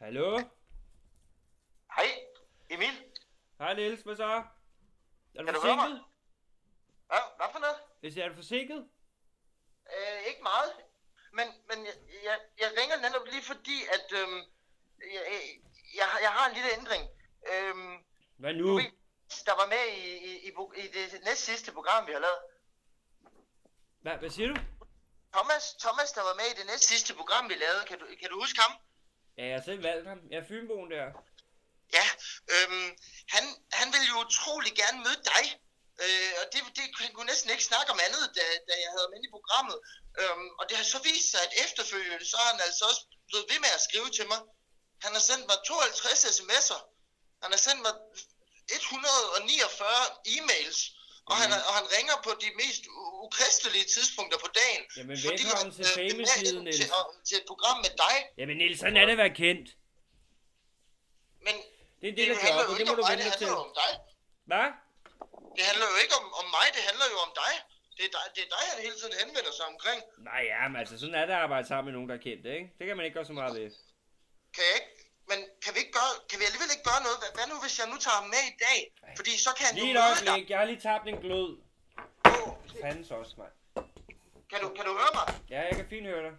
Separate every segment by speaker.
Speaker 1: Hallo?
Speaker 2: Hej, Emil.
Speaker 1: Hej Niels, hvad så? Er du
Speaker 2: Kan du høre mig?
Speaker 1: forsinket?
Speaker 2: Hvad, hvad for noget?
Speaker 1: Jeg siger, er du forsinket?
Speaker 2: Øh, ikke meget. Men, men jeg, jeg, jeg ringer netop lige fordi, at øhm, jeg, jeg- jeg, har- jeg har en lille ændring. Øhm,
Speaker 1: Hvad
Speaker 2: du
Speaker 1: nu?
Speaker 2: ved, der var med i, i, i, pro- i det næst sidste program, vi har lavet.
Speaker 1: Hvad, hvad siger du?
Speaker 2: Thomas, Thomas, der var med i det næst sidste program, vi lavede. Kan du, kan du huske ham?
Speaker 1: Ja, jeg har selv valgt ham. Jeg er Fynboen der.
Speaker 2: Ja, øhm, han, han ville jo utrolig gerne møde dig. Øh, og det, det han kunne næsten ikke snakke om andet, da, da jeg havde ham inde i programmet. Øhm, og det har så vist sig, at efterfølgende, så er han altså også blevet ved med at skrive til mig. Han har sendt mig 52 sms'er. Han har sendt mig 149 e-mails. Og, han,
Speaker 1: Mhm.
Speaker 2: og han ringer på de mest u- ukristelige tidspunkter på dagen.
Speaker 1: Jamen
Speaker 2: fordi
Speaker 1: velkommen
Speaker 2: han,
Speaker 1: til
Speaker 2: øh, vil
Speaker 1: Famesiden,
Speaker 2: med til,
Speaker 1: Niels.
Speaker 2: til et program med dig.
Speaker 1: Jamen Niels, sådan er det at være kendt.
Speaker 2: Men
Speaker 1: Det er en
Speaker 2: det,
Speaker 1: del af
Speaker 2: handler jo
Speaker 1: jobbet, det
Speaker 2: ikke
Speaker 1: må
Speaker 2: om
Speaker 1: du
Speaker 2: mig,
Speaker 1: vende
Speaker 2: det
Speaker 1: dig til.
Speaker 2: handler jo om dig.
Speaker 1: Hvad?
Speaker 2: Det handler jo ikke om, om mig, det handler jo om dig. Det er dig, det er dig han hele tiden henvender sig omkring.
Speaker 1: Nej, ja, men altså sådan er det at arbejde sammen med nogen, der er kendt, ikke? Det kan man ikke gøre så meget ved.
Speaker 2: Kan jeg ikke? Men kan vi, ikke gøre, kan vi alligevel ikke gøre noget? Hvad, hvad nu, hvis jeg nu tager ham med i dag? Fordi så kan han
Speaker 1: Lige et
Speaker 2: jo møde dig.
Speaker 1: øjeblik, jeg har lige tabt en glød.
Speaker 2: Åh,
Speaker 1: Fandens også, mand.
Speaker 2: Kan du, kan du høre mig?
Speaker 1: Ja, jeg kan fint høre dig.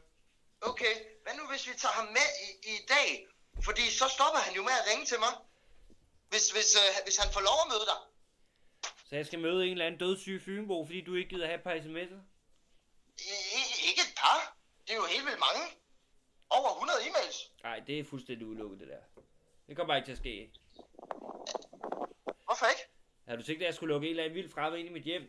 Speaker 2: Okay, hvad nu, hvis vi tager ham med i, i dag? Fordi så stopper han jo med at ringe til mig. Hvis, hvis, øh, hvis han får lov at møde dig.
Speaker 1: Så jeg skal møde en eller anden dødssyg Fynbo, fordi du ikke gider have et par sms'er?
Speaker 2: I, I- ikke et par. Det er jo helt vildt mange. Over 100 e-mails.
Speaker 1: Nej, det er fuldstændig udelukket, det der. Det kommer ikke til at ske.
Speaker 2: Hvorfor ikke?
Speaker 1: Har du tænkt, at jeg skulle lukke en eller anden vild fremmed ind i mit hjem?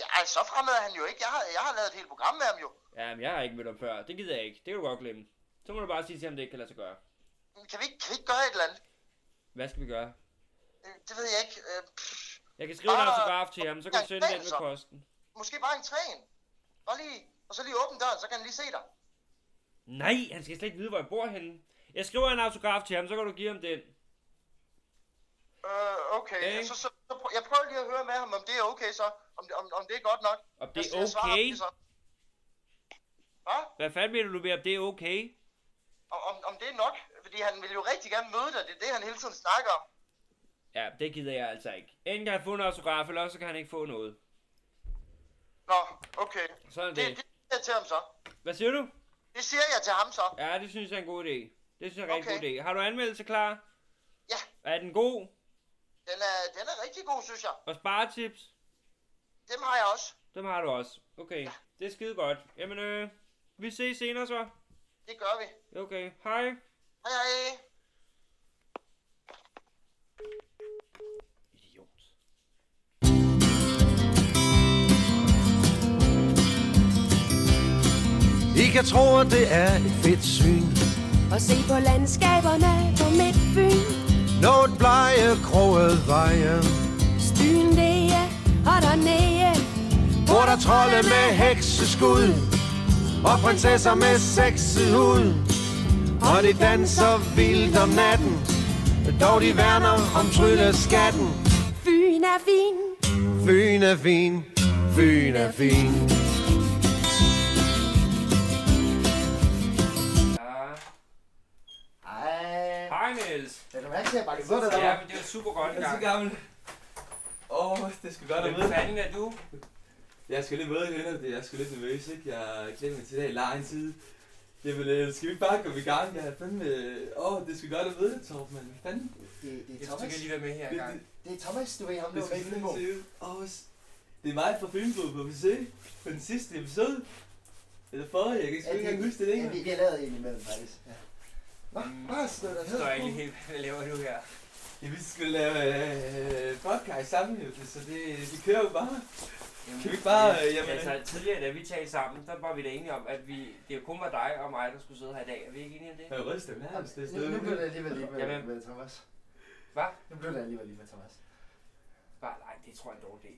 Speaker 2: Ja, så fremad er han jo ikke. Jeg har, jeg har lavet et helt program med ham jo.
Speaker 1: Jamen, jeg har ikke mødt ham før. Det gider jeg ikke. Det kan du godt glemme. Så må du bare sige til ham, det ikke kan lade sig gøre.
Speaker 2: Kan vi, ikke- kan vi ikke gøre et eller andet?
Speaker 1: Hvad skal vi gøre?
Speaker 2: Øh, Det ved jeg ikke. Øh, pff,
Speaker 1: Jeg kan skrive en
Speaker 2: Bare-
Speaker 1: autograf til ham, så kan du sende den med posten.
Speaker 2: måske bare en træn. Bare lige, og så lige åbne døren, så kan han lige se dig.
Speaker 1: Nej, han skal slet ikke vide, hvor jeg bor henne. Jeg skriver en autograf til ham, så kan du give ham den.
Speaker 2: Øh, okay.
Speaker 1: Ja, ikke?
Speaker 2: Så, så, så, prø- jeg prøver lige at høre med ham, om det er okay så. Om, det- om, om det er godt nok.
Speaker 1: Om det
Speaker 2: Jeg-
Speaker 1: er
Speaker 2: jeg svarer ham
Speaker 1: okay?
Speaker 2: lige så. Hvad?
Speaker 1: Hvad fanden mener du med, om det er okay?
Speaker 2: Om, om, om det er nok? Fordi han vil jo rigtig gerne møde dig. Det er det, han hele tiden snakker om.
Speaker 1: Ja, det gider jeg altså ikke. Enten kan han få en autograf, eller også kan han ikke få noget.
Speaker 2: Nå, okay.
Speaker 1: Sådan
Speaker 2: Det,
Speaker 1: er
Speaker 2: det
Speaker 1: det.
Speaker 2: siger jeg til ham så.
Speaker 1: Hvad siger du?
Speaker 2: Det siger jeg til ham så.
Speaker 1: Ja, det synes jeg er en god idé. Det synes jeg er en rigtig
Speaker 2: Okay.
Speaker 1: god idé. Har du anmeldelse klar?
Speaker 2: Ja.
Speaker 1: Er den god?
Speaker 2: Den er, den er rigtig god, synes jeg.
Speaker 1: Og sparetips?
Speaker 2: Dem har jeg også.
Speaker 1: Dem har du også. Okay, det er skide godt. Jamen, øh, vi ses senere så.
Speaker 2: Det gør vi.
Speaker 1: Okay, hej.
Speaker 2: Hej hej.
Speaker 1: Idiot.
Speaker 3: I kan tro, at det er et fedt syn,
Speaker 4: Og se på landskaberne på Midtfyn
Speaker 3: når den blege kroget veje,
Speaker 4: Styen det og dernede
Speaker 3: hvor der trolde med hekseskud, og prinsesser med sexet hud, og de danser vildt om natten, dog de værner om trylleskatten.
Speaker 4: Fyn er fin
Speaker 3: Fyn er fin, Fyn er fin.
Speaker 1: Ja.
Speaker 5: Ej,
Speaker 1: Hej Niels.
Speaker 5: er du vant til at bakke butter,
Speaker 1: Ja,
Speaker 5: eller
Speaker 1: men det er super godt i
Speaker 6: Jeg er så
Speaker 1: gang.
Speaker 6: gammel. Åh, oh, det skal godt at
Speaker 1: Hvem
Speaker 6: vide.
Speaker 1: fanden er du?
Speaker 6: Jeg skal lige møde hende, fordi jeg er sgu lidt nervøs, ikke? Jeg glemte mig til i dag i en tid. Jamen, øh, skal vi ikke bare komme i gang? Jeg er fandme... Åh, oh, det skal godt at vide, Torben, mand. Hvad fanden?
Speaker 5: Det, det er
Speaker 1: Jeg skal
Speaker 5: Thomas.
Speaker 1: ikke lige være med her i
Speaker 6: Det,
Speaker 1: gang.
Speaker 6: det,
Speaker 5: Det er Thomas, du ved ham, der
Speaker 6: det
Speaker 5: var med i
Speaker 6: skal
Speaker 5: Fynbo.
Speaker 6: sådan se ud. Åh, s- det er mig fra Filmgruppen på PC. På den sidste episode. Eller forrige, jeg kan sgu
Speaker 5: Ja,
Speaker 6: ikke
Speaker 5: det-
Speaker 6: engang huske det
Speaker 5: Ja,
Speaker 6: længere.
Speaker 5: vi, vi har lavet en imellem, faktisk. Ja. Nå, bare stå
Speaker 1: Mm. Jeg forstår
Speaker 5: dernede.
Speaker 1: ikke helt, hvad jeg laver nu her.
Speaker 6: Ja, vi skal lave øh, podcast sammen, jo. Så det, vi kører jo bare.
Speaker 1: Jamen,
Speaker 6: Kan vi ikke bare, øh, jamen,
Speaker 1: altså, tidligere, da vi talte sammen, der var vi da enige om, at vi, det jo kun var dig og mig, der skulle sidde her i dag. Er vi ikke enige om det?
Speaker 6: Jeg ryster nærmest. Det er
Speaker 5: Nu, nu
Speaker 6: stadig-
Speaker 5: blev det alligevel lige med,
Speaker 1: Jamen.
Speaker 5: med Thomas.
Speaker 1: Hvad?
Speaker 5: Nu blev det alligevel lige med Thomas.
Speaker 1: Bare, nej, det tror jeg er en dårlig idé.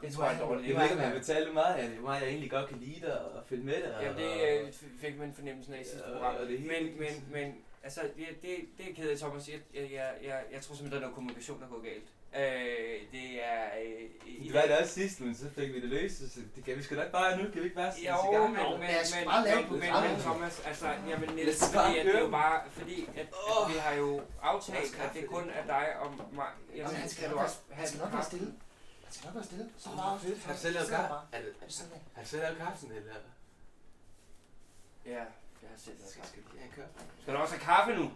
Speaker 1: Det
Speaker 5: Nu
Speaker 1: tror jeg er
Speaker 5: han-
Speaker 1: en dårlig idé.
Speaker 6: Jeg ved ikke, om jeg vil tale meget af det. Hvor meget jeg egentlig godt kan lide dig og følge med dig.
Speaker 1: Jamen, det
Speaker 6: og-
Speaker 1: øh, f- fik man fornemmelsen af i sidste
Speaker 6: Ja,
Speaker 1: program.
Speaker 6: og det er helt
Speaker 1: Men,
Speaker 6: vildt.
Speaker 1: men, men, altså, det, det, det er jeg ked af, Thomas. Jeg, jeg, jeg, jeg, jeg tror simpelthen, der er noget kommunikation, der går galt. Øh, det er... Øh, i-
Speaker 6: Det var det også sidst, men så fik vi det løst, så det kan vi sgu da ikke bare nu, kan vi ikke bare sådan i
Speaker 1: Jo,
Speaker 6: gang
Speaker 1: men,
Speaker 6: med
Speaker 1: men,
Speaker 6: det?
Speaker 1: men,
Speaker 5: lad os bare lave
Speaker 1: men, men,
Speaker 5: programmet.
Speaker 1: men Thomas, altså, jamen, Niels,
Speaker 6: Lad os bare
Speaker 1: fordi at det er jo
Speaker 6: køre.
Speaker 1: bare, fordi at, at
Speaker 6: Åh.
Speaker 1: vi har jo
Speaker 6: Lad os
Speaker 1: aftalt, at
Speaker 6: kaffe
Speaker 1: det
Speaker 6: det.
Speaker 1: kun er dig og mig. Jeg
Speaker 5: Jamen,
Speaker 1: synes,
Speaker 5: han skal
Speaker 1: at
Speaker 5: nok
Speaker 1: du også
Speaker 5: være- han skal nok være
Speaker 1: kaffe.
Speaker 5: stille. Han skal nok være stille. Så bare fedt.
Speaker 6: Har du selv lavet
Speaker 5: Så
Speaker 6: kaffe?
Speaker 5: bare-
Speaker 6: Er det-
Speaker 5: Er det sådan der?
Speaker 6: Har du selv lavet kaffen, eller?
Speaker 1: Ja, jeg har selv lavet
Speaker 6: Skal,
Speaker 1: kaffe.
Speaker 6: skal vi have kaffe?
Speaker 1: Skal du også have kaffe nu?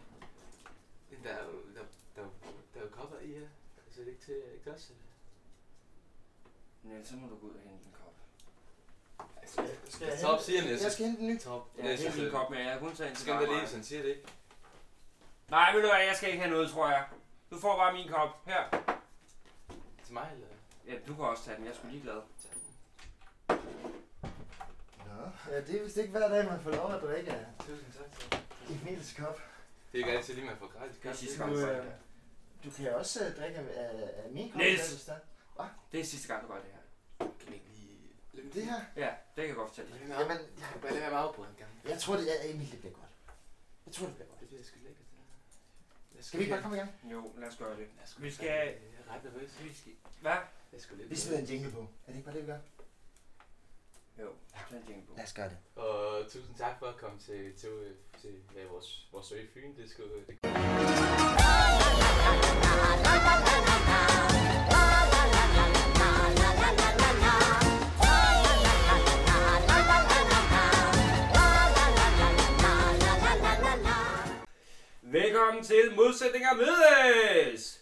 Speaker 6: Men Der er jo, der, der, er jo- der er jo kopper i her. Altså, er det ikke til ikke også? eller?
Speaker 1: Niels, så må du gå ud og hente en kop.
Speaker 5: Skal jeg
Speaker 6: Altså, Top
Speaker 5: hente-
Speaker 6: siger Niels.
Speaker 5: Jeg skal hente en ny.
Speaker 6: Top.
Speaker 1: Jeg har hentet en kop, men jeg har kun taget en til
Speaker 6: Skal
Speaker 1: dig.
Speaker 6: der lige,
Speaker 1: Maja.
Speaker 6: hvis han siger det ikke?
Speaker 1: Nej, ved du hvad, jeg skal ikke have noget, tror jeg. Du får bare min kop. Her.
Speaker 6: Til mig, eller?
Speaker 1: Ja, du kan også tage den. Jeg skulle lige glad.
Speaker 5: Nå, ja, det er vist ikke hver dag, man får lov at drikke af
Speaker 6: Tusind tak.
Speaker 5: Emils kop.
Speaker 6: Det er ikke altid lige, man får gratis
Speaker 1: Det er
Speaker 6: kaffe.
Speaker 1: sidste
Speaker 5: Du,
Speaker 1: gang, du gør det
Speaker 5: øh,
Speaker 1: her.
Speaker 5: du kan jo også øh, drikke af, af min kop.
Speaker 1: Niels!
Speaker 5: hvis der-
Speaker 1: Det er sidste gang, du gør det her.
Speaker 6: Kan vi ikke lige...
Speaker 5: Det her?
Speaker 1: Ja, det kan jeg godt fortælle dig.
Speaker 5: Jamen,
Speaker 6: jeg kan bare lade være med afbrud en gang.
Speaker 5: jeg tror, det er Emil, det bliver godt. Jeg tror, det bliver godt.
Speaker 6: Det bliver sgu lækkert. det her. Jeg
Speaker 5: Skal vi ikke bare komme i gang?
Speaker 1: Jo, lad os gøre det.
Speaker 6: Jeg er sgu
Speaker 1: Vi
Speaker 6: lidt-
Speaker 1: skal-
Speaker 6: Jeg er ret nervøs.
Speaker 1: Vi skal... Hvad?
Speaker 6: Jeg er sgu lidt
Speaker 5: Vi smider en jingle på. Er det ikke bare det, vi gør?
Speaker 1: Jo, så en jingle på.
Speaker 5: Lad os gøre det.
Speaker 6: Og tusind tak for at komme til, til, til ja, vores, vores ø i Fyn. Det skulle, det
Speaker 1: Velkommen til Modsætninger mødes!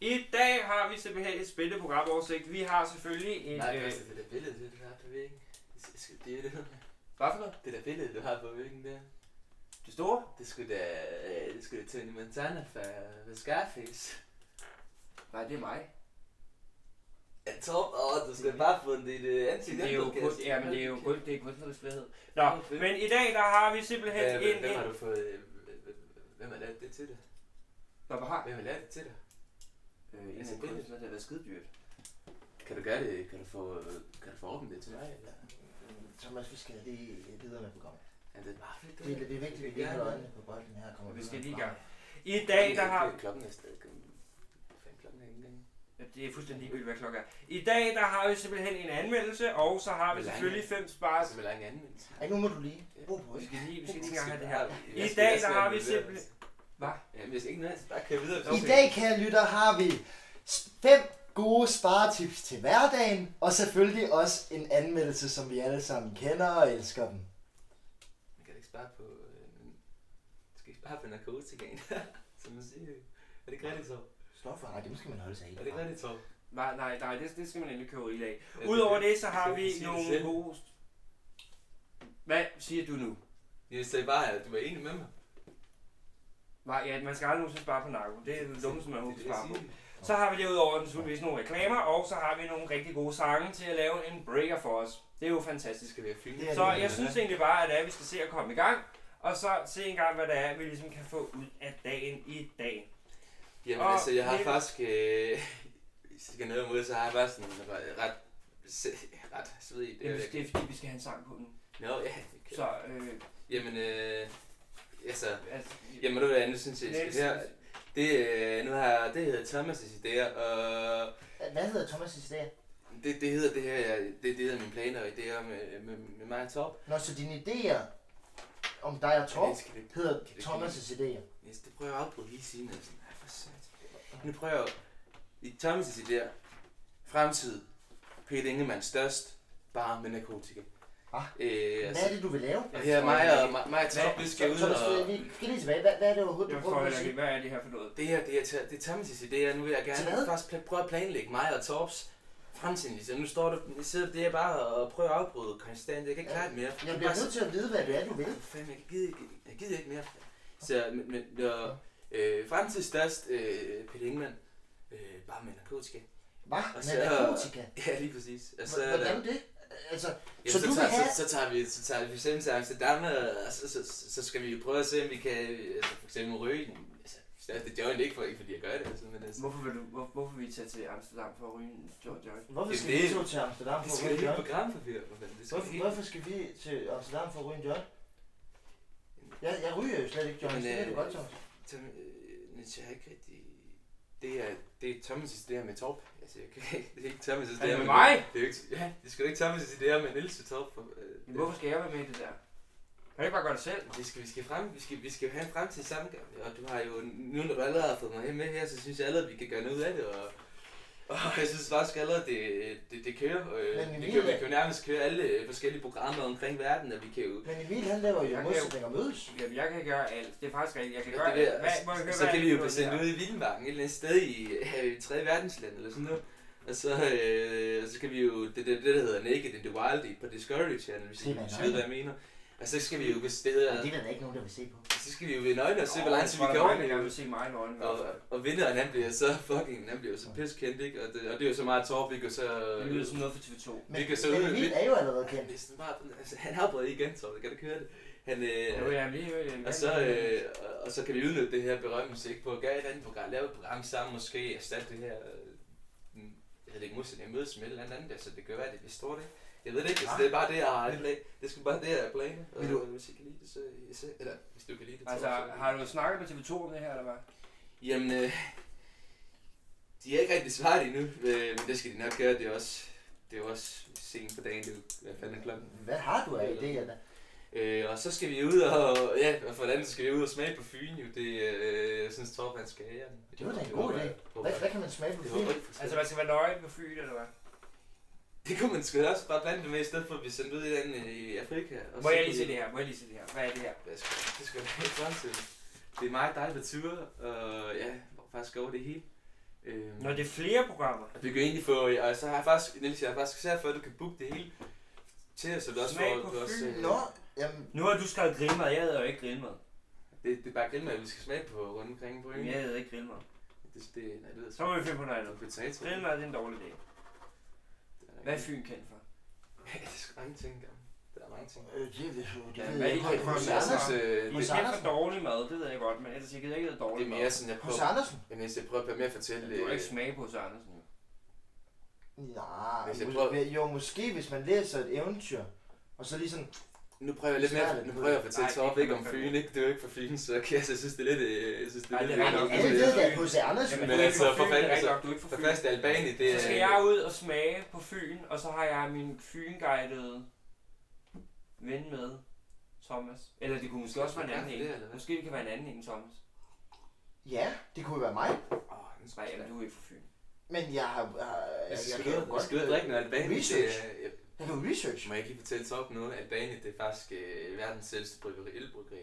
Speaker 1: I dag har vi simpelthen et spændende programoversigt. Vi har selvfølgelig en...
Speaker 6: Nej,
Speaker 1: øh,
Speaker 6: altså, det der billede, det du har på væggen. Det er sgu- Det er det,
Speaker 1: hvad for noget?
Speaker 6: det der billede, du har på væggen der.
Speaker 1: Det store?
Speaker 6: Det skulle da, øh, det skulle da Tony Montana fra fra Scarface.
Speaker 1: Nej, det er mig.
Speaker 6: Ja, Torb, åh, du skal bare få dit øh, ansigt
Speaker 1: Det er jo kun, ja, men det er jo kun, det er kunstnerisk frihed. Nå, men i dag der har vi simpelthen
Speaker 6: Hvem,
Speaker 1: en...
Speaker 6: hvem har
Speaker 1: en
Speaker 6: du fået, øh, hvem- hvem har lavet det til dig?
Speaker 1: Nå, hvad har?
Speaker 6: Hvem har lavet det til dig?
Speaker 1: Øh, en
Speaker 6: Altså,
Speaker 1: af
Speaker 6: billedet.
Speaker 1: kunstnerne, der har været skidedyrt.
Speaker 6: Kan du gøre det? Kan du få, øh, kan du få ordnet det til mig? Eller?
Speaker 5: Thomas, vi skal lige videre med programmet.
Speaker 6: Ja, det er bare fedt.
Speaker 5: Det, er- det er vigtigt, at vi lige holder øjnene på bolden her. og Kommer
Speaker 1: Vi
Speaker 5: videre
Speaker 1: skal
Speaker 5: med
Speaker 1: lige i gang.
Speaker 5: programmet.
Speaker 1: I dag der har...
Speaker 6: Klokken er stadig... Hvad fanden klokken er ikke engang?
Speaker 1: Ja, Det er fuldstændig ligegyldigt, hvad klokken er. I dag der har vi simpelthen en anmeldelse, og så har vi
Speaker 6: Hvor lang-
Speaker 1: selvfølgelig fem
Speaker 6: Bare
Speaker 1: spars.
Speaker 6: så lang anvendelse.
Speaker 5: Ej, nu må du lige. Ro på,
Speaker 1: Vi
Speaker 5: ikke?
Speaker 1: skal lige, vi skal lige engang have det her.
Speaker 6: Jeg
Speaker 1: I
Speaker 6: skal-
Speaker 1: dag,
Speaker 6: jeg skal
Speaker 1: der har
Speaker 6: have
Speaker 1: vi
Speaker 6: det videre.
Speaker 1: simpelthen- Hvad?
Speaker 6: Jamen, hvis ikke noget, så bare kør videre.
Speaker 5: I dag, kære lytter, har vi s- fem gode sparetips til hverdagen, og selvfølgelig også en anmeldelse, som vi alle sammen kender og elsker dem.
Speaker 6: Man kan da ikke spare på... Øh, man skal ikke spare på narkotikaen. Som man siger. Er det ikke rigtigt, Torb?
Speaker 5: Stop for radio, nu skal man holde sig i.
Speaker 6: Er det ikke rigtigt, Torb?
Speaker 1: Nej, nej, nej, det, det skal man endelig køre i dag.
Speaker 6: Ja,
Speaker 1: Udover
Speaker 6: det-
Speaker 1: det, så har
Speaker 6: det-
Speaker 1: vi
Speaker 6: det siger det
Speaker 1: nogle
Speaker 6: selv.
Speaker 1: gode... Hvad siger du nu?
Speaker 6: Jeg sagde bare, at du var enig med mig.
Speaker 1: Nej, ja, man skal aldrig nogensinde spare på narko. Det er det dummeste, man
Speaker 6: Det er
Speaker 1: overhovedet
Speaker 6: det, jeg
Speaker 1: sparer på.
Speaker 6: siger.
Speaker 1: Så har vi derudover naturligvis nogle reklamer, og så har vi nogle rigtig gode sange til at lave en breaker for os. Det er jo
Speaker 6: Det
Speaker 1: fantastisk.
Speaker 6: skal være fint.
Speaker 5: Det er
Speaker 1: Så jeg synes egentlig bare, at det er, at vi skal se at komme i gang, og så se en gang, hvad det er, vi ligesom kan få ud af dagen i dag.
Speaker 6: Jamen
Speaker 1: Og
Speaker 6: altså, jeg har
Speaker 1: Niels-
Speaker 6: faktisk, øh, hvis jeg skal noget imod, så har jeg bare sådan en re- ret, se- ret svedig.
Speaker 1: Det er,
Speaker 6: Det,
Speaker 1: det er Øh, fordi, vi skal have en sang på den.
Speaker 6: Nå, ja. Okay.
Speaker 1: Så, øh,
Speaker 6: Jamen, øh, altså,
Speaker 1: altså,
Speaker 6: jamen, det er andet, synes jeg, I skal
Speaker 1: Niels,
Speaker 6: det her. Det, øh, nu har jeg, det hedder Thomas' idéer, og
Speaker 5: Hvad hedder Thomas' idé?
Speaker 6: det, det hedder det her, jeg- det, det hedder mine planer og idéer med, med, med mig og Torb.
Speaker 5: Nå, så dine idéer om dig og Torb
Speaker 6: Men skal det,
Speaker 5: hedder
Speaker 6: Kan det
Speaker 5: Thomas' idéer.
Speaker 6: Niels, det prøver jeg at afbryde hele tiden. Altså. Ej, for sat. Nu prøver jeg i Thomas' idéer. Fremtid. Peter Ingemann størst. Bare med narkotika.
Speaker 5: Ah.
Speaker 6: Øh,
Speaker 5: Hvad er det, du vil lave?
Speaker 6: Og her er mig og mig, mig og Torb, vi skal ud
Speaker 5: Thomas,
Speaker 6: og...
Speaker 5: vi skal lige tilbage. Hvad, hvad er det overhovedet,
Speaker 1: jeg
Speaker 5: du prøver
Speaker 1: forstår
Speaker 5: på at
Speaker 1: heller ikke,
Speaker 5: sige?
Speaker 1: hvad er det her for noget?
Speaker 6: Det her, det er, ta- det er Thomas' idéer. Nu vil jeg
Speaker 5: Til
Speaker 6: gerne
Speaker 5: hvad?
Speaker 6: faktisk pl- prøve at planlægge mig og Torbs fremtid. Så nu står du, nu sidder det bare og prøver at afbryde konstant. Jeg kan ikke
Speaker 5: Ja.
Speaker 6: klare det mere.
Speaker 5: Jeg
Speaker 6: er
Speaker 5: bliver
Speaker 6: bare
Speaker 5: nødt til at vide, hvad det er, du vil.
Speaker 6: Åh, fanden, jeg gider, ikke, jeg gider ikke mere. Så men, men, når, øh, fremtid størst, øh, Peter Ingemann, øh, bare med narkotika.
Speaker 5: Hvad?
Speaker 6: Og
Speaker 5: Med
Speaker 6: så-
Speaker 5: narkotika?
Speaker 6: Ja, lige præcis. Og så, er der-
Speaker 5: Hvordan det? Altså, så
Speaker 6: Jamen, så, så,
Speaker 5: du vil
Speaker 6: tager,
Speaker 5: have...
Speaker 6: så, så, tager vi, så tager vi for eksempel til Amsterdam, og så, så, så, så skal vi jo prøve at se, om vi kan altså, for eksempel ryge den. Altså, det joint ikke, for, ikke fordi jeg gør det, altså, men altså,
Speaker 1: Hvorfor vil, du, hvor, hvorfor vil I tage til Amsterdam for at ryge en George Joy?
Speaker 5: Hvorfor
Speaker 6: Det
Speaker 5: skal
Speaker 6: er
Speaker 5: vi
Speaker 6: det.
Speaker 5: to til Amsterdam
Speaker 6: det
Speaker 5: for at
Speaker 6: skal
Speaker 5: ryge en
Speaker 6: vi ikke
Speaker 5: joint?
Speaker 6: programpapir, for fanden. Det skal
Speaker 5: Hvorfor,
Speaker 6: vi ikke.
Speaker 5: hvorfor skal vi til Amsterdam for at ryge en joint? Jeg, jeg ryger jo slet ikke joint,
Speaker 6: Jamen,
Speaker 5: det ved
Speaker 6: øh,
Speaker 5: du godt, Thomas.
Speaker 6: Tom, øh, Niels, jeg har ikke rigtig... det er, det er Thomas' idéer med Torp. Altså, jeg kan ikke, det er ikke Thomas' idéer
Speaker 1: det med mig?
Speaker 6: Det er jo ikke, ja, det skal ikke Thomas' idéer med Niels og Torp. For, øh,
Speaker 1: Men hvorfor skal jeg være med i det der? Kan jeg ikke bare gøre det selv?
Speaker 6: Vi skal, vi skal frem, vi skal, vi skal have en fremtid sammen, Gabriel. og du har jo, nu når du allerede har fået mig med her, så synes jeg allerede, at vi kan gøre noget ud af det, og, og jeg synes faktisk allerede, at det, det, det kører. Øh,
Speaker 5: Men
Speaker 6: det
Speaker 5: vi
Speaker 6: kører,
Speaker 5: ved-
Speaker 6: vi kan jo nærmest køre alle øh, forskellige programmer omkring verden, og vi kan jo...
Speaker 5: Men Emil, han laver jo
Speaker 1: Jeg kan jo-
Speaker 5: modsætninger mødes.
Speaker 1: Jamen, jeg kan gøre alt. Det er faktisk rigtigt. Jeg kan
Speaker 6: Det
Speaker 1: gøre
Speaker 6: der,
Speaker 1: alt. Hvad, må jeg høre,
Speaker 6: så, så
Speaker 1: hvad er
Speaker 6: kan
Speaker 1: det,
Speaker 6: vi jo
Speaker 1: du
Speaker 6: blive sendt
Speaker 1: gør?
Speaker 6: ud i Vildmarken, et eller andet sted i øh, 3. verdensland eller sådan noget. Og så, øh, og så kan vi jo, det, det, det der hedder Naked in the Wild på Discovery Channel, hvis
Speaker 5: Det
Speaker 6: I
Speaker 5: er da
Speaker 6: ved, hvad jeg mener. Og så skal vi jo, hvis det hedder,
Speaker 5: Men det er der ikke nogen, der vil se på.
Speaker 6: så skal vi jo ved nøgne og se, hvor lang tid vi
Speaker 1: Åh, jeg
Speaker 6: kan
Speaker 1: tror, der er mange, der gerne
Speaker 6: overleve.
Speaker 1: vil se mig nøgen.
Speaker 6: Og, og vinderen, han bliver så fucking, han bliver jo så piskendt, ikke? Og det, og det er jo så meget Torp, vi kan så...
Speaker 1: Det lyder som noget for TV2.
Speaker 5: Men,
Speaker 6: Vi kan se ud-
Speaker 5: men Emil
Speaker 6: vi-
Speaker 5: er jo allerede kendt.
Speaker 6: Det er sådan bare, altså, han har prøvet igen, Torp, kan du køre det? Han,
Speaker 1: Nu
Speaker 6: øh,
Speaker 1: vil jeg lige høre det.
Speaker 6: Og så, øh, og- og så kan vi udnytte det her berømmelse, ikke? På at gøre et eller andet program, lave et program sammen, måske erstatte det her, øh, mm, jeg ved det ikke, modsætning af mødes med et eller andet andet, altså det kan være, at det bliver stort, ikke? Jeg ved det ikke, altså, det er bare det, jeg har det, det er sgu bare det, jeg planer, og øh,
Speaker 5: Vil du-
Speaker 6: hvis I kan lide det, så, så eller hvis du kan lide det,
Speaker 1: Altså,
Speaker 6: så, så-
Speaker 1: har du snakket med TV2 om det her, eller hvad?
Speaker 6: Jamen, øh, de er ikke rigtig svaret endnu, øh, men det skal de nok gøre, det er også, det er jo også sent på dagen, det er jo, hvad fanden er klokken?
Speaker 5: Hvad har du af idéer da?
Speaker 6: Øh, og så skal vi ud og, ja, og for det andet skal vi ud og smage på Fyn, jo. Det, øh, jeg synes, Torben han skal ære. den.
Speaker 5: Det var da en
Speaker 6: håber
Speaker 5: god idé.
Speaker 6: jeg. Det håber
Speaker 5: Hvad,
Speaker 6: jeg.
Speaker 5: hvad kan man smage på
Speaker 6: Det håber
Speaker 5: film?
Speaker 6: jeg ikke, for
Speaker 1: Altså,
Speaker 6: altså,
Speaker 1: man skal være nøgen på Fyn, eller hvad?
Speaker 6: det kunne man sgu da også bare blande det med, i stedet for at vi sendte ud i den øh, i Afrika. Og
Speaker 1: Må
Speaker 6: så
Speaker 1: jeg
Speaker 6: kunne
Speaker 1: lige se
Speaker 6: vi-
Speaker 1: det her? Må jeg lige se det her? Hvad er det her?
Speaker 6: Hvad skal det skal være i fremtiden. Det er mig og dig, der turer, og ja, hvor faktisk over det hele. Øh,
Speaker 1: Når det er flere programmer.
Speaker 6: og vi kan egentlig få, og så har jeg faktisk, Niels, jeg har faktisk særlig for, at du kan booke det hele til os, så du også
Speaker 1: Smag
Speaker 6: får...
Speaker 1: på
Speaker 6: du også,
Speaker 1: Fyn.
Speaker 6: øh,
Speaker 5: Nå, jamen,
Speaker 1: Nu har du skrevet grimmer, jeg havde jo ikke grimmer.
Speaker 6: det, det er bare grill med, at vi skal smage på rundt omkring på øen.
Speaker 1: Jeg havde ikke grimmer.
Speaker 6: Det, det, nej, det ved jeg
Speaker 1: Så må vi finde på noget andet.
Speaker 6: Potato.
Speaker 1: Grimmer det er en dårlig idé. Hvad er Fyn kendt for?
Speaker 6: Ja, det er sgu mange ting, der. Der er mange ting.
Speaker 5: øh, det, det, det, det,
Speaker 1: Ja,
Speaker 5: ved
Speaker 1: hvad
Speaker 5: jeg
Speaker 1: I kan
Speaker 5: ikke.
Speaker 1: få
Speaker 5: Hos
Speaker 1: med
Speaker 5: Andersen.
Speaker 1: sig.
Speaker 6: øh,
Speaker 1: I
Speaker 5: Hos
Speaker 6: det,
Speaker 1: er kendt
Speaker 5: Andersen.
Speaker 1: for dårlig mad, det ved jeg godt, men ellers jeg gider ikke noget
Speaker 6: det
Speaker 1: dårlig
Speaker 6: er
Speaker 1: mad.
Speaker 6: mere sådan, jeg
Speaker 5: Hos
Speaker 6: prøver,
Speaker 5: Andersen?
Speaker 6: men hvis jeg prøver at være med at fortælle...
Speaker 1: Du kan
Speaker 6: Øh,
Speaker 1: ikke smage på hos Andersen, jo.
Speaker 5: Nej,
Speaker 6: Hvis jeg
Speaker 5: mås-
Speaker 6: prøver-
Speaker 5: jo måske hvis man læser et eventyr, og så ligesom- lige sådan,
Speaker 6: nu prøver jeg lidt mere,
Speaker 5: Smager
Speaker 6: nu
Speaker 5: lidt
Speaker 6: prøver jeg at fortælle
Speaker 1: Nej,
Speaker 6: Torp
Speaker 1: det
Speaker 6: ikke
Speaker 1: kan
Speaker 6: om
Speaker 1: man
Speaker 6: Fyn,
Speaker 1: fandme.
Speaker 6: ikke? Det er jo ikke fra Fyn, så okay, altså, jeg synes, det er lidt... øh, Jeg synes, det er
Speaker 1: Nej,
Speaker 6: lidt...
Speaker 1: det er
Speaker 5: nej,
Speaker 1: rigtigt.
Speaker 5: alle Altså, ved da, at H.C. Andersen,
Speaker 1: Jamen,
Speaker 6: Men
Speaker 1: du er
Speaker 6: altså,
Speaker 1: ikke
Speaker 6: for
Speaker 1: fra Fyn, det
Speaker 6: fanden,
Speaker 1: er
Speaker 6: altså,
Speaker 1: rigtigt nok, du er ikke
Speaker 6: For
Speaker 1: fra Fyn.
Speaker 6: første Albani, det er...
Speaker 1: Så skal jeg ud og smage på Fyn, og så har jeg min Fyn-guidede ven med, Thomas. Eller det kunne måske også være en anden
Speaker 6: Ja, det er
Speaker 1: en.
Speaker 6: det, hvad?
Speaker 1: Måske det kan være en anden en, Thomas.
Speaker 5: ja, det kunne jo være mig,
Speaker 6: Åh, nu skal
Speaker 1: Nej,
Speaker 6: jeg
Speaker 1: jamen, du er ikke fra Fyn.
Speaker 5: men jeg har, har jeg,
Speaker 6: Jeg
Speaker 5: jeg,
Speaker 6: skal
Speaker 5: kan jo
Speaker 6: ud- jeg
Speaker 5: godt,
Speaker 6: skal ud og drikke noget Albani. Det
Speaker 5: Research.
Speaker 6: er, jeg-
Speaker 5: jeg kan jo research.
Speaker 6: må jeg ikke lige fortælle Torp noget. Albani, det er faktisk øh, verdens ældste bryggeri, ølbryggeri.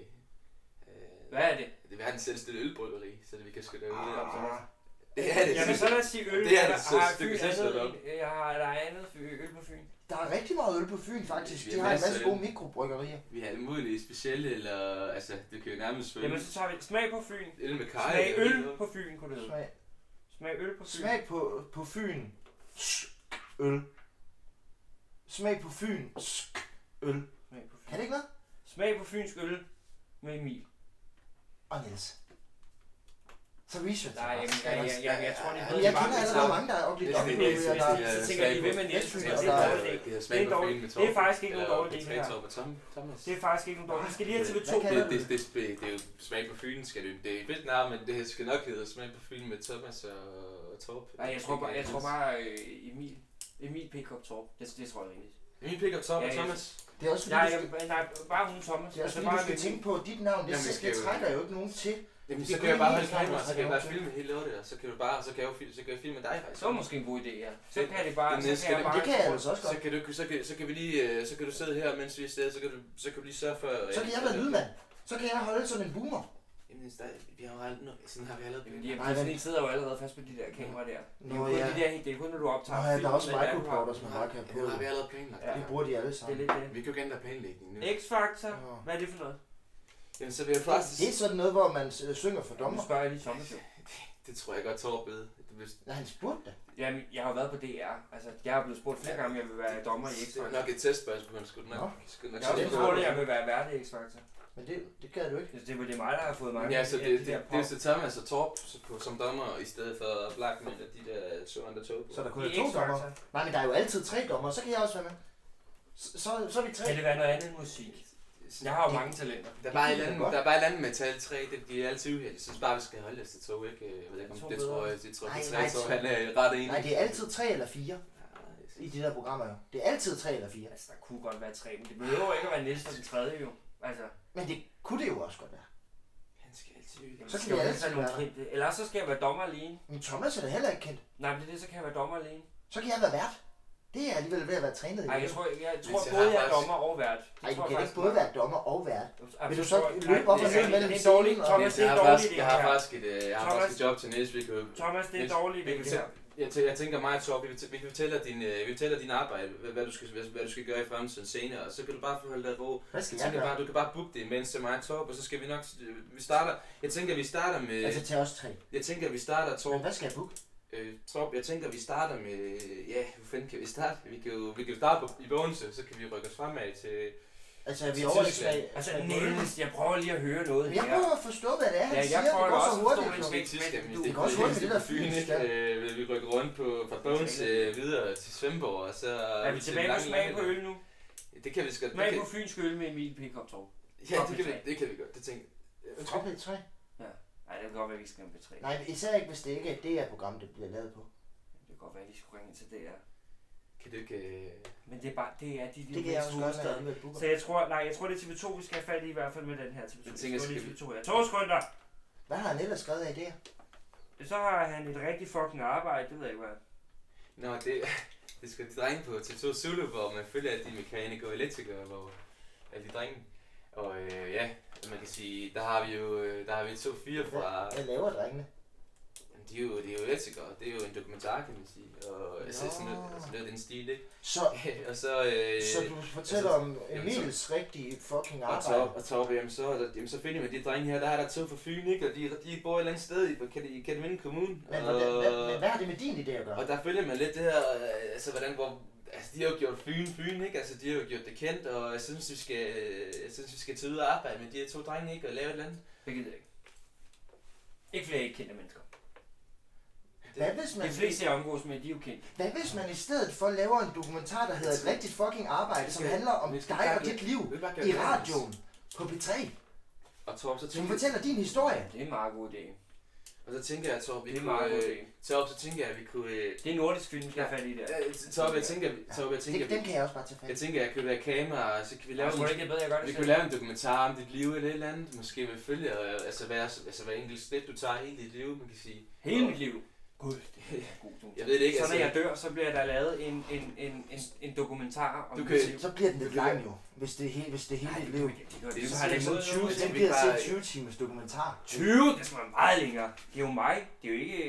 Speaker 6: Øh,
Speaker 1: Hvad er det?
Speaker 6: Det er verdens ældste ølbryggeri, så det vi kan sgu da ud.
Speaker 5: Ah,
Speaker 6: Det er det.
Speaker 1: Jamen, så lad os sige øl.
Speaker 6: Det er det
Speaker 1: Har-
Speaker 6: sødeste,
Speaker 1: har
Speaker 6: du
Speaker 1: Fyn
Speaker 6: kan sætte
Speaker 1: andet
Speaker 6: dig op.
Speaker 1: end- Jeg har der er andet fy- øl på Fyn.
Speaker 5: Der er rigtig meget øl på Fyn faktisk,
Speaker 6: Vi
Speaker 5: de
Speaker 6: har
Speaker 5: har en
Speaker 6: masser
Speaker 5: masse
Speaker 6: af
Speaker 5: gode
Speaker 6: øl.
Speaker 5: mikrobryggerier.
Speaker 6: Vi har alle mulige specielle, eller... Altså, det kan jo nærmest være...
Speaker 1: Jamen, så tager vi smag på Fyn.
Speaker 6: Øl med kaj.
Speaker 1: Smag
Speaker 6: eller
Speaker 1: øl
Speaker 6: noget.
Speaker 1: på Fyn, kunne det hedde.
Speaker 5: Smag,
Speaker 1: Smag øl på Fyn.
Speaker 5: smag på, på Fyn, Sk- øl. Smag på Fyn, Sk- øl.
Speaker 1: Smag på Fyn.
Speaker 5: Kan det ikke noget?
Speaker 1: Smag på Fynsk øl med Emil.
Speaker 5: Og Niels. Så research.
Speaker 1: Nej, jamen, jeg, jeg, jeg, jeg, jeg tror, det er
Speaker 5: Jamen, jeg
Speaker 1: bedre,
Speaker 5: kender
Speaker 1: det
Speaker 5: allerede mange, der er oplevet
Speaker 6: Hvis det er Niels, hvis det
Speaker 5: dobbeltryger.
Speaker 6: er-
Speaker 1: Så tænker jeg lige ved med Niels.
Speaker 5: Det
Speaker 1: Det
Speaker 5: er
Speaker 1: er en dårlig idé.
Speaker 6: Det er
Speaker 1: Det
Speaker 6: smag
Speaker 1: er
Speaker 6: på
Speaker 1: dårlig-
Speaker 6: øl med
Speaker 1: det er faktisk ikke nogen
Speaker 6: eller
Speaker 1: dårlig idé, det her.
Speaker 6: Torp og Tom, Thomas.
Speaker 1: Det er faktisk ikke nogen dårlig. Vi skal lige have TV2
Speaker 5: Hvad kan
Speaker 1: med.
Speaker 6: Det, det, det, det, det, er jo smag på Fyn, skal det, det er fedt navn, men det skal nok hedde smag på Fyn med Thomas og, og Torp.
Speaker 1: Nej, jeg tror bare, jeg tror bare øh, Emil. Emil Pickup Torp. Det, det tror jeg egentlig.
Speaker 6: Min pick up Torp
Speaker 1: Ja,
Speaker 6: og
Speaker 1: ja.
Speaker 6: Thomas.
Speaker 5: Det er også fordi,
Speaker 1: Nej,
Speaker 5: du skal-
Speaker 1: jamen, nej, bare hun Thomas. Altså,
Speaker 5: Det er også Altså, fordi,
Speaker 1: bare
Speaker 5: du skal tænke på, at dit navn, det,
Speaker 6: Jamen, vi
Speaker 5: Jamen,
Speaker 6: skal
Speaker 5: det
Speaker 6: jo-
Speaker 5: trækker jo ikke nogen til.
Speaker 6: Jamen,
Speaker 5: Det
Speaker 6: så kan
Speaker 5: kunne
Speaker 6: jeg bare
Speaker 5: lige
Speaker 6: holde
Speaker 5: klart
Speaker 6: kamera,
Speaker 5: være
Speaker 6: så kan jeg bare
Speaker 5: sådan.
Speaker 6: filme hele lortet, og så kan du bare, så kan jeg jo fil- så kan jeg filme dig faktisk.
Speaker 1: Så er det måske en god idé, ja. Så kan det bare,
Speaker 6: Men
Speaker 1: så
Speaker 6: næste
Speaker 1: kan jeg
Speaker 6: gang-
Speaker 1: bare...
Speaker 5: Det kan jeg altså også
Speaker 6: Så
Speaker 5: godt.
Speaker 6: kan, du, så, kan, så kan vi lige, øh, så kan du sidde her, mens vi er stedet, så kan du, så kan du lige sørge for... øh,
Speaker 5: Så kan jeg være lydmand. Så kan jeg holde sådan en boomer.
Speaker 6: Jamen, der, vi har jo aldrig, nå, sådan har vi allerede
Speaker 1: Jamen,
Speaker 6: begyndt.
Speaker 1: de,
Speaker 6: Ja.
Speaker 1: er, de sidder jo allerede fast på de der kameraer der. Det er jo
Speaker 5: Nå,
Speaker 1: kun
Speaker 5: ja.
Speaker 1: de der, det er kun, når du
Speaker 5: Nå
Speaker 1: optager
Speaker 5: ja, der er også
Speaker 1: filmen, du har.
Speaker 5: microcorder, som bare kan på.
Speaker 6: Nu har vi allerede planlagt.
Speaker 1: Ja.
Speaker 5: Det bruger de alle
Speaker 1: Det er
Speaker 5: sammen.
Speaker 1: lidt det.
Speaker 6: Vi kan jo gerne have planlægning nu.
Speaker 1: X-Factor.
Speaker 5: Nå.
Speaker 1: Hvad er det for noget?
Speaker 6: Jamen, så vil jeg faktisk...
Speaker 5: Det er sådan noget, hvor man øh, synger for
Speaker 1: Nu
Speaker 5: dommer.
Speaker 1: spørger jeg lige Thomas jo.
Speaker 6: Det tror jeg godt, Torb ved. Det vil-
Speaker 5: Nej, han spurgte det.
Speaker 1: Jamen, jeg har jo været på DR. Altså, jeg har blevet spurgt flere gange, om jeg vil være dommer i
Speaker 6: Det var
Speaker 1: X-Factor.
Speaker 6: nok et testspørgsmål, skulle du nok.
Speaker 5: Nå.
Speaker 6: Skulle
Speaker 1: Jeg
Speaker 6: nok
Speaker 1: har også
Speaker 6: sige.
Speaker 5: det
Speaker 1: spurgt, at jeg vil være vært i X-Factor. Altså,
Speaker 5: Men det, det kan du ikke.
Speaker 1: Det er vel det mig, der har fået mange.
Speaker 6: Ja, så
Speaker 1: af
Speaker 6: det,
Speaker 1: de
Speaker 6: det,
Speaker 1: der
Speaker 6: det, er så Thomas og Torb så på, som dommer, i stedet for Blackman og de der to andre tog på.
Speaker 5: Så der
Speaker 1: pop.
Speaker 5: kun
Speaker 1: I
Speaker 5: er to dommer.
Speaker 1: X-Factor.
Speaker 5: Nej, men der er jo altid tre dommer, så kan jeg også være med. Så, så, så er vi tre.
Speaker 1: Kan det være noget andet end musik? Jeg har jo mange talenter.
Speaker 6: Der er bare et eller
Speaker 5: Det
Speaker 6: andet,
Speaker 5: er godt.
Speaker 6: der er bare et eller andet metal 3, det bliver altid uheldigt. Jeg synes bare, vi skal holde os til to, ikke? Jeg ved ikke, om
Speaker 1: To
Speaker 6: det
Speaker 1: bedre.
Speaker 6: tror jeg, det tror
Speaker 5: Nej,
Speaker 6: jeg,
Speaker 5: nej,
Speaker 6: det tror
Speaker 5: to.
Speaker 6: han er ret enig.
Speaker 5: Nej, det er altid tre eller fire
Speaker 6: Nej,
Speaker 5: i de der programmer jo. Det er altid tre eller fire.
Speaker 1: Altså, der kunne godt være tre, men det behøver ikke at være Niels og den tredje jo. Altså,
Speaker 5: Men det kunne det jo også godt være.
Speaker 6: Han skal altid
Speaker 1: jamen,
Speaker 5: Så kan
Speaker 1: skal
Speaker 5: vi
Speaker 1: jo
Speaker 5: alle
Speaker 1: helst have
Speaker 5: sammen
Speaker 1: nogle kendte. Ellers så skal jeg være dommer alene.
Speaker 5: Men Thomas er da heller ikke kendt.
Speaker 1: Nej, men det er det, så kan jeg være dommer alene.
Speaker 5: Så kan jeg være vært. Det er jeg alligevel ved at være trænet i.
Speaker 1: Ej, jeg tror, jeg, jeg tror
Speaker 6: Niels, jeg
Speaker 1: både
Speaker 6: har
Speaker 1: jeg er
Speaker 6: faktisk-
Speaker 1: dommer og vært. Det
Speaker 5: Ej, du
Speaker 1: tror jeg
Speaker 5: kan
Speaker 1: faktisk,
Speaker 5: ikke både være dommer og vært.
Speaker 1: Ej,
Speaker 5: Vil du
Speaker 1: så
Speaker 5: så
Speaker 1: tror jeg-
Speaker 5: løbe
Speaker 1: nej,
Speaker 5: op
Speaker 1: det
Speaker 5: og
Speaker 1: er-
Speaker 5: ned
Speaker 1: det er
Speaker 5: mellem
Speaker 1: dårligt.
Speaker 5: scenen og-
Speaker 1: Thomas, det
Speaker 6: Jeg
Speaker 1: er
Speaker 6: har
Speaker 1: dårligt
Speaker 6: faktisk,
Speaker 1: det
Speaker 6: jeg har
Speaker 1: her.
Speaker 6: faktisk et, øh, jeg har
Speaker 1: Thomas.
Speaker 6: faktisk et job til næste vi kan-
Speaker 1: Thomas, det er
Speaker 6: Niels,
Speaker 1: dårligt
Speaker 6: vi
Speaker 1: det
Speaker 6: kan
Speaker 1: her.
Speaker 6: tæ- Jeg, tæ- jeg tænker mig, Torb, vi, fortæ- vi fortæller din, øh, vi fortæller din arbejde, hvad, hvad, du skal, hvad, hvad, du skal gøre i fremtiden senere, og så kan du bare forholde dig ro.
Speaker 5: Hvad skal
Speaker 6: Jeg
Speaker 5: jeg
Speaker 6: tænker
Speaker 5: gøre?
Speaker 6: bare, du kan bare booke det imens til mig og Torb, og så skal vi nok, øh, vi starter, jeg tænker, vi starter med,
Speaker 5: Altså til os tre.
Speaker 6: jeg tænker, vi starter,
Speaker 5: Men
Speaker 6: Torb,
Speaker 5: hvad skal jeg booke?
Speaker 6: øh, Torb, jeg tænker, vi starter med, ja, hvor fanden kan vi starte? Vi kan jo, vi kan jo starte på, i Bogense, så kan vi rykke os fremad til,
Speaker 5: Altså er vi
Speaker 6: Til
Speaker 5: over i
Speaker 6: Tyskland.
Speaker 5: slag?
Speaker 1: Altså, Niels, jeg prøver lige at høre noget
Speaker 5: Men jeg
Speaker 1: her.
Speaker 5: prøver at forstå, hvad det er, han
Speaker 1: Ja, jeg
Speaker 5: siger.
Speaker 1: prøver
Speaker 5: Det går
Speaker 1: også
Speaker 5: så
Speaker 1: at
Speaker 5: hurtigt.
Speaker 1: forstå,
Speaker 5: jo.
Speaker 1: men-
Speaker 6: Måske tysk,
Speaker 1: men
Speaker 6: jamen,
Speaker 1: du-
Speaker 5: Det går også hurtigt med det der
Speaker 6: Fyn,
Speaker 5: fyn,
Speaker 6: ikke? Øh, vi rykker rundt på, fra Bones øh, videre til Svendborg, og så...
Speaker 1: Er vi
Speaker 6: til
Speaker 1: tilbage på
Speaker 6: Langeland.
Speaker 1: smag på øl nu?
Speaker 6: Det kan vi sgu... Det
Speaker 1: Smag
Speaker 6: kan,
Speaker 1: på fynsk øl med Emil Pickup Torv.
Speaker 6: ja, det kan, vi, det kan vi godt. Det tænker jeg.
Speaker 5: Op i tre.
Speaker 1: Nej, det kan godt være, vi ikke skal med tre.
Speaker 5: Nej, især ikke, hvis det ikke er det her program, det bliver lavet på.
Speaker 1: Det kan godt være, at de skulle ringe til DR.
Speaker 6: Kan du ikke... øh,
Speaker 1: Men det er bare, det er de
Speaker 5: Det kan jeg også godt være
Speaker 1: hovedstad.
Speaker 5: alligevel booker.
Speaker 1: Så jeg tror, nej, jeg tror det er TV2, vi skal have fat i, i hvert fald med den her TV2.
Speaker 6: Jeg
Speaker 1: Jeg
Speaker 6: tænker,
Speaker 1: tænker,
Speaker 6: skal vi-
Speaker 1: TV2 her. To sekunder!
Speaker 5: Hvad har han ellers skrevet af idéer?
Speaker 1: Så har han et rigtig fucking arbejde, det ved jeg ikke hvad.
Speaker 6: Nå, det... Det skal de drenge på TV2 Zulu, hvor man følger alle de mekanikere og elektrikere, hvor alle de drenge. Og øh, ja, man kan sige, der har vi jo øh, der har vi to fire
Speaker 5: Hvad,
Speaker 6: fra...
Speaker 5: hvad laver drengene?
Speaker 6: Jamen, de er jo, de er jo elektrikere, det er jo en dokumentar, kan man sige. Og altså,
Speaker 5: Nå.
Speaker 6: sådan noget, altså, noget af den stil, ikke?
Speaker 5: Så,
Speaker 6: og så... Øh,
Speaker 5: så du fortæller om
Speaker 6: jamen, så-
Speaker 5: Emils rigtige fucking
Speaker 6: Og
Speaker 5: arbejde.
Speaker 6: Torp, og Torp, jamen så, er der, jamen så finder man de drenge her, der er der to fra Fyn, ikke? Og de, de bor et eller andet sted i kan de, kan de vinde kommune.
Speaker 5: Men
Speaker 6: og,
Speaker 5: hvordan- hvad, men hvad har det med din idé at gøre?
Speaker 6: Øh, og der følger man lidt det her, øh, altså hvordan, hvor, altså de har jo gjort Fyn, Fyn, ikke? Altså de har jo gjort det kendt, og jeg synes, vi skal, jeg synes, vi skal tage ud og arbejde med de her to drenge, ikke? Og lave et eller andet.
Speaker 1: Det gider jeg ikke. Ikke flere ikke kendte mennesker.
Speaker 5: Hvad hvis man,
Speaker 1: De fleste jeg omgås med, de er jo kendte.
Speaker 5: hvad hvis man i stedet for laver en dokumentar, der hedder Et rigtigt fucking arbejde,
Speaker 6: Vi
Speaker 5: som
Speaker 6: skal-
Speaker 5: handler om
Speaker 6: vi skal
Speaker 5: dig
Speaker 6: bare
Speaker 5: og
Speaker 6: gøre-
Speaker 5: dit liv
Speaker 6: vi vil bare gøre
Speaker 5: i
Speaker 6: det.
Speaker 5: radioen på P3,
Speaker 6: Og Torp, så
Speaker 5: som
Speaker 6: tænker,
Speaker 5: fortæller din historie?
Speaker 1: Det er en meget god idé.
Speaker 6: og så tænker jeg, Torp, vi
Speaker 1: Det er en
Speaker 6: kunne,
Speaker 1: meget god
Speaker 6: øh,
Speaker 1: idé.
Speaker 6: Torp, så tænker jeg, at vi kunne, øh,
Speaker 1: Det er nordisk film, vi skal have fat i der.
Speaker 6: øh, Torp, jeg tænker, Torp, jeg tænker,
Speaker 5: Det, den
Speaker 6: vi-
Speaker 5: kan jeg også bare tage fat
Speaker 6: jeg
Speaker 5: i.
Speaker 6: tænker, jeg kunne være kamera, og så kan vi lave
Speaker 1: Jeg tror ikke, jeg ved, jeg gør det
Speaker 6: Vi
Speaker 1: selv.
Speaker 6: kunne lave en dokumentar om dit liv eller et eller andet. Måske med følge, og, altså hver, altså hver enkelt skridt, du tager i hele dit liv, man kan sige.
Speaker 1: Hele mit liv. Gud, det er en god du.
Speaker 6: Jeg ved det ikke,
Speaker 1: Så når
Speaker 6: altså-
Speaker 1: jeg dør, så bliver der lavet en, en, en, en, en dokumentar om
Speaker 6: Du
Speaker 1: mit
Speaker 6: kan-
Speaker 1: liv.
Speaker 5: Så bliver den lidt
Speaker 6: Det bliver-
Speaker 5: lang jo, hvis det, er he, hvis det er hele
Speaker 1: Nej,
Speaker 5: dit
Speaker 1: det
Speaker 5: liv.
Speaker 1: kan vi ikke. Det kan vi
Speaker 6: Det
Speaker 1: ikke.
Speaker 6: er
Speaker 1: Så har det
Speaker 6: sådan
Speaker 1: imod
Speaker 6: sådan
Speaker 1: noget.
Speaker 6: 20
Speaker 5: Den
Speaker 6: vi
Speaker 5: bliver til
Speaker 6: bare-
Speaker 5: 20 timers dokumentar.
Speaker 1: 20, det skal være meget længere. Det er jo mig. Det er jo ikke...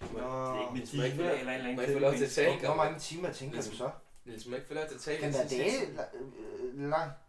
Speaker 5: Nå.
Speaker 1: Det er ikke min
Speaker 6: Må jeg
Speaker 1: diva
Speaker 6: ikke
Speaker 1: eller
Speaker 6: få-
Speaker 1: en eller anden.
Speaker 6: må jeg få lov til at
Speaker 1: kedelig
Speaker 6: tale?
Speaker 5: Hvor, hvor mange timer tænker du så?
Speaker 6: Niels, må jeg ikke få lov til at tale?
Speaker 5: Kan
Speaker 6: om
Speaker 5: der
Speaker 6: sådan
Speaker 5: dage
Speaker 6: set?
Speaker 5: øh, lang?
Speaker 1: menneske.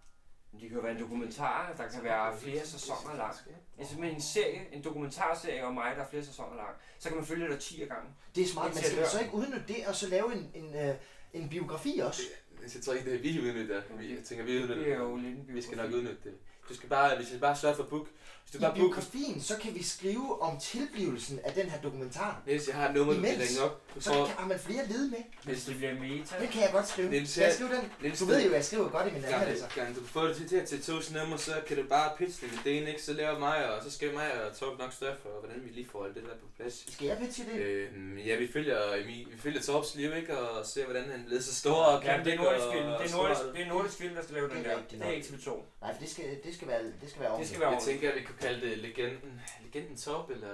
Speaker 1: Det kan jo være en dokumentar, der kan være flere sæsoner lang. Det er simpelthen en serie, en dokumentarserie om mig, der er flere sæsoner lang. Så kan man følge dig 10 gange.
Speaker 5: Det er smart, men
Speaker 1: Indtil
Speaker 5: skal
Speaker 1: jeg
Speaker 5: man
Speaker 1: dør.
Speaker 5: så ikke udnytte det og så lave en, en, øh, en biografi også?
Speaker 6: Niels, Altså, jeg tror ikke, det er vi udnytter. Vi, jeg tænker, vi udnytter.
Speaker 1: Det er jo lidt en
Speaker 6: Vi skal nok
Speaker 1: biografi.
Speaker 6: udnytte det. Du skal bare, hvis jeg bare sørger for at book. Hvis du
Speaker 5: I
Speaker 6: bare book.
Speaker 5: biografien, så kan vi skrive om tilblivelsen af den her dokumentar.
Speaker 6: Niels, jeg har et nummer, du kan
Speaker 5: Imens.
Speaker 6: ringe op. Du
Speaker 5: Så
Speaker 6: får,
Speaker 5: kan, har man flere led med.
Speaker 1: Hvis det bliver meta.
Speaker 5: Den kan jeg godt skrive.
Speaker 6: Niels,
Speaker 5: Kan jeg skrive den?
Speaker 6: Niels,
Speaker 5: Du ved jo, jeg skriver godt i mine
Speaker 6: Gange,
Speaker 5: anmeldelser.
Speaker 6: gange, du kan få det til- til at tage tos nummer, så kan du bare pitche det med den, ikke? Så laver mig, og så skal mig og Torb nok større for, hvordan vi lige får alt det der på plads.
Speaker 5: Skal jeg pitche det?
Speaker 6: Øh, ja, vi følger, Emil- vi følger Torps liv, ikke? Og ser, hvordan han bliver så stor og
Speaker 1: Ja, men det er
Speaker 6: ikke,
Speaker 1: nordisk
Speaker 6: og-
Speaker 1: film.
Speaker 6: og
Speaker 1: Det er
Speaker 6: stor.
Speaker 1: nordisk, det er nordisk film, der skal lave den
Speaker 5: Det er
Speaker 1: der.
Speaker 5: rigtigt
Speaker 1: Det er
Speaker 5: nok.
Speaker 1: ikke TV2.
Speaker 5: Nej, for det skal, det skal være, det skal være
Speaker 1: Det
Speaker 5: ordentligt.
Speaker 1: skal være
Speaker 6: Jeg
Speaker 1: ordentligt.
Speaker 6: tænker, at vi kunne kalde det legenden. Legenden Torp, eller...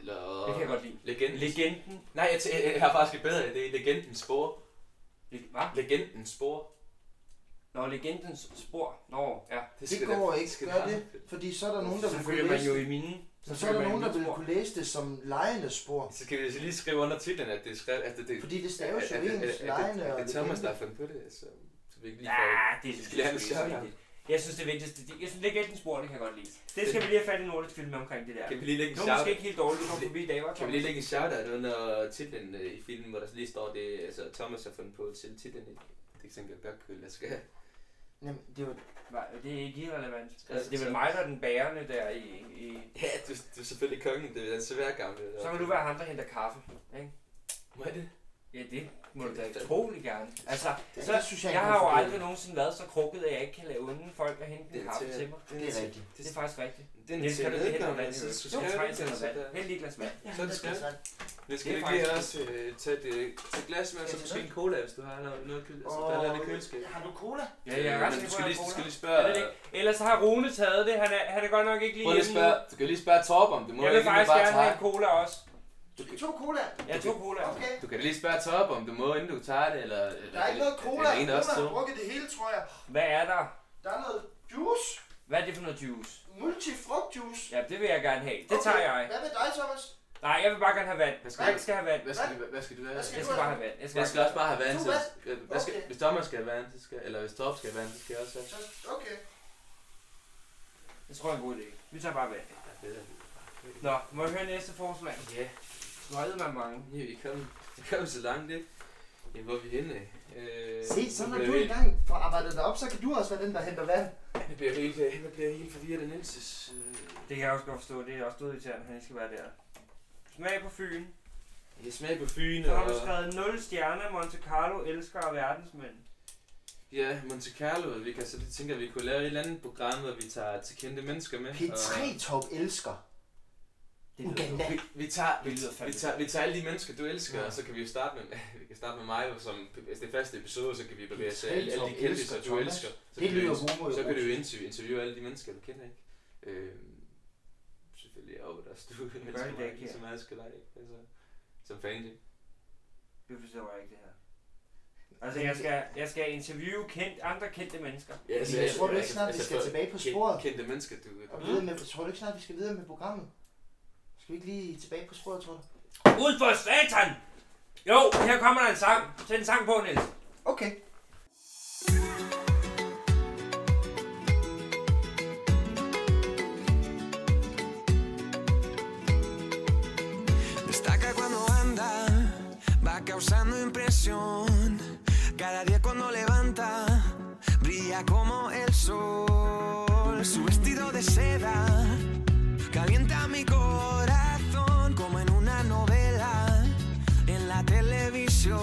Speaker 6: eller
Speaker 1: Det kan jeg godt lide.
Speaker 6: Legenden.
Speaker 1: Legenden.
Speaker 6: Nej, jeg, tæ- jeg, har faktisk et bedre idé. Legendens spor.
Speaker 1: Leg- Hvad?
Speaker 6: Legendens spor.
Speaker 1: Nå, legendens spor. Nå, ja.
Speaker 5: Det
Speaker 6: da-
Speaker 5: går ikke,
Speaker 6: skal
Speaker 5: gør
Speaker 6: da-
Speaker 5: det? Fordi så er der nogen, der
Speaker 1: Så
Speaker 5: vil
Speaker 1: følger
Speaker 5: kunne
Speaker 1: man
Speaker 5: læse
Speaker 1: jo i mine.
Speaker 5: det. Så er der
Speaker 1: følger man
Speaker 5: nogen,
Speaker 1: i
Speaker 5: der
Speaker 1: mine
Speaker 5: vil
Speaker 1: spor.
Speaker 5: kunne læse det som lejendes spor.
Speaker 6: Så skal vi lige skrive under titlen, at det er skrevet... At det, det,
Speaker 5: Fordi det staves jo
Speaker 6: at- at- at- at-
Speaker 5: ens
Speaker 6: at-
Speaker 5: lejende
Speaker 6: at
Speaker 5: og
Speaker 6: Det er Thomas, der
Speaker 5: legende.
Speaker 6: har fundet på det, så, så vi ikke lige får...
Speaker 1: Ja, det
Speaker 6: Vi
Speaker 1: synes
Speaker 6: skal lige
Speaker 1: jeg
Speaker 6: have
Speaker 1: sgu
Speaker 6: noget
Speaker 1: ikke
Speaker 6: shout-out.
Speaker 1: vigtigt. Jeg synes, det vigtigste, det, jeg synes, legendens spor, det kan jeg godt lide. Det skal vi lige have fat i en nordisk film med omkring det der.
Speaker 6: Kan vi lige lægge en
Speaker 1: Det var
Speaker 6: shout
Speaker 1: måske ikke helt dårligt, du kom forbi i dag, var
Speaker 6: kan vi lige lægge en shout-out under titlen øh, i filmen, hvor der lige står det, altså Thomas har fundet på til titlen, ikke? Det tænker jeg godt kunne lade sig gøre.
Speaker 5: Jamen, det er jo
Speaker 1: Nej, det er ikke helt relevant. Altså, det er vel mig, der er den bærende der i... i
Speaker 6: Ja, du, du er selvfølgelig kongen, det er så hver gang.
Speaker 1: så kan du være ham, der henter kaffe. Ikke?
Speaker 6: Må jeg det?
Speaker 1: Ja, det må du da utrolig gerne. Altså,
Speaker 5: Det,
Speaker 1: så,
Speaker 5: det synes jeg,
Speaker 1: jeg
Speaker 5: ikke
Speaker 1: har
Speaker 5: er
Speaker 1: jo
Speaker 5: forkert.
Speaker 1: aldrig nogensinde været så krukket, at jeg ikke kan lave onde folk og hente
Speaker 6: Det
Speaker 1: en
Speaker 6: er
Speaker 1: kaffe
Speaker 6: til-
Speaker 1: til mig.
Speaker 5: Det er rigtigt.
Speaker 1: Det er faktisk rigtigt.
Speaker 6: Den
Speaker 1: Niels,
Speaker 6: til
Speaker 1: kan du lige hente
Speaker 6: vedkommende,
Speaker 1: noget vand?
Speaker 6: jo.
Speaker 1: Så
Speaker 6: Du
Speaker 1: skal
Speaker 6: skal
Speaker 1: du
Speaker 6: jo
Speaker 1: tage
Speaker 6: ikke
Speaker 1: noget
Speaker 6: tage
Speaker 1: vand. Hent lige et glas vand.
Speaker 6: Så er det skal. Vi skal
Speaker 1: Det er
Speaker 6: lige lige
Speaker 1: faktisk-
Speaker 6: også øh, tage det, tage et glas med, og så
Speaker 5: Ja,
Speaker 6: måske en cola, hvis du har noget, noget køl, altså, der er noget i køleskab.
Speaker 5: Har du cola?
Speaker 1: Ja, jeg er ret
Speaker 6: Men du skal
Speaker 1: sikker
Speaker 6: lige,
Speaker 1: på,
Speaker 6: du
Speaker 1: at
Speaker 6: skal
Speaker 1: jeg
Speaker 6: lige
Speaker 1: er
Speaker 6: spørge,
Speaker 1: det ikke? Ellers så har Rune taget det. Han er, han er godt nok ikke lige
Speaker 6: prøv lige at
Speaker 1: hjemme
Speaker 6: spørge,
Speaker 1: nu.
Speaker 6: du kan lige spørge Torben, om det må
Speaker 1: Jeg
Speaker 6: jeg
Speaker 1: vil
Speaker 6: ikke, inden
Speaker 1: faktisk
Speaker 6: du bare
Speaker 1: gerne have
Speaker 6: tager.
Speaker 1: en cola også.
Speaker 6: Du kan,
Speaker 5: To cola?
Speaker 1: Ja, to cola.
Speaker 5: Okay.
Speaker 6: du kan da lige spørge Torben, om du må, inden du tager det, eller... eller
Speaker 5: Der er ikke noget cola.
Speaker 6: Eller en, der også
Speaker 5: Cola har
Speaker 6: tog.
Speaker 5: drukket det hele, tror jeg.
Speaker 1: Hvad er der?
Speaker 5: Der er noget juice.
Speaker 1: Hvad er det for noget juice?
Speaker 5: Multifrugtjuice.
Speaker 1: Ja, det vil jeg gerne have. Det tager jeg.
Speaker 5: Hvad med dig, Thomas?
Speaker 1: Nej, jeg vil bare gerne have vand.
Speaker 6: Hvad skal,
Speaker 1: Jeg skal have vand.
Speaker 6: hvad skal, du- hvad skal du have?
Speaker 5: Hvad
Speaker 1: Jeg skal bare have vand. Jeg skal,
Speaker 6: Jeg skal også bare have vand,
Speaker 5: Du
Speaker 6: så
Speaker 5: hvad?
Speaker 6: hvad skal,
Speaker 5: Okay.
Speaker 6: hvis Thomas skal have vand, så skal, eller hvis Torben skal have vand, så skal jeg også have.
Speaker 5: Så, okay.
Speaker 1: Jeg tror, det er en god idé. Vi tager bare vand. Nå, må jeg høre næste forslag?
Speaker 6: Ja,
Speaker 1: Du har man mange.
Speaker 6: ja vi kom, vi kom så langt, ikke? Ja, hvor er vi henne af? Øh,
Speaker 5: Se, så
Speaker 6: nu
Speaker 5: når
Speaker 6: bliver
Speaker 5: du
Speaker 6: vi-
Speaker 5: engang får arbejdet dig op, så kan du også være den, der henter vand.
Speaker 1: Øh.
Speaker 6: Jeg bliver helt, jeg bliver helt forvirret af Nielses... Øh,
Speaker 1: Det kan jeg også godt forstå. Det er også død irriterende, at han ikke skal være der. Smag på Fyn.
Speaker 6: jeg smager på Fyn,
Speaker 1: Så har du
Speaker 6: og...
Speaker 1: skrevet 0 stjerner, Monte Carlo elsker og verdensmænd.
Speaker 6: Ja, Monte Carlo, og vi kan så lige tænke, at vi kunne lave et eller andet program, hvor vi tager til kendte mennesker med.
Speaker 5: P3 Top elsker.
Speaker 1: Det
Speaker 5: Uganda.
Speaker 6: Og vi, vi, tager, vi,
Speaker 1: Det lyder
Speaker 6: vi,
Speaker 1: fandme.
Speaker 6: tager, vi tager alle de mennesker, du elsker,
Speaker 1: Ja.
Speaker 6: ja. og så kan vi jo starte med, vi kan starte med mig, jo, som hvis det er første episode, så kan vi bevæge os
Speaker 5: P3
Speaker 6: alle, alle
Speaker 5: Top
Speaker 6: de kendte, du
Speaker 5: Thomas.
Speaker 6: elsker. Så
Speaker 5: Det
Speaker 6: kan vi
Speaker 5: lyder
Speaker 6: jo-
Speaker 5: homo.
Speaker 6: Så kan du jo interviewe, interviewe alle de mennesker, du kender, ikke? Øh, selvfølgelig op i deres stue,
Speaker 1: gør
Speaker 6: men
Speaker 1: I
Speaker 6: så
Speaker 1: da
Speaker 6: meget,
Speaker 1: ikke her.
Speaker 6: så meget skal dig, ikke? Altså, som fanden.
Speaker 1: Det forstår jeg ikke, det her. Altså, jeg skal, jeg skal interviewe kendt, andre kendte mennesker.
Speaker 6: Ja, altså,
Speaker 5: Men jeg tror du
Speaker 1: altså,
Speaker 5: ikke snart, vi skal
Speaker 6: for-
Speaker 5: tilbage på
Speaker 6: kendt-
Speaker 5: sporet?
Speaker 6: Kendte mennesker, du...
Speaker 5: Og videre med, tror du ikke snart, vi skal videre med programmet? Skal vi ikke lige tilbage på sporet, tror du?
Speaker 1: Ud for satan! Jo, her kommer der en sang. Sæt en sang på, Niels.
Speaker 5: Okay.
Speaker 3: Destaca cuando anda, va causando impresión. Cada día cuando levanta, brilla como el sol. Su vestido de seda calienta mi corazón como en una novela en la televisión.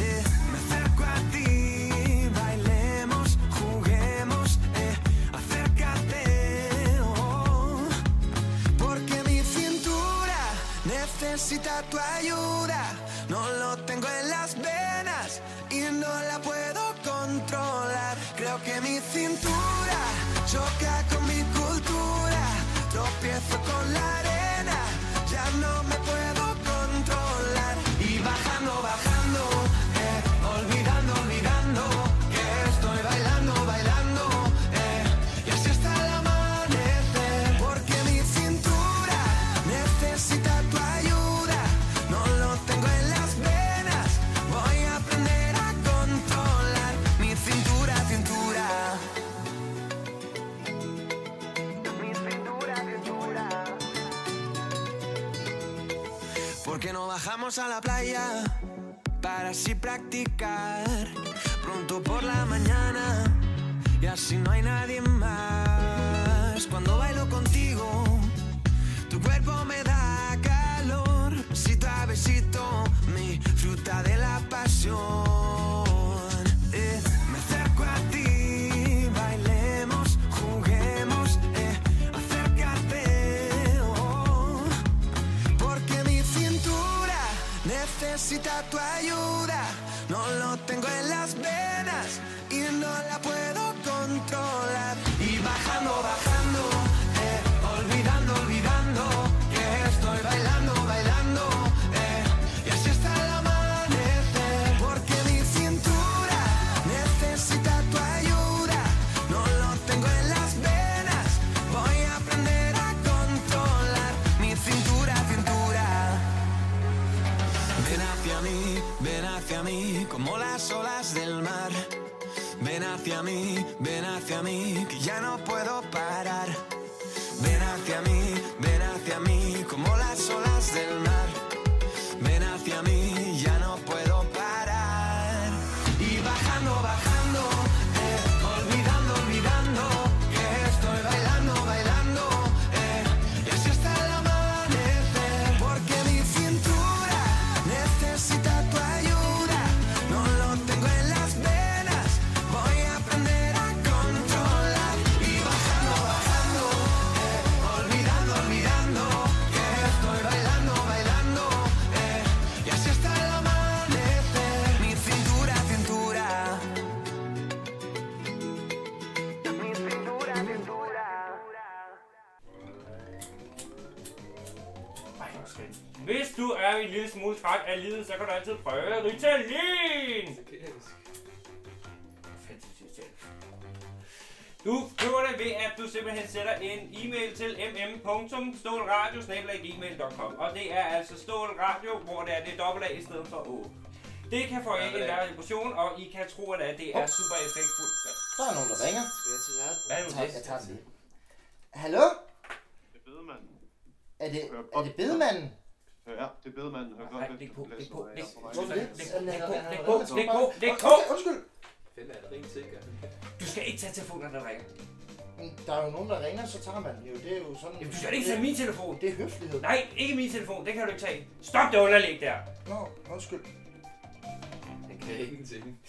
Speaker 3: Eh, me acerco a ti, bailemos, juguemos, eh, acércate. oh. Porque mi cintura necesita tu ayuda. No lo tengo en las venas y no la puedo controlar. Creo que mi cintura choca con mi cultura. Tropiezo con la arena, ya no me puedo controlar. Y bajando, bajando, eh, olvidando, olvidando que estoy bailando, bailando. eh, y así hasta el amanecer. Porque mi cintura necesita tu ayuda. No lo tengo en las venas. Voy a aprender a controlar mi cintura, cintura. Mi cintura, cintura. Porque no bajamos a la playa para así practicar pronto por la mañana y así no hay nadie más. Cuando bailo contigo, tu cuerpo me da calor, besito a besito, mi fruta de la pasión. Eh, me acerco a ti, bailemos, juguemos, eh, acércate. oh. Porque mi cintura necesita tu ayuda. No lo tengo en las venas y no la puedo controlar. Y bajando, bajando, eh, olvidando, olvidando que estoy bailando, bailando. eh, y así hasta el amanecer. Porque mi cintura necesita tu ayuda. No lo tengo en las venas. Voy a aprender a controlar mi cintura, cintura. Ven hacia mí, ven hacia mí, como las olas del mar. Ven hacia mí, ven hacia mí, que ya no puedo parar. Ven hacia mí, ven hacia mí, como las olas del mar. Ven hacia mí, ya no puedo parar. Y bajando, bajando, eh, olvidando, olvidando que estoy bailando, bailando. eh, y así hasta el amanecer, porque mi cintura necesita.
Speaker 1: Ritalin. Hvis du er en lille smule træt af livet, så kan du altid prøve Ritalin! Du køber det ved, at du simpelthen sætter en e-mail til mm mm.stålradio.gmail.com Og det er altså stålradio, hvor det er det dobbelt A i stedet for Å. Det kan få en
Speaker 6: det er-
Speaker 1: lærer emotion, og I kan tro, at det er super effektfuldt.
Speaker 5: Der er nogen, der ringer.
Speaker 1: Hvad er det nu
Speaker 5: Tak,
Speaker 1: det?
Speaker 5: jeg tager den lige. Hallo?
Speaker 7: Det er bedemanden.
Speaker 5: Er det, er det bedemanden?
Speaker 7: Ja, det er bedemanden. Hør
Speaker 1: Nej,
Speaker 7: godt,
Speaker 1: læg
Speaker 7: hvem
Speaker 1: på,
Speaker 7: du
Speaker 1: læg
Speaker 7: læser
Speaker 1: på,
Speaker 7: noget
Speaker 1: læg
Speaker 7: af
Speaker 1: på,
Speaker 7: for mig.
Speaker 1: læg på,
Speaker 5: Undskyld.
Speaker 1: læg på, læg på, læg på, læg
Speaker 5: Undskyld.
Speaker 1: på.
Speaker 5: Okay, undskyld.
Speaker 6: Fælde er det rent sikkert.
Speaker 1: Du skal ikke tage telefonen, når der ringer.
Speaker 5: Men Der er jo nogen, der ringer, så tager man den jo. Det er jo sådan...
Speaker 1: Jamen, du skal da ikke tage min telefon.
Speaker 5: Det er høflighed.
Speaker 1: Nej, ikke min telefon. Den kan du ikke tage. Stop det underlæg der.
Speaker 5: Nå, undskyld.
Speaker 6: Den kan ingenting.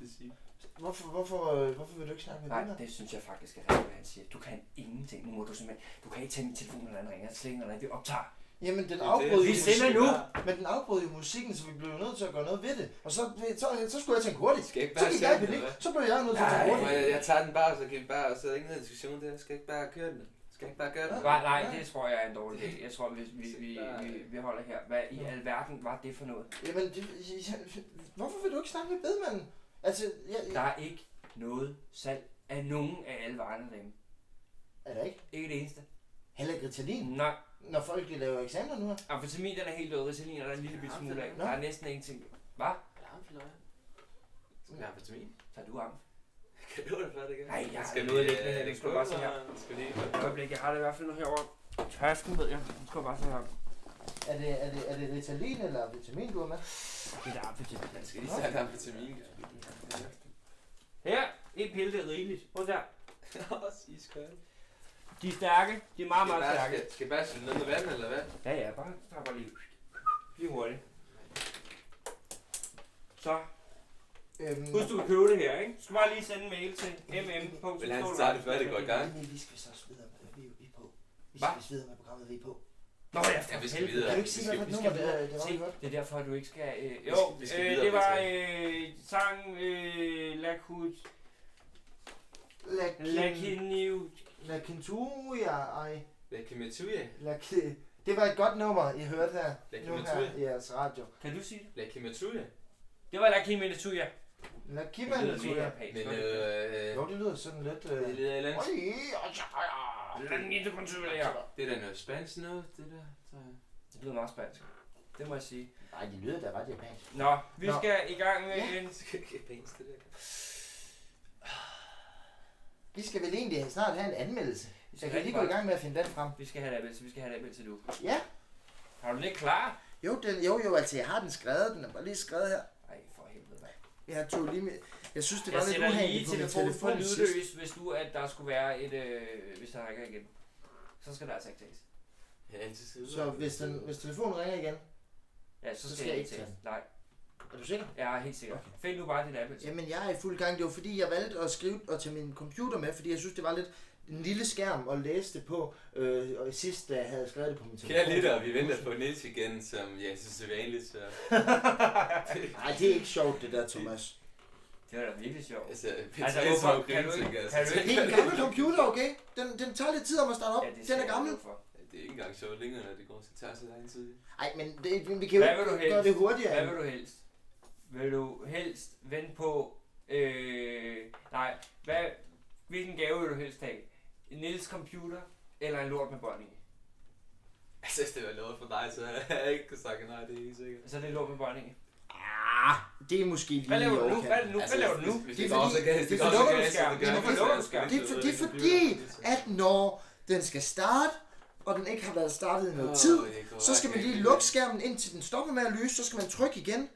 Speaker 6: det siger.
Speaker 5: Hvorfor, hvorfor, øh, hvorfor vil du ikke snakke med
Speaker 1: Nej,
Speaker 5: Lina?
Speaker 1: det synes jeg faktisk er rigtigt, hvad han siger. Du kan ingenting. Nu må du simpelthen... Du kan ikke tage min telefon, når den ringer. Så længe, når den- vi optager.
Speaker 5: Jamen, den afbrød
Speaker 1: Vi
Speaker 5: jo
Speaker 1: sender
Speaker 5: musikken.
Speaker 1: nu.
Speaker 5: Men den afbrød jo musikken, så vi blev jo nødt til at gøre noget ved det. Og så, så, så skulle jeg tænke hurtigt.
Speaker 6: Skal jeg ikke
Speaker 5: Så
Speaker 6: bare
Speaker 5: gik jeg i
Speaker 6: sende den,
Speaker 5: panik.
Speaker 6: eller
Speaker 5: Så blev jeg nødt til at
Speaker 1: Nej,
Speaker 5: tænke
Speaker 6: Men
Speaker 5: hurtigt.
Speaker 6: jeg, jeg tager den bare, så kan vi bare... Så er der ingen diskussion der. Skal jeg ikke bare køre den? Skal jeg ikke bare køre den?
Speaker 1: Nej, nej, det tror jeg er en dårlig idé. Jeg tror, vi, vi, vi,
Speaker 6: Nej.
Speaker 1: vi, vi holder her. Hvad i alverden var det for noget?
Speaker 5: Jamen, det, jeg- hvorfor vil du ikke snakke med bedemanden? Altså, jeg,
Speaker 1: Der er ikke noget salg af nogen af alle varerne derhjemme.
Speaker 5: er der ikke?
Speaker 1: Ikke det eneste.
Speaker 5: Heller ikke Ritalin,
Speaker 1: Nej,
Speaker 5: når folk de laver eksamener nu her.
Speaker 1: amfetamin den er helt død. Ritalin er der en lille bitte smule af. Der er næsten ingenting. Hvad?
Speaker 6: Skal jeg have vitamin?
Speaker 1: Tager du amf?
Speaker 6: Kan du det før, det gør?
Speaker 1: Nej, jeg har
Speaker 6: Skal vi,
Speaker 1: noget
Speaker 6: øh,
Speaker 1: liggende her. Det
Speaker 6: skåle,
Speaker 1: skulle bare se her.
Speaker 6: eller Skal vi lige...
Speaker 1: Øjeblik, jeg har det i hvert fald nu herovre. Tasken ved jeg. Nu skal jeg bare se her.
Speaker 5: Er det, er det, er det Ritalin eller vitamin, du har med?
Speaker 1: Det er amfetamin.
Speaker 6: Skal lige tage en vitamin?
Speaker 1: Her, en pille, det er rigeligt. Prøv der.
Speaker 6: Også iskold.
Speaker 1: De er stærke. De er meget, meget
Speaker 6: Skal jeg bare-
Speaker 1: stærke.
Speaker 6: skal- Skal jeg bare slå noget med vand, eller hvad?
Speaker 1: Ja, ja, bare tapper lige. Lige hurtigt. Så,
Speaker 5: Øhm,
Speaker 1: husk du kan købe det her, ikke? Du skal bare lige sende en mail til mm.
Speaker 6: Vil han starte før, det går i gang?
Speaker 5: men vi skal så også videre med, vi er jo- vi er på. Vi
Speaker 6: Hva?
Speaker 5: skal også videre med programmet, vi er på.
Speaker 1: Nå ja,
Speaker 6: Ja, vi
Speaker 1: for
Speaker 6: skal
Speaker 1: helvede.
Speaker 6: videre.
Speaker 5: Kan du
Speaker 6: Vi
Speaker 5: ikke sige,
Speaker 6: skal-
Speaker 5: hvad
Speaker 6: vi
Speaker 5: for
Speaker 6: skal-
Speaker 5: nummer det, det var, vi
Speaker 1: Se,
Speaker 5: hørte?
Speaker 1: det er derfor, at du ikke skal... Øh, jo,
Speaker 6: skal- vi skal
Speaker 1: øh,
Speaker 6: videre,
Speaker 1: det var
Speaker 6: Peter.
Speaker 1: øh, sang øh, La Cud... La
Speaker 5: Lakin...
Speaker 1: Cuniu...
Speaker 5: Lakintuja, ej.
Speaker 6: Det er Kimatuya.
Speaker 5: Laki... Det var et godt nummer, I hørte her. Nu
Speaker 6: Lakimatua.
Speaker 5: her i jeres radio.
Speaker 1: Kan du sige det?
Speaker 6: La Kimatuya.
Speaker 1: Det var La Cuniu
Speaker 5: Lakima,
Speaker 1: Det lyder mere
Speaker 5: Lakintuja.
Speaker 1: japansk.
Speaker 6: Men
Speaker 1: gør det ikke?
Speaker 6: øh,
Speaker 5: Jo, det lyder sådan lidt... Øh...
Speaker 6: det er et eller andet-
Speaker 5: Oj, altså, ja.
Speaker 1: La Cuniu ja.
Speaker 6: det er da noget spansk noget, det der. tror jeg.
Speaker 1: Det lyder meget spansk. Det må jeg sige.
Speaker 5: Ej, det lyder da ret japansk.
Speaker 1: Nå, vi
Speaker 5: Nå.
Speaker 1: skal i gang med
Speaker 5: Ja.
Speaker 1: en...
Speaker 6: Skal jeg ikke penge til det?
Speaker 5: Vi skal vel egentlig snart have en anmeldelse.
Speaker 1: Vi
Speaker 5: Så
Speaker 1: skal,
Speaker 5: kan vi
Speaker 1: rigtig
Speaker 5: lige gå i
Speaker 1: meget-
Speaker 5: gang med at finde den frem.
Speaker 1: vi skal have det vi skal have det til nu.
Speaker 5: Ja.
Speaker 1: Har du den ikke klar?
Speaker 5: Jo, den, jo, jo, altså, jeg har den skrevet. Den er bare lige skrevet her.
Speaker 1: Ej, for helvede, mand.
Speaker 5: Jeg tog lige med... Jeg synes, det var
Speaker 1: Jeg
Speaker 5: lidt
Speaker 1: sætter lige
Speaker 5: uheldigt på min
Speaker 1: telefonen på
Speaker 5: telefon sidst.
Speaker 1: lydløs, hvis nu at der skulle være et... Øh, hvis der ringer igen. Så skal der altså ikke tages.
Speaker 6: Han er altid sidder.
Speaker 5: Så hvis, den, hvis telefonen ringer igen,
Speaker 1: Ja, så, skal jeg ikke tage. Nej,
Speaker 5: er du sikker?
Speaker 1: jeg er helt sikker. Find nu bare din app.
Speaker 5: Jamen, jeg er i fuld gang. Det var fordi, jeg valgte at skrive og tage min computer med, fordi jeg synes, det var lidt en lille skærm at læse det på. Øh, og sidst, da jeg havde skrevet det på min telefon.
Speaker 6: Kære lytter, vi venter på Nils igen, som jeg synes er vanligt. Så,
Speaker 5: Nej, det er ikke sjovt, det der, Thomas.
Speaker 1: Det var da virkelig sjovt.
Speaker 6: altså, Peter
Speaker 1: Altså,
Speaker 6: altså, er
Speaker 1: hvorfor-
Speaker 6: så
Speaker 1: kan du ikke-
Speaker 6: grinsig, altså.
Speaker 1: kan du
Speaker 5: Det er en gammel computer, okay? Den, den tager lidt tid om at starte op.
Speaker 1: Ja,
Speaker 5: den
Speaker 1: skal
Speaker 5: er
Speaker 1: jeg
Speaker 5: gammel.
Speaker 1: love for.
Speaker 6: Det er ikke engang sjovt længere, når det går, så tager så lang tid.
Speaker 5: Nej, men det, men vi kan jo
Speaker 1: Hvad vil du
Speaker 5: ikke gøre
Speaker 1: helst?
Speaker 5: det hurtigere.
Speaker 1: Hvad vil du helst? Vil du helst vente på... Øh, nej, hvad, hvilken gave vil du helst have? En Niels computer eller en lort med bånd i?
Speaker 6: Altså, hvis det var lovet for dig, så havde jeg ikke kunne snakke nej, det er helt sikkert.
Speaker 1: Så er Altså, det en lort med bånd i.
Speaker 5: Ah, det er måske lige
Speaker 1: Hvad laver du nu?
Speaker 5: overkant.
Speaker 1: Hvad, er det nu? hvad laver du nu?
Speaker 6: Altså, Hvis, hvis
Speaker 5: Det er
Speaker 6: det går
Speaker 5: fordi-
Speaker 6: så galt,
Speaker 5: det
Speaker 6: det
Speaker 5: er
Speaker 6: går
Speaker 5: fordi-
Speaker 6: så
Speaker 5: det er
Speaker 6: galt, så
Speaker 1: fordi-
Speaker 6: det gør
Speaker 1: det er fordi-
Speaker 6: så skal
Speaker 5: Det er, for, det er
Speaker 6: ikke-
Speaker 5: fordi, at når den skal starte, og den ikke har været startet i noget
Speaker 6: Åh,
Speaker 5: tid,
Speaker 6: det er godt.
Speaker 5: så skal man lige lukke skærmen, indtil den stopper med at lyse, så skal man trykke igen.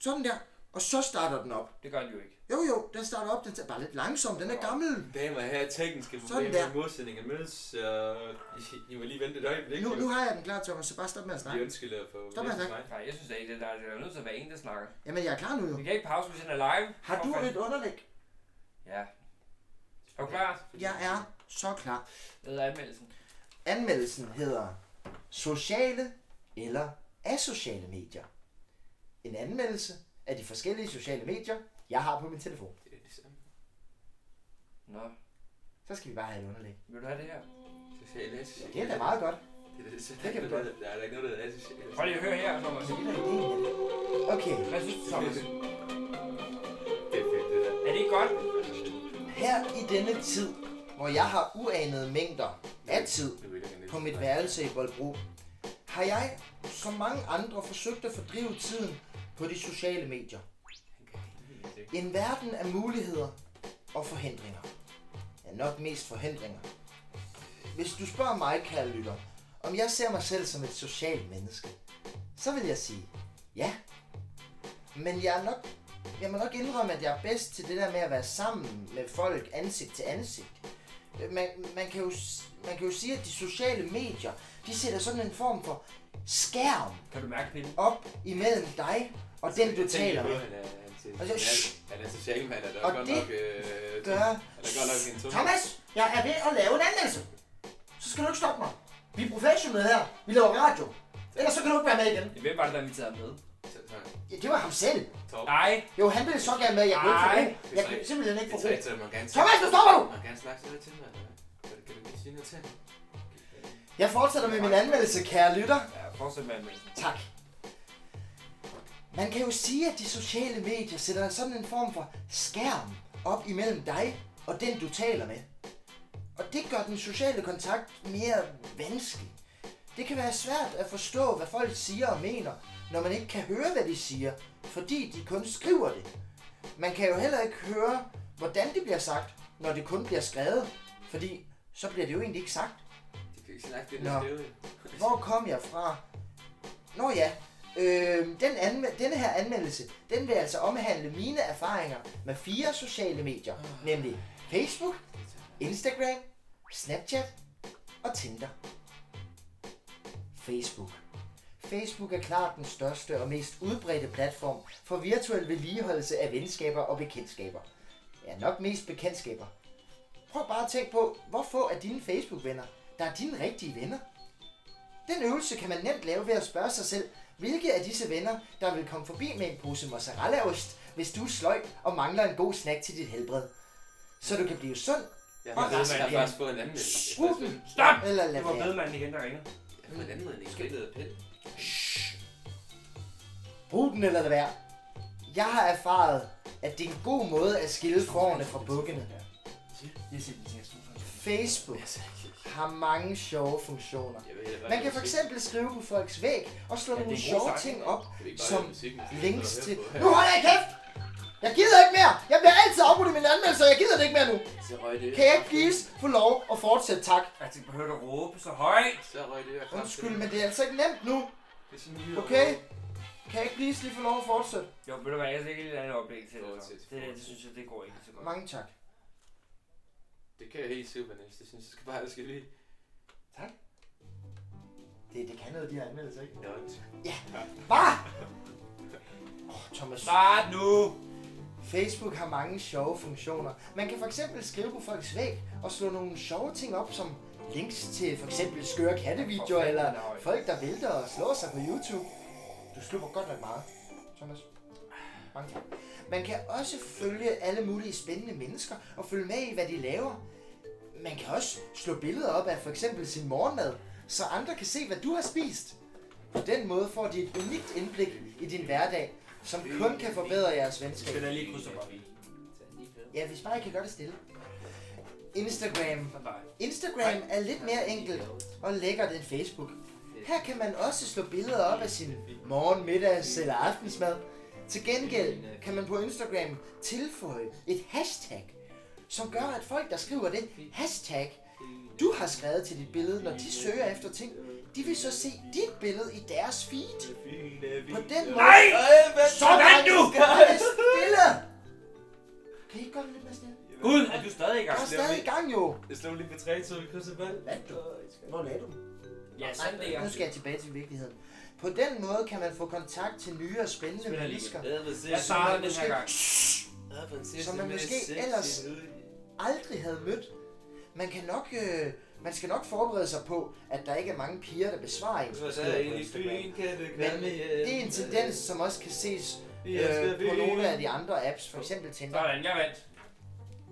Speaker 5: Sådan der. Og så starter den op.
Speaker 1: Det gør den jo ikke.
Speaker 5: Jo jo, den starter op, den er bare lidt langsom, den er gammel.
Speaker 6: Damer og herrer, tekniske
Speaker 5: Sådan
Speaker 6: problemer
Speaker 5: der.
Speaker 6: i modsætningen mødes, så I, I må lige vente et øjeblik.
Speaker 5: Nu,
Speaker 6: jo.
Speaker 5: nu har jeg den klar, Thomas, så bare stop med at
Speaker 6: Vi
Speaker 5: snakke.
Speaker 6: undskylder for
Speaker 5: Stop med at snakke.
Speaker 6: mig.
Speaker 1: Nej, jeg synes da ikke, det er, der er nødt til at være en, der snakker.
Speaker 5: Jamen, jeg er klar nu jo.
Speaker 1: Vi kan ikke pause, hvis han er live.
Speaker 5: Har
Speaker 1: For
Speaker 5: du
Speaker 1: fanden.
Speaker 5: et underlæg?
Speaker 1: Ja. Er du klar?
Speaker 5: Jeg er så klar.
Speaker 1: Hvad er anmeldelsen?
Speaker 5: Anmeldelsen hedder Sociale eller asociale medier. En anmeldelse af de forskellige sociale medier, jeg har på min telefon.
Speaker 6: Det er det samme.
Speaker 1: Nå,
Speaker 5: Så skal vi bare have et underlæg.
Speaker 1: vil du have det her?
Speaker 6: Sociale
Speaker 5: Det er da meget godt.
Speaker 6: Det er det, så
Speaker 5: Det kan vi godt.
Speaker 6: Der er der ikke noget, der er asocialt.
Speaker 1: Prøv lige at høre her, Thomas.
Speaker 5: Men Altså, det var ideen med det. Okay,
Speaker 1: Hvad synes du, Thomas?
Speaker 6: Det er fedt, det der.
Speaker 1: Er det ikke godt?
Speaker 5: her i denne tid, hvor jeg har uanede mængder af tid
Speaker 6: Det vil jeg gerne
Speaker 5: på mit
Speaker 6: lide.
Speaker 5: værelse i Bolbro, har jeg, som mange andre, forsøgt at fordrive tiden på de sociale medier. En verden af muligheder og forhindringer. Ja, nok mest forhindringer. Hvis du spørger mig, kære lytter, om jeg ser mig selv som et socialt menneske, så vil jeg sige, ja. Men jeg er nok, jeg må nok indrømme, at jeg er bedst til det der med at være sammen med folk ansigt til ansigt. Øh, Man, man, kan, jo, s- man kan jo sige, at de sociale medier, de sætter sådan en form for skærm
Speaker 1: Kan du mærke pillen?
Speaker 5: op imellem dig og den, du
Speaker 6: Tænk
Speaker 5: taler
Speaker 6: på,
Speaker 5: med.
Speaker 6: Han er, han er,
Speaker 5: Og
Speaker 6: han
Speaker 5: så-
Speaker 6: er, han er social mand, og der er
Speaker 5: Og
Speaker 6: godt
Speaker 5: det
Speaker 6: nok... Øh,
Speaker 5: Gør
Speaker 6: Han er godt nok en tung.
Speaker 5: Thomas, jeg er ved at lave en anmeldelse. Så skal du ikke stoppe mig. Vi er professionelle her. Vi laver radio. Ellers så kan du ikke være med igen.
Speaker 1: Hvem var det, der inviterede ham med?
Speaker 5: Ja, det var ham selv.
Speaker 1: Nej,
Speaker 5: Jo, han ville så gerne med. Jeg kunne ikke få
Speaker 1: Ej,
Speaker 5: det. Jeg kunne simpelthen ikke få
Speaker 6: Det
Speaker 5: det.
Speaker 6: tager til, at man gerne...
Speaker 5: Thomas, nu stopper du!
Speaker 6: Man gerne snakke sådan noget til mig, eller hvad? Kan du- Kan du ikke sige noget til ham?
Speaker 5: Jeg fortsætter med min anmeldelse, kære lytter.
Speaker 1: ja, fortsæt med anmeldelsen.
Speaker 5: Tak. Man kan jo sige, at de sociale medier sætter sådan en form for skærm op imellem dig og den, du taler med. Og det gør den sociale kontakt mere vanskelig. Det kan være svært at forstå, hvad folk siger og mener, når man ikke kan høre, hvad de siger, fordi de kun skriver det. Man kan jo heller ikke høre, hvordan det bliver sagt, når det kun bliver skrevet, fordi så bliver det jo egentlig ikke sagt.
Speaker 6: De kan ikke snakke det,
Speaker 5: Nå.
Speaker 6: der skriver jo.
Speaker 5: Hvor kom jeg fra? Nå ja, øh, den anme- denne her anmeldelse, den vil altså omhandle mine erfaringer med fire sociale medier, nemlig Facebook, Instagram, Snapchat og Tinder. Facebook. Facebook er klart den største og mest udbredte platform for virtuel vedligeholdelse af venskaber og bekendtskaber. Ja, nok mest bekendtskaber. Prøv bare at tænke på, hvor få af dine Facebook-venner, der er dine rigtige venner. Den øvelse kan man nemt lave ved at spørge sig selv, hvilke af disse venner, der vil komme forbi med en pose mozzarellaost, hvis du er sløj og mangler en god snack til dit helbred. Så du kan blive sund,
Speaker 6: Jeg
Speaker 1: Hvor
Speaker 6: har faktisk-
Speaker 1: er
Speaker 6: jeg har
Speaker 1: det?
Speaker 6: faktisk fået en anden... altså,
Speaker 5: Stop!
Speaker 1: Stop!
Speaker 5: eller lad
Speaker 1: Det var
Speaker 5: være.
Speaker 1: bedemanden igen, der ringer.
Speaker 6: Jeg har fået en anden redning. Billedet af Pelle.
Speaker 5: Brug den eller lad være. Jeg har erfaret, at det er en god måde at skille fårene fra bukkene.
Speaker 1: Jeg siger, det er
Speaker 5: Facebook har mange sjove funktioner.
Speaker 6: Jeg vil hellere bare
Speaker 5: Man kan
Speaker 6: lave
Speaker 5: for
Speaker 6: musik.
Speaker 5: eksempel skrive på folks væg og slå
Speaker 1: Ja, det er
Speaker 5: nogle
Speaker 1: en god
Speaker 5: sjove
Speaker 1: sang.
Speaker 5: ting op,
Speaker 6: Kan vi ikke bare
Speaker 5: som
Speaker 6: lave musik, mens vi
Speaker 5: links
Speaker 6: sidder og
Speaker 5: til...
Speaker 6: hører på
Speaker 5: Nu holder jeg kæft! Jeg gider ikke mere! Jeg bliver altid afbrudt i mine anmeldelser, og jeg gider det ikke mere nu!
Speaker 6: Så røg det.
Speaker 5: Kan jeg ikke please få lov at fortsætte, tak?
Speaker 1: Jeg tænkte, behøver du at råbe så højt?
Speaker 6: Så røg det. Jeg kom til-
Speaker 5: Undskyld, men det er altså ikke nemt nu,
Speaker 6: Det er sådan lige-
Speaker 5: okay? Kan jeg ikke please lige få lov at fortsætte?
Speaker 1: Jo, ved du hvad, jeg skal ikke lige lade et oplæg til det. så.
Speaker 6: Fortsæt,
Speaker 1: Det, der, det
Speaker 6: fortsæt.
Speaker 1: synes jeg, det går ikke så godt.
Speaker 5: Mange tak.
Speaker 6: Det kan jeg helt sikkert, Vanessa. Det synes jeg skal bare, jeg skal lige...
Speaker 5: Det, det kan noget, de her anmeldelser, ikke?
Speaker 6: Nå,
Speaker 5: Bare! Åh, Thomas.
Speaker 1: Start nu!
Speaker 5: Facebook har mange sjove funktioner. Man kan for eksempel skrive på folks væg og slå nogle sjove ting op, som links til for eksempel skøre kattevideoer, eller folk, der vælter og slår sig på YouTube. Du slipper godt nok meget, Thomas. Mange tak. Man kan også følge alle mulige spændende mennesker og følge med i, hvad de laver. Man kan også slå billeder op af for eksempel sin morgenmad, så andre kan se, hvad du har spist. På den måde får de et unikt indblik i din hverdag, som kun kan forbedre jeres
Speaker 1: Jeg skal
Speaker 5: venskab.
Speaker 1: da lige krydse op.
Speaker 5: Ja, hvis bare jeg kan gøre det stille. Instagram.
Speaker 1: Så dig.
Speaker 5: Instagram er lidt mere enkelt og lækkert end Facebook. Her kan man også slå billeder op af sin morgen, middags eller aftensmad. Til gengæld kan man på Instagram tilføje et hashtag, som gør, at folk, der skriver det hashtag, du har skrevet til dit billede, når de søger efter ting, de vil så se dit billede i deres feed. På den måde...
Speaker 1: Nej!
Speaker 5: Sådan
Speaker 1: nu!
Speaker 5: Stille! Kan I ikke gøre det lidt mere stille?
Speaker 1: Gud, er du stadig i gang?
Speaker 5: Jeg er stadig i gang jo!
Speaker 6: Jeg slog lige på træet, så vi krydsede valg.
Speaker 5: Hvad du? Hvor lagde du den?
Speaker 1: Ja, sådan det er.
Speaker 5: Nu skal jeg tilbage til virkeligheden. På den måde kan man få kontakt til nye og spændende
Speaker 1: Spiller lige.
Speaker 5: mennesker,
Speaker 6: Jeg vil se.
Speaker 1: Jeg starter den her gang.
Speaker 6: Jeg vil se.
Speaker 5: som man måske ellers aldrig havde mødt. Man kan nok... Øh, man skal nok forberede sig på, at der ikke er mange piger, der besvarer ens
Speaker 6: Så
Speaker 5: beskeder
Speaker 6: er
Speaker 5: på
Speaker 6: en i
Speaker 5: Instagram.
Speaker 6: byen, kan det
Speaker 5: Men
Speaker 6: gøre med øh,
Speaker 5: det er en tendens, som også kan ses
Speaker 6: Vi elsker
Speaker 5: øh, på
Speaker 6: byen.
Speaker 5: nogle af de andre apps, for eksempel Tinder.
Speaker 1: Sådan, jeg vandt.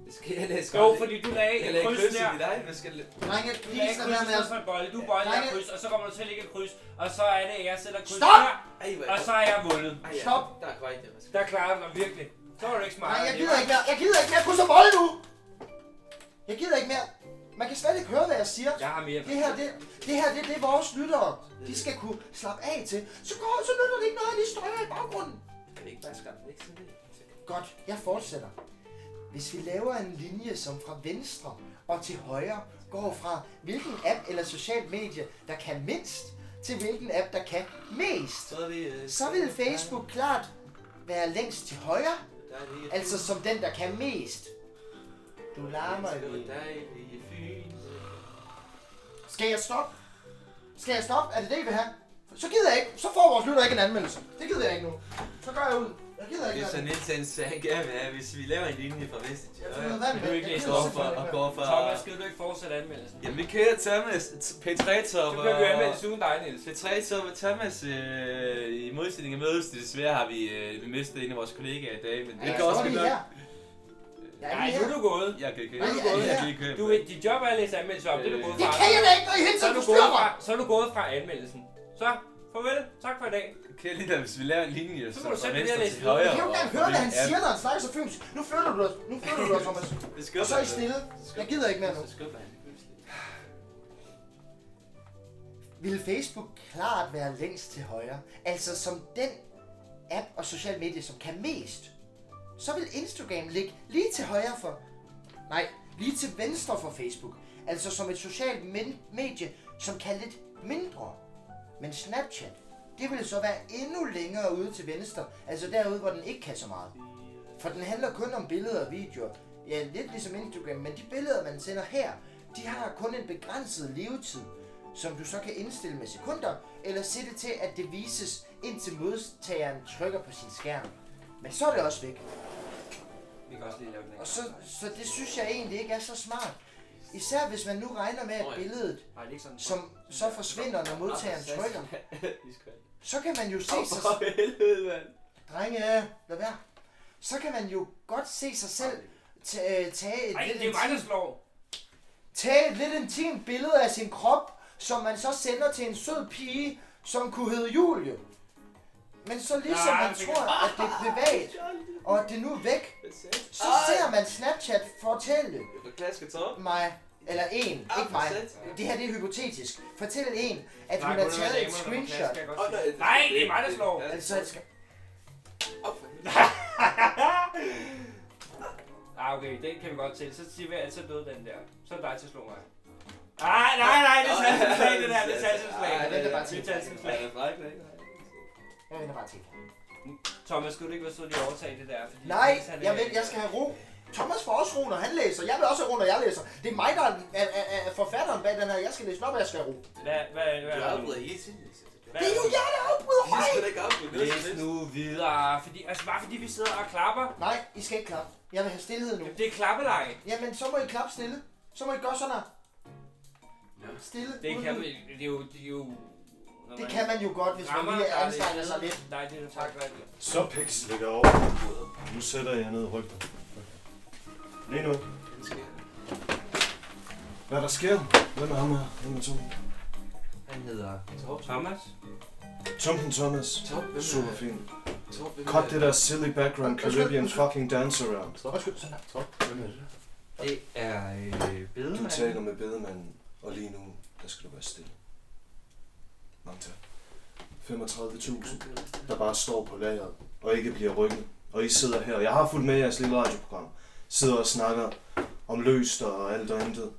Speaker 6: Det skal jeg læse
Speaker 1: Jo, fordi du lagde
Speaker 6: Jeg
Speaker 1: et
Speaker 6: lagde
Speaker 1: kryds
Speaker 6: kryds
Speaker 1: der.
Speaker 6: i dig, hvad skal jeg...
Speaker 5: Drenge,
Speaker 1: Du lagde
Speaker 5: please,
Speaker 1: et
Speaker 5: lad
Speaker 1: kryds,
Speaker 5: være
Speaker 1: og
Speaker 5: med
Speaker 1: så
Speaker 5: at...
Speaker 1: er en bolle. Du er bolle, jeg er
Speaker 5: Nej,
Speaker 1: kryds, og så kommer du til at lægge et kryds. Og så er det, jeg sætter kryds
Speaker 5: Stop!
Speaker 1: der,
Speaker 6: Ej, hvor
Speaker 1: og så er jeg vundet.
Speaker 6: Ej, ja.
Speaker 5: Stop!
Speaker 6: Der er korrekt, jeg
Speaker 1: Der klarer jeg mig virkelig. Så var du ikke smart.
Speaker 5: Nej, jeg gider ikke mere. Jeg gider ikke mere. Kryds og bolle nu! Jeg gider ikke mere. Man kan slet ikke høre, hvad jeg siger.
Speaker 1: Jeg har mere.
Speaker 5: Det her, det, det her, det, det er vores lyttere. De skal kunne slappe af til. Så går så nytter det ikke noget, at de støjer i baggrunden.
Speaker 6: Kan vi ikke bare skaffe væk til det?
Speaker 5: Godt, jeg fortsætter. Hvis vi laver en linje, som fra venstre og til højre går fra hvilken app eller social medie, der kan mindst, til hvilken app, der kan mest,
Speaker 6: Så er det... øh,
Speaker 5: så vil Facebook klart være længst til højre,
Speaker 6: Der er lige...
Speaker 5: altså som den, der kan mest. Du larmer lige.
Speaker 6: Dejlige Fyn.
Speaker 5: Skal jeg stoppe? Skal jeg stoppe? Er det det, I vil have? Så gider jeg ikke. Så får vores lytter ikke en anmeldelse. Det gider jeg ikke nu. Så går jeg ud. Jeg gider ikke.
Speaker 6: Hvis
Speaker 5: mere.
Speaker 6: han Niels han sagde, gerne vil have, hvis vi laver en linje fra venstre til
Speaker 5: Jeg får noget
Speaker 6: højre,
Speaker 5: vand
Speaker 1: Du er ikke
Speaker 5: Jeg
Speaker 1: læst
Speaker 5: gider
Speaker 6: går for,
Speaker 5: simpelthen
Speaker 6: og
Speaker 5: ikke mere.
Speaker 6: går for...
Speaker 1: Thomas, skal du ikke fortsætte anmeldelsen?
Speaker 6: Jamen, vi kører Thomas,
Speaker 1: Så
Speaker 6: P3-topper...
Speaker 1: bliver vi anmeldt uden dig, Niels.
Speaker 6: P3-topper Thomas, øh, i modsætning af mødes, desværre har vi, øh, vi mistet en af vores kollegaer i dag, men det
Speaker 5: Jeg
Speaker 6: kan også
Speaker 5: står lige
Speaker 6: godt...
Speaker 5: her. Jeg er
Speaker 1: Nej,
Speaker 5: lige
Speaker 1: nu
Speaker 5: her.
Speaker 1: er du gået.
Speaker 6: Jeg kan ikke
Speaker 5: Nej, jeg er
Speaker 6: jeg
Speaker 5: her.
Speaker 6: kan ikke
Speaker 1: Du, dit job er at læse anmeldelser op. Det er du gået
Speaker 6: Øh.
Speaker 1: fra.
Speaker 5: Det kan jeg da ikke, når I hele
Speaker 1: Så er
Speaker 5: tiden
Speaker 1: du
Speaker 5: forstyrrer
Speaker 1: gået
Speaker 5: mig.
Speaker 1: fra, så er du gået fra anmeldelsen. Så, farvel. Tak for i dag.
Speaker 6: Kan lige da, hvis vi laver en linje,
Speaker 1: Så
Speaker 6: så
Speaker 1: må du
Speaker 6: fra
Speaker 1: selv
Speaker 6: venstre
Speaker 1: vælge at
Speaker 6: til
Speaker 1: læse videre.
Speaker 5: Jeg
Speaker 6: højre...
Speaker 5: kan jo ikke engang
Speaker 6: og
Speaker 5: høre, hvad han
Speaker 6: hvilken app-
Speaker 5: siger, når han snakker så fynsk. Nu føler du dig, nu føler du dig, Thomas.
Speaker 6: Det
Speaker 5: Og
Speaker 6: skubber
Speaker 5: så er I
Speaker 6: han.
Speaker 5: stille.
Speaker 6: Så
Speaker 5: Jeg gider ikke mere nu.
Speaker 6: Så skubber han.
Speaker 5: Vil Facebook klart være længst til højre? Altså som den app og social medie, som kan mest. Så vil Instagram ligge lige til højre for... Nej, lige til venstre for Facebook. Altså som et socialt men- medie, som kan lidt mindre. Men Snapchat, det vil så være endnu længere ude til venstre. Altså derude, hvor den ikke kan så meget. For den handler kun om billeder og videoer. Ja, lidt ligesom Instagram, men de billeder, man sender her, de har kun en begrænset levetid, som du så kan indstille med sekunder, eller sætte til, at det vises, indtil modtageren trykker på sin skærm. Men så er det også væk.
Speaker 1: Vi kan også lige lave den
Speaker 5: Og så, så det synes jeg egentlig ikke er så smart. Især hvis man nu regner med, at billedet,
Speaker 1: Nej, det er ikke sådan.
Speaker 5: som så forsvinder, når modtageren trykker,
Speaker 6: Vi skal
Speaker 5: så kan man jo se sig
Speaker 6: For helvede, mand.
Speaker 5: Drenge, lad være. Så kan man jo godt se sig selv ta- øh, tage et
Speaker 1: Ej,
Speaker 5: lidt
Speaker 1: det er mig, der
Speaker 5: intimt-
Speaker 1: slår.
Speaker 5: tage et lidt intimt billede af sin krop, som man så sender til en sød pige, som kunne hedde Julie. Men så ligesom
Speaker 1: Nej,
Speaker 5: man
Speaker 1: det
Speaker 5: tror, at det er privat, og at det nu er væk, så ser man Snapchat fortælle
Speaker 6: Hvor klasker top?
Speaker 5: mig, eller en,
Speaker 1: Ah,
Speaker 5: ikke mig.
Speaker 6: sæt.
Speaker 5: Det her det er hypotetisk. Fortæl en, at
Speaker 1: Nej,
Speaker 5: hun
Speaker 1: kun
Speaker 5: har
Speaker 1: når
Speaker 5: taget
Speaker 1: damerne er
Speaker 5: et
Speaker 1: på plads,
Speaker 5: screenshot.
Speaker 1: kan jeg godt sige. Nej, det er mig, der slår.
Speaker 5: Altså, et sk-
Speaker 1: Ah, okay, den kan vi godt tælle. Så siger vi, at så døde den der. Så er det dig til at slå mig. Nej, nej, nej, det er salgsinslag, det der. Det er salgsinslag.
Speaker 6: Ej,
Speaker 5: det er bare
Speaker 1: Det er salgsinslag.
Speaker 6: Er fræk, ikke?
Speaker 5: jeg vender bare til.
Speaker 1: Thomas, skulle du ikke være sød lige at overtage det der? Fordi
Speaker 5: Nej,
Speaker 1: Niels, han er-
Speaker 5: jeg, vil, jeg skal have ro. Thomas får også ro, når han læser. Jeg vil også have ro, når jeg læser. Det er mig, der er, er, er, er forfatteren bag den her. Jeg skal læse den op, og jeg skal have ro.
Speaker 1: Hvad, hvad, hvad?
Speaker 6: Du
Speaker 1: hvad-
Speaker 6: afbryder hele tiden. Lisa. Du
Speaker 1: hvad-
Speaker 5: Det er jo jer, der afbryder mig!
Speaker 6: skal da ikke afbryde. Det er
Speaker 1: Læs
Speaker 6: sådan
Speaker 1: nu videre. Fordi, altså bare fordi vi sidder og klapper.
Speaker 5: Nej, I skal ikke klappe. Jeg vil have stillhed nu.
Speaker 1: Jamen, det er klappeleje.
Speaker 5: Jamen, så må I klappe stille. Så må I gøre sådan her. Stille.
Speaker 1: Det
Speaker 5: uden
Speaker 1: kan
Speaker 5: lyd.
Speaker 1: vi, det er jo, det er jo... når
Speaker 5: Det
Speaker 1: man
Speaker 5: kan man jo godt, hvis man
Speaker 1: rammer,
Speaker 5: lige
Speaker 1: der er
Speaker 5: anstrenger sig lidt.
Speaker 1: Nej, det er tak. rigtigt.
Speaker 7: Så Pix ligger over. Nu sætter jeg ned rygter. Lige nu. Hvad der sker? Hvem er ham her? Hvem er Tom?
Speaker 6: Han hedder Torp.
Speaker 1: Thomas?
Speaker 7: Tumpen Thomas.
Speaker 6: Torp, hvem er
Speaker 7: Super fin.
Speaker 6: Torp, hvem
Speaker 7: Cut det der silly background
Speaker 5: Undskyld,
Speaker 7: Caribbean
Speaker 5: undskyld.
Speaker 7: fucking dance around.
Speaker 5: Undskyld, sådan her.
Speaker 6: Torp, hvem er det? Det er øh,
Speaker 7: Du
Speaker 6: Bedemand.
Speaker 7: taler med bedemanden, og lige nu, der skal du være stille. Mange tak. 35.000, der bare står på lageret, og ikke bliver rykket. Og I sidder her, og jeg har fulgt med i jeres lille radioprogram. Sidder og snakker om løst og alt og intet.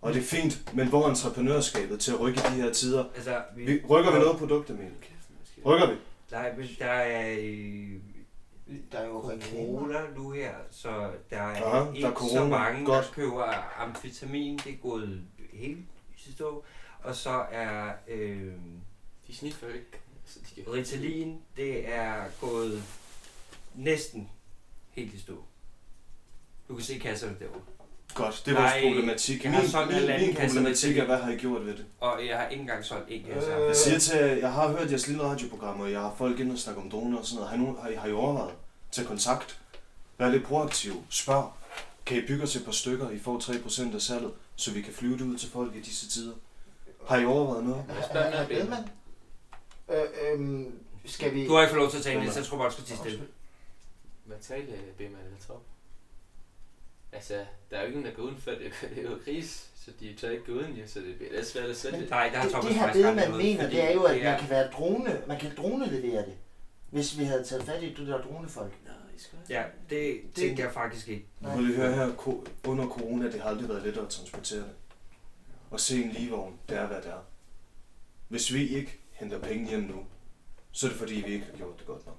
Speaker 7: Og det er fint, men hvor er entreprenørskabet til at rykke i de her tider?
Speaker 8: Altså, vi...
Speaker 7: Vi, rykker vi noget produkt, Emil? Rykker vi?
Speaker 8: Nej, men der er... øh,
Speaker 5: Der er jo reklamer.
Speaker 8: Corona nu her, så der er
Speaker 7: Aha,
Speaker 8: ikke
Speaker 7: der er corona.
Speaker 8: så mange,
Speaker 7: Godt.
Speaker 8: der køber amfetamin. Det er gået helt i stå. Og så er øh,
Speaker 6: De sniffer jo ikke. Så de kan...
Speaker 8: Ritalin, det er gået næsten helt i stå. Du kan se kasserne derovre.
Speaker 7: Godt, det er vores
Speaker 8: Nej,
Speaker 7: problematik.
Speaker 8: jeg
Speaker 7: Min,
Speaker 8: har solgt en
Speaker 7: min, min
Speaker 8: landkasse med
Speaker 7: problematik er,
Speaker 8: ting.
Speaker 7: hvad har I gjort ved det?
Speaker 8: Og jeg har ikke engang solgt en kasse.
Speaker 7: Jeg siger til, jer, jeg har hørt jeres lille radioprogram, og jeg har folk ind og snakke om droner og sådan noget. Har I, nogen, har I, har I overvejet? Tag kontakt. Vær lidt proaktiv. Spørg. Kan I bygge os et par stykker, I får 3% af salget, så vi kan flyve det ud til folk i disse tider? Har I overvejet noget?
Speaker 5: spørger med Bedman. Øh, øhm, skal vi...
Speaker 8: Du har ikke fået lov til at tale, Niels. Jeg tror bare, du skal tage stille.
Speaker 6: Hvad taler Bema eller Top? Altså, der er jo ikke nogen, der går uden for det. Det er jo kris, så de tør ikke gå uden, jo, så det bliver lidt svært at sælge det.
Speaker 8: Nej, der har
Speaker 5: Det,
Speaker 8: Thomas
Speaker 5: det her
Speaker 8: faktisk
Speaker 5: ved,
Speaker 8: ret
Speaker 5: man
Speaker 8: noget,
Speaker 5: mener,
Speaker 8: fordi
Speaker 5: det er jo, at man
Speaker 8: er-
Speaker 5: kan være drone, man kan drone levere det. Hvis vi havde taget fat i det der dronefolk.
Speaker 8: Ja, det, det tænker jeg faktisk ikke.
Speaker 7: Nu kan lige høre her, ko- under corona, det har aldrig været lettere at transportere det. Og se en ligevogn, det er hvad det er. Hvis vi ikke henter penge hjem nu, så er det fordi, vi ikke har gjort det godt nok.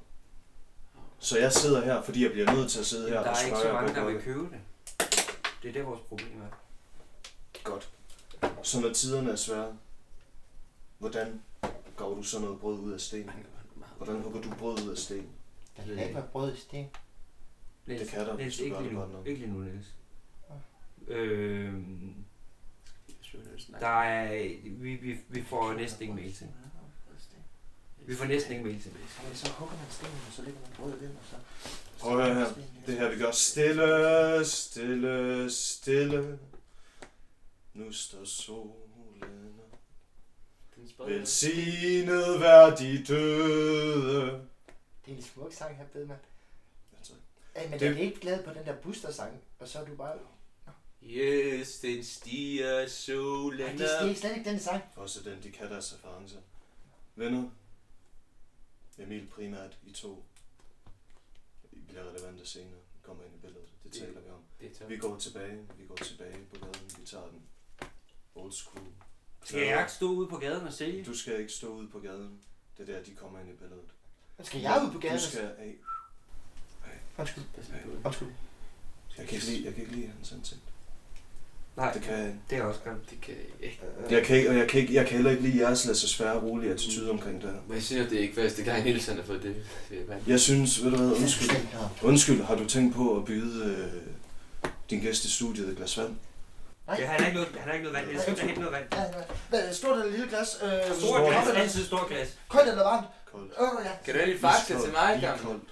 Speaker 7: Så jeg sidder her, fordi jeg bliver nødt til at sidde her
Speaker 8: Der
Speaker 7: og
Speaker 8: er ikke så
Speaker 7: spørge
Speaker 8: mange, der
Speaker 7: på
Speaker 8: vil
Speaker 7: det.
Speaker 8: købe det. Det er der, vores problem er.
Speaker 7: Godt. Så når tiderne er svære, hvordan graver du så noget brød ud af stenen? Hvordan hugger du brød ud af stenen?
Speaker 5: Der kan ikke være brød i sten.
Speaker 8: Niels,
Speaker 7: Det kan der, hvis
Speaker 8: Niels,
Speaker 7: du gør
Speaker 8: ikke lige
Speaker 7: det
Speaker 8: nu.
Speaker 7: godt nok.
Speaker 8: Ikke lige nu, Niels. Ah. Øh, der
Speaker 6: Der
Speaker 8: er, vi, vi, vi får næsten ikke mail til. Vi får næsten ikke mail til.
Speaker 5: Men så hugger man stenen, og så lægger man brødet ind, og så...
Speaker 7: Prøv at høre her. Det her, vi gør stille, stille, stille. Nu står solen op.
Speaker 6: Den spredte
Speaker 7: Velsignet vær de døde.
Speaker 5: Det er en smuk sang her, Bedman.
Speaker 7: Altså,
Speaker 5: Ej, men
Speaker 7: Det-
Speaker 5: det... er ikke glad på den der booster-sang, og så er du bare...
Speaker 6: Yes, den stiger
Speaker 5: Nej,
Speaker 6: solen
Speaker 5: det, det er
Speaker 6: op.
Speaker 5: slet ikke den sang.
Speaker 7: Også den, de kan deres referencer. Venner, Emil primært i to. I bliver relevante senere. Kommer ind i billedet. Det
Speaker 6: Det-
Speaker 7: taler vi om.
Speaker 6: Det er top.
Speaker 7: Vi går tilbage. Vi går tilbage på gaden. Vi tager den. Old school.
Speaker 8: Skal jeg ikke stå ude på gaden og sælge?
Speaker 7: Du skal ikke stå ude på gaden. Det er der, de kommer ind i billedet.
Speaker 5: Skal jeg ud på gaden?
Speaker 7: Du skal af.
Speaker 5: Undskyld. Undskyld.
Speaker 7: Jeg kan ikke lide, jeg kan ikke lide hans ansigt.
Speaker 8: Nej,
Speaker 7: Det kan jeg ikke.
Speaker 8: det er også grimt.
Speaker 6: Det kan jeg ikke.
Speaker 7: Jeg kan, ikke, og jeg kan, ikke, jeg kan heller ikke lide jeres lasse svære rolige attitude omkring det her.
Speaker 6: Men jeg synes, at det er ikke første gang, Nielsen har fået det. Det er vand.
Speaker 7: Jeg synes, ved du hvad, undskyld.
Speaker 5: Undskyld.
Speaker 7: Undskyld, har du tænkt på at byde øh, din gæst i studiet et glas vand?
Speaker 5: Nej.
Speaker 8: Ja, han har ikke noget, han har ikke noget vand. Jeg skal ikke hente noget vand.
Speaker 5: Ja, ja. Hvad, Stort eller lille glas? Øh,
Speaker 8: Stort
Speaker 7: Stort.
Speaker 8: glas,
Speaker 5: Koldt eller-
Speaker 8: altid stort glas.
Speaker 5: Koldt eller varmt?
Speaker 7: Koldt.
Speaker 5: Åh, ja.
Speaker 6: Kan du have en faxe
Speaker 7: Iskoldt,
Speaker 6: til mig,
Speaker 7: lige
Speaker 6: gammel?
Speaker 7: koldt.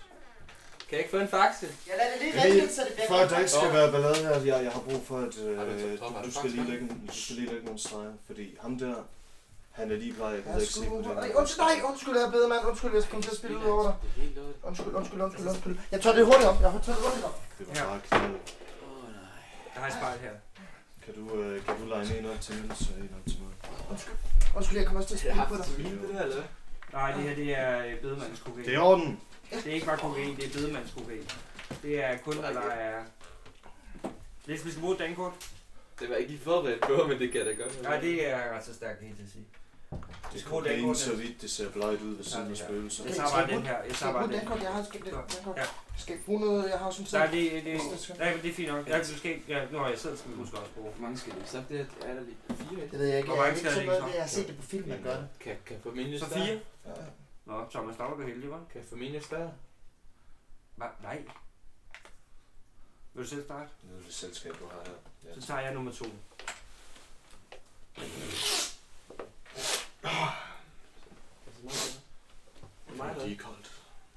Speaker 6: Kan jeg ikke få en faxe?
Speaker 5: Ja, lad det lige
Speaker 7: Kan
Speaker 5: vaske,
Speaker 7: I-
Speaker 5: så det bliver
Speaker 7: For at der
Speaker 5: godt.
Speaker 7: ikke skal være ballade her, jeg, jeg har brug for, at øh,
Speaker 6: Har du tabt op? Har
Speaker 7: du,
Speaker 6: du
Speaker 7: du, skal lige
Speaker 6: faktisk
Speaker 7: lægge, en- du skal lige lægge nogle streger, fordi ham der, han er lige bleg, jeg kan ikke se på
Speaker 5: Undskyld,
Speaker 7: det.
Speaker 5: nej, undskyld, nej, undskyld, jeg beder, mand. Undskyld, jeg skal komme til at spille ud over dig.
Speaker 6: Det er helt lort.
Speaker 5: Undskyld, undskyld, undskyld, undskyld. Jeg tør det hurtigt op. Jeg tør det hurtigt op.
Speaker 7: Det var
Speaker 8: Ja.
Speaker 7: bare knald.
Speaker 6: Åh, nej.
Speaker 8: Jeg har et spejl her.
Speaker 7: Kan du, øh, kan du line en op til Niels og en op til mig?
Speaker 5: Undskyld, jeg kommer også til at
Speaker 6: Det er
Speaker 5: spille på dig.
Speaker 6: haft til det der, eller hvad?
Speaker 8: Nej, det her det er øh, bedemandskokain.
Speaker 7: Det er i orden.
Speaker 8: Det er ikke bare kokain, det er bedemandskokain. Det er kun, der er... Hvis vi skal bruge et dankort.
Speaker 6: Det var ikke lige forberedt på, men det kan jeg da godt
Speaker 8: Nej, det er ret så stærkt, helt til at sige.
Speaker 7: Det
Speaker 8: skal
Speaker 7: er
Speaker 8: bruge
Speaker 7: kokain,
Speaker 8: dankort,
Speaker 7: så
Speaker 8: Niels.
Speaker 7: vidt det ser bleget ud ved siden
Speaker 8: Ja,
Speaker 7: af
Speaker 8: ja.
Speaker 7: spøgelser.
Speaker 8: Jeg tager bare den her. Jeg
Speaker 5: Skal
Speaker 8: tager
Speaker 5: jeg
Speaker 8: bare
Speaker 5: bruge
Speaker 8: den
Speaker 5: dankort? Jeg har også
Speaker 8: Så,
Speaker 5: dankort.
Speaker 8: ja.
Speaker 5: Skal jeg bruge noget? Jeg har sådan
Speaker 8: Nej,
Speaker 5: set.
Speaker 8: det, det, nej, men det er fint nok. Ja, du skal ikke... Ja, nå, jeg selv skal vi huske også bruge.
Speaker 6: Hvor mange skal det? Så det er der lige fire, ikke?
Speaker 5: Det ved jeg ikke.
Speaker 8: Hvor
Speaker 5: Jeg har ikke
Speaker 8: mange skal
Speaker 5: sådan
Speaker 8: der
Speaker 5: noget.
Speaker 8: ligge så?
Speaker 5: Jeg har set det på film, man gør det.
Speaker 6: Kan, kan jeg få minus
Speaker 8: Så
Speaker 6: der?
Speaker 8: fire.
Speaker 7: Ja.
Speaker 8: Nå, Thomas, der var du heldig, var?
Speaker 6: Kan jeg få minus der?
Speaker 8: Nej. Vil du selv starte?
Speaker 7: Nede ved selskab, du har her. Ja.
Speaker 8: Så tager jeg nummer to.
Speaker 6: Altså, Det er mig,
Speaker 7: Det
Speaker 6: eller?
Speaker 7: er koldt.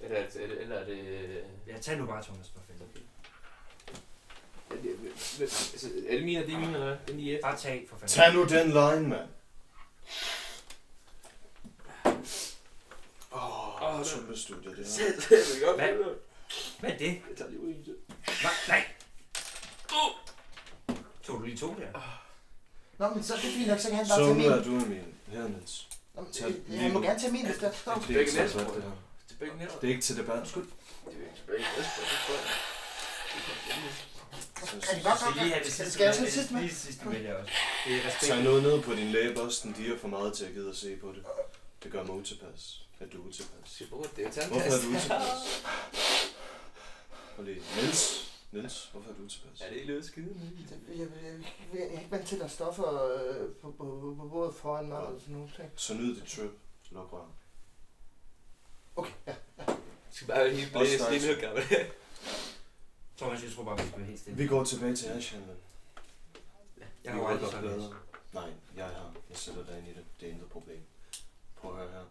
Speaker 6: Eller er det... Eller er det...
Speaker 8: Ja, tag nu bare Thomas, for fanden.
Speaker 6: Er det, altså, er det mine, er det mine, eller hvad? Den i
Speaker 8: Bare tag, for fanden.
Speaker 7: Tag nu den line, mand. Åh,
Speaker 6: Åh,
Speaker 7: oh,
Speaker 6: den-
Speaker 7: sundhedsstudiet, det her.
Speaker 6: Sæt, det er godt.
Speaker 8: Hvad? Hvad er det?
Speaker 6: Jeg tager lige ud i det.
Speaker 8: Hva? Nej! Uh! Tog du lige to der?
Speaker 5: Nå, men så er det fint nok, så kan han bare
Speaker 7: Så
Speaker 5: tage
Speaker 7: nu
Speaker 5: min.
Speaker 7: er du, Emil. Her, Niels.
Speaker 5: Nå, men,
Speaker 7: Tag
Speaker 5: øh,
Speaker 7: lige
Speaker 5: Han må
Speaker 7: nu.
Speaker 5: gerne tage min, hvis det er. Nå,
Speaker 7: Det er ikke til
Speaker 6: Begge
Speaker 7: debat, det her.
Speaker 6: Tilbage ned.
Speaker 7: Det er ikke til debat.
Speaker 6: Det er jo ikke tilbage ned.
Speaker 5: Er det godt
Speaker 8: Så
Speaker 5: nok?
Speaker 8: lige have det sidste
Speaker 5: Skal jeg
Speaker 8: med.
Speaker 5: tage sidst med?
Speaker 8: Lige sidste med der også. Det er
Speaker 7: Tag
Speaker 8: respekt.
Speaker 7: noget ned på din lægebosten. De er for meget til at gide at se på det. Det gør mig utilpas. Er du utilpas?
Speaker 6: Det er jo
Speaker 7: Hvorfor er du
Speaker 6: tandkast.
Speaker 7: utilpas? Prøv lige. Niels. Niels, hvorfor er du utilpas?
Speaker 6: Ja, det er ikke løbet skide.
Speaker 5: Jeg, jeg, jeg, jeg, jeg er ikke vant til, at der er stoffer øh, på, på, på, på bordet foran mig og sådan nogle ting.
Speaker 7: Så nyd dit trip. Luk røven.
Speaker 5: Okay, ja.
Speaker 6: Jeg skal bare helt
Speaker 7: Også
Speaker 6: blæse lige
Speaker 7: nice.
Speaker 6: nu, gammel.
Speaker 8: Thomas, jeg tror bare, vi skal være helt stille.
Speaker 7: Vi går tilbage til hashhandlen.
Speaker 8: Jeg har jo aldrig sådan noget.
Speaker 7: Nej, jeg har. Jeg sætter dig ind i det. Det er intet problem. Prøv at høre her.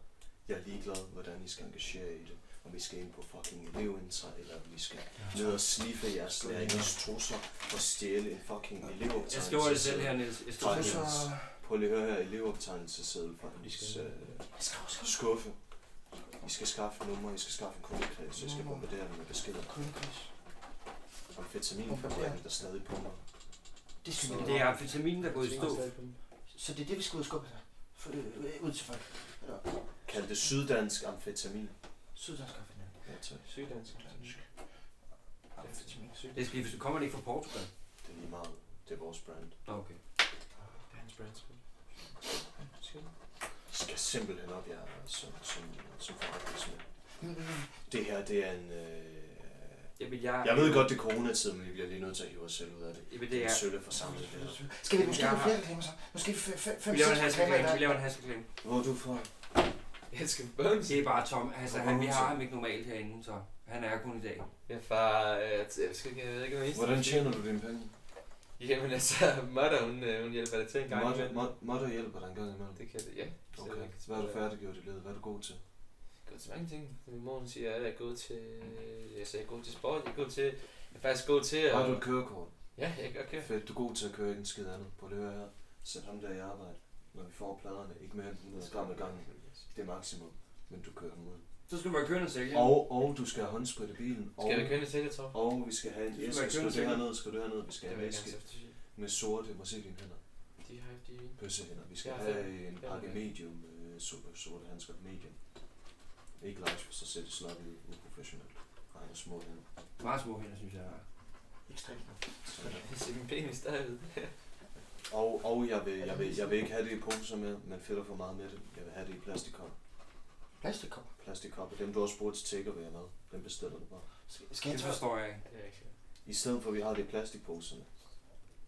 Speaker 7: Jeg er ligeglad, hvordan I skal engagere jer i det. og vi skal ind på fucking elevindtræ, eller vi skal ned og sniffe jeres lærerindes trusser og stjæle en fucking elevoptagelse.
Speaker 8: Jeg skriver det selv her, Niels. Jeg altså. skriver
Speaker 7: Fra
Speaker 8: det selv.
Speaker 7: hendes- Prøv lige at høre her, elevoptagelseseddel fra hendes øh, skuffe. I skal skaffe nummer, I skal skaffe en kundekreds, jeg skal bombardere dem med beskeder.
Speaker 5: Kundekreds.
Speaker 7: Amfetaminfabrikken, der stadig pumper.
Speaker 5: Det
Speaker 8: Så
Speaker 5: skal vi
Speaker 8: det er amfetaminen, der er gået i stå.
Speaker 5: Så det er det, vi skal ud og skubbe her. For, øh, ud til folk. Eller,
Speaker 7: Kald det syddansk amfetamin.
Speaker 5: Syddansk kaffe.
Speaker 7: Ja, tak.
Speaker 6: Sygdansk.
Speaker 5: Amfetamin.
Speaker 8: Det skal lige, kommer det ikke fra Portugal?
Speaker 7: Det er lige meget. Det er vores brand.
Speaker 8: Nå, okay.
Speaker 7: Jeg skal simpelthen op jer som, som, som forretningsmænd. Det her, det er en... Øh...
Speaker 8: Jamen, jeg...
Speaker 7: Jeg ved godt, det er coronatid, men vi bliver lige nødt til at hive os selv ud af det.
Speaker 8: Jamen, det
Speaker 7: En
Speaker 8: er...
Speaker 7: sølle forsamling. det her.
Speaker 5: Skal vi måske
Speaker 8: Jeg
Speaker 5: have
Speaker 8: har-
Speaker 5: flere reklamer så? Måske f- f- fem,
Speaker 8: Vi laver en
Speaker 5: seks
Speaker 8: hasselklem. Vi
Speaker 5: reklamer
Speaker 8: laver en hasselklem.
Speaker 7: Hvor er du fra?
Speaker 6: Jeg skal børn.
Speaker 8: Det er bare Tom. Altså, han, vi har ham ikke normalt herinde, så han er kun i dag.
Speaker 6: Jeg far, øh, jeg, jeg, skal, ikke- jeg ved ikke, hvad eneste-
Speaker 7: Hvordan tjener du dine penge?
Speaker 6: Jamen altså, Mother, hun, øh, hun hjælper dig til en gang
Speaker 7: Måtte-
Speaker 6: imellem.
Speaker 7: må- Måtte hjælper dig en gang imellem.
Speaker 6: Det kan det, ja.
Speaker 7: Okay.
Speaker 6: Stadigvæk.
Speaker 7: Hvad har du færdiggjort i livet? Hvad er du god til?
Speaker 6: Jeg går til mange ting. Min mor hun siger, at jeg er god til, altså, jeg er god til sport, jeg er god til, jeg er faktisk god til at...
Speaker 7: Har du et kørekort?
Speaker 6: Ja, jeg kan godt køre.
Speaker 7: Fedt, du er god til at køre ikke en skid andet. Prøv lige at høre her. Sæt ham der i arbejde, når vi får pladerne. Ikke mere end 100 gram ad gangen. Det er maksimum, men du kører dem ud.
Speaker 8: Så skal du være kørende sikker.
Speaker 7: Og, og du skal have håndsprit i bilen. Og,
Speaker 6: Skal vi køre ned til det, tror jeg?
Speaker 7: og vi skal have en
Speaker 8: Du skal
Speaker 7: æske.
Speaker 8: være
Speaker 7: Skal du
Speaker 8: kønnet,
Speaker 7: herned, skal du herned. Vi skal
Speaker 6: Det
Speaker 7: have
Speaker 6: vil
Speaker 7: en
Speaker 6: jeg gerne
Speaker 7: æske
Speaker 6: se efter.
Speaker 7: med sorte. Må se dine hænder.
Speaker 6: De har de...
Speaker 7: Pøssehænder. Vi skal
Speaker 6: Ja,
Speaker 7: have
Speaker 6: fem.
Speaker 7: en
Speaker 6: Ja,
Speaker 7: pakke
Speaker 6: okay.
Speaker 7: medium. Øh, sorte, sorte handsker. Medium. Ikke large, for så ser det slappet ud. Uprofessionelt. Nej, nogle små hænder.
Speaker 8: Meget små hænder, synes jeg. jeg har.
Speaker 5: Ekstremt.
Speaker 6: Jeg ser min penis derved.
Speaker 7: Og, og jeg, vil, jeg, vil, jeg vil ikke have det i poser med, men fedt for meget med det. Jeg vil have det i plastikkop.
Speaker 5: Plastikkop.
Speaker 7: Plastikkop. Dem du også bruger til takeaway og mad, dem bestiller du bare.
Speaker 5: Skal- Skal jeg
Speaker 8: Det
Speaker 5: tage
Speaker 8: forstår jeg ikke.
Speaker 6: Det er ikke sjovt.
Speaker 7: I stedet for at vi har det i plastikposerne,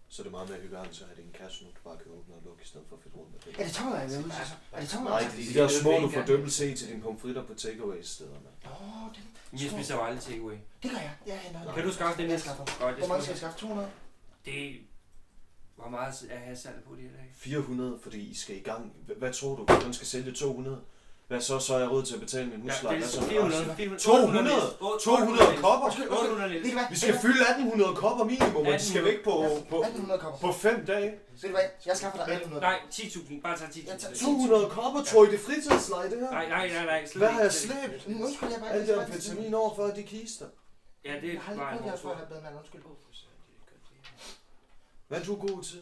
Speaker 7: så er det meget mere hyggeligt, så har det i en kasse nu, du bare kan åbne og lukke, i stedet for at fedt rundt med
Speaker 5: Er
Speaker 7: det.
Speaker 5: det tommeløg, vi er ude til så? Er det tommeløg?
Speaker 7: Nej,
Speaker 5: Nej,
Speaker 7: de,
Speaker 6: de
Speaker 7: de der
Speaker 6: ved
Speaker 7: små,
Speaker 6: det
Speaker 7: du
Speaker 6: ikke
Speaker 7: får
Speaker 6: engang.
Speaker 7: dobbelt C til dine pomfritter på takeaway steder, mand.
Speaker 5: Nå, det,
Speaker 8: Men Jeg spiser jo aldrig takeaway.
Speaker 5: det gør jeg. Jeg henter
Speaker 8: Kan du skaffe det,
Speaker 5: Jeg
Speaker 8: Niels?
Speaker 5: skaffer.
Speaker 8: Godt,
Speaker 5: Hvor mange skal
Speaker 8: jeg
Speaker 5: jeg
Speaker 8: skal...
Speaker 5: skaffe? 200?
Speaker 8: Det... Hvor meget er hassalget på det her dag?
Speaker 7: 400, fordi I skal i gang. H- Hvad tror du, hvis man skal sælge 200? Hvad så, så er jeg råd til at betale min husleje? Hvad så med resten? 200? 200 kopper?
Speaker 8: 800
Speaker 5: Ved
Speaker 8: Niels.
Speaker 5: du hvad?
Speaker 7: Vi skal fylde 1800 kopper minimum, og de skal væk på, på,
Speaker 5: 1800 kopper.
Speaker 7: på 5 dage.
Speaker 5: Ved du hvad? Jeg skaffer dig 1800.
Speaker 8: Nej, 10.000. Bare tag
Speaker 5: Jeg tager
Speaker 8: 10.000.
Speaker 7: 200 kopper, tror I det er fritidsleje, det her?
Speaker 8: Nej, nej, nej, nej. slet
Speaker 7: Hvad har
Speaker 8: ikke,
Speaker 7: jeg
Speaker 8: slet ikke.
Speaker 7: slæbt?
Speaker 5: Men Undskyld, jeg bare
Speaker 7: Alt det her amfetamin over for, de kister.
Speaker 8: Ja, det
Speaker 5: Jeg har
Speaker 8: er
Speaker 5: aldrig
Speaker 8: bare en
Speaker 5: prøvet det her før,
Speaker 8: hård
Speaker 5: jeg bedre mand. Undskyld.
Speaker 7: Hvad er du god til?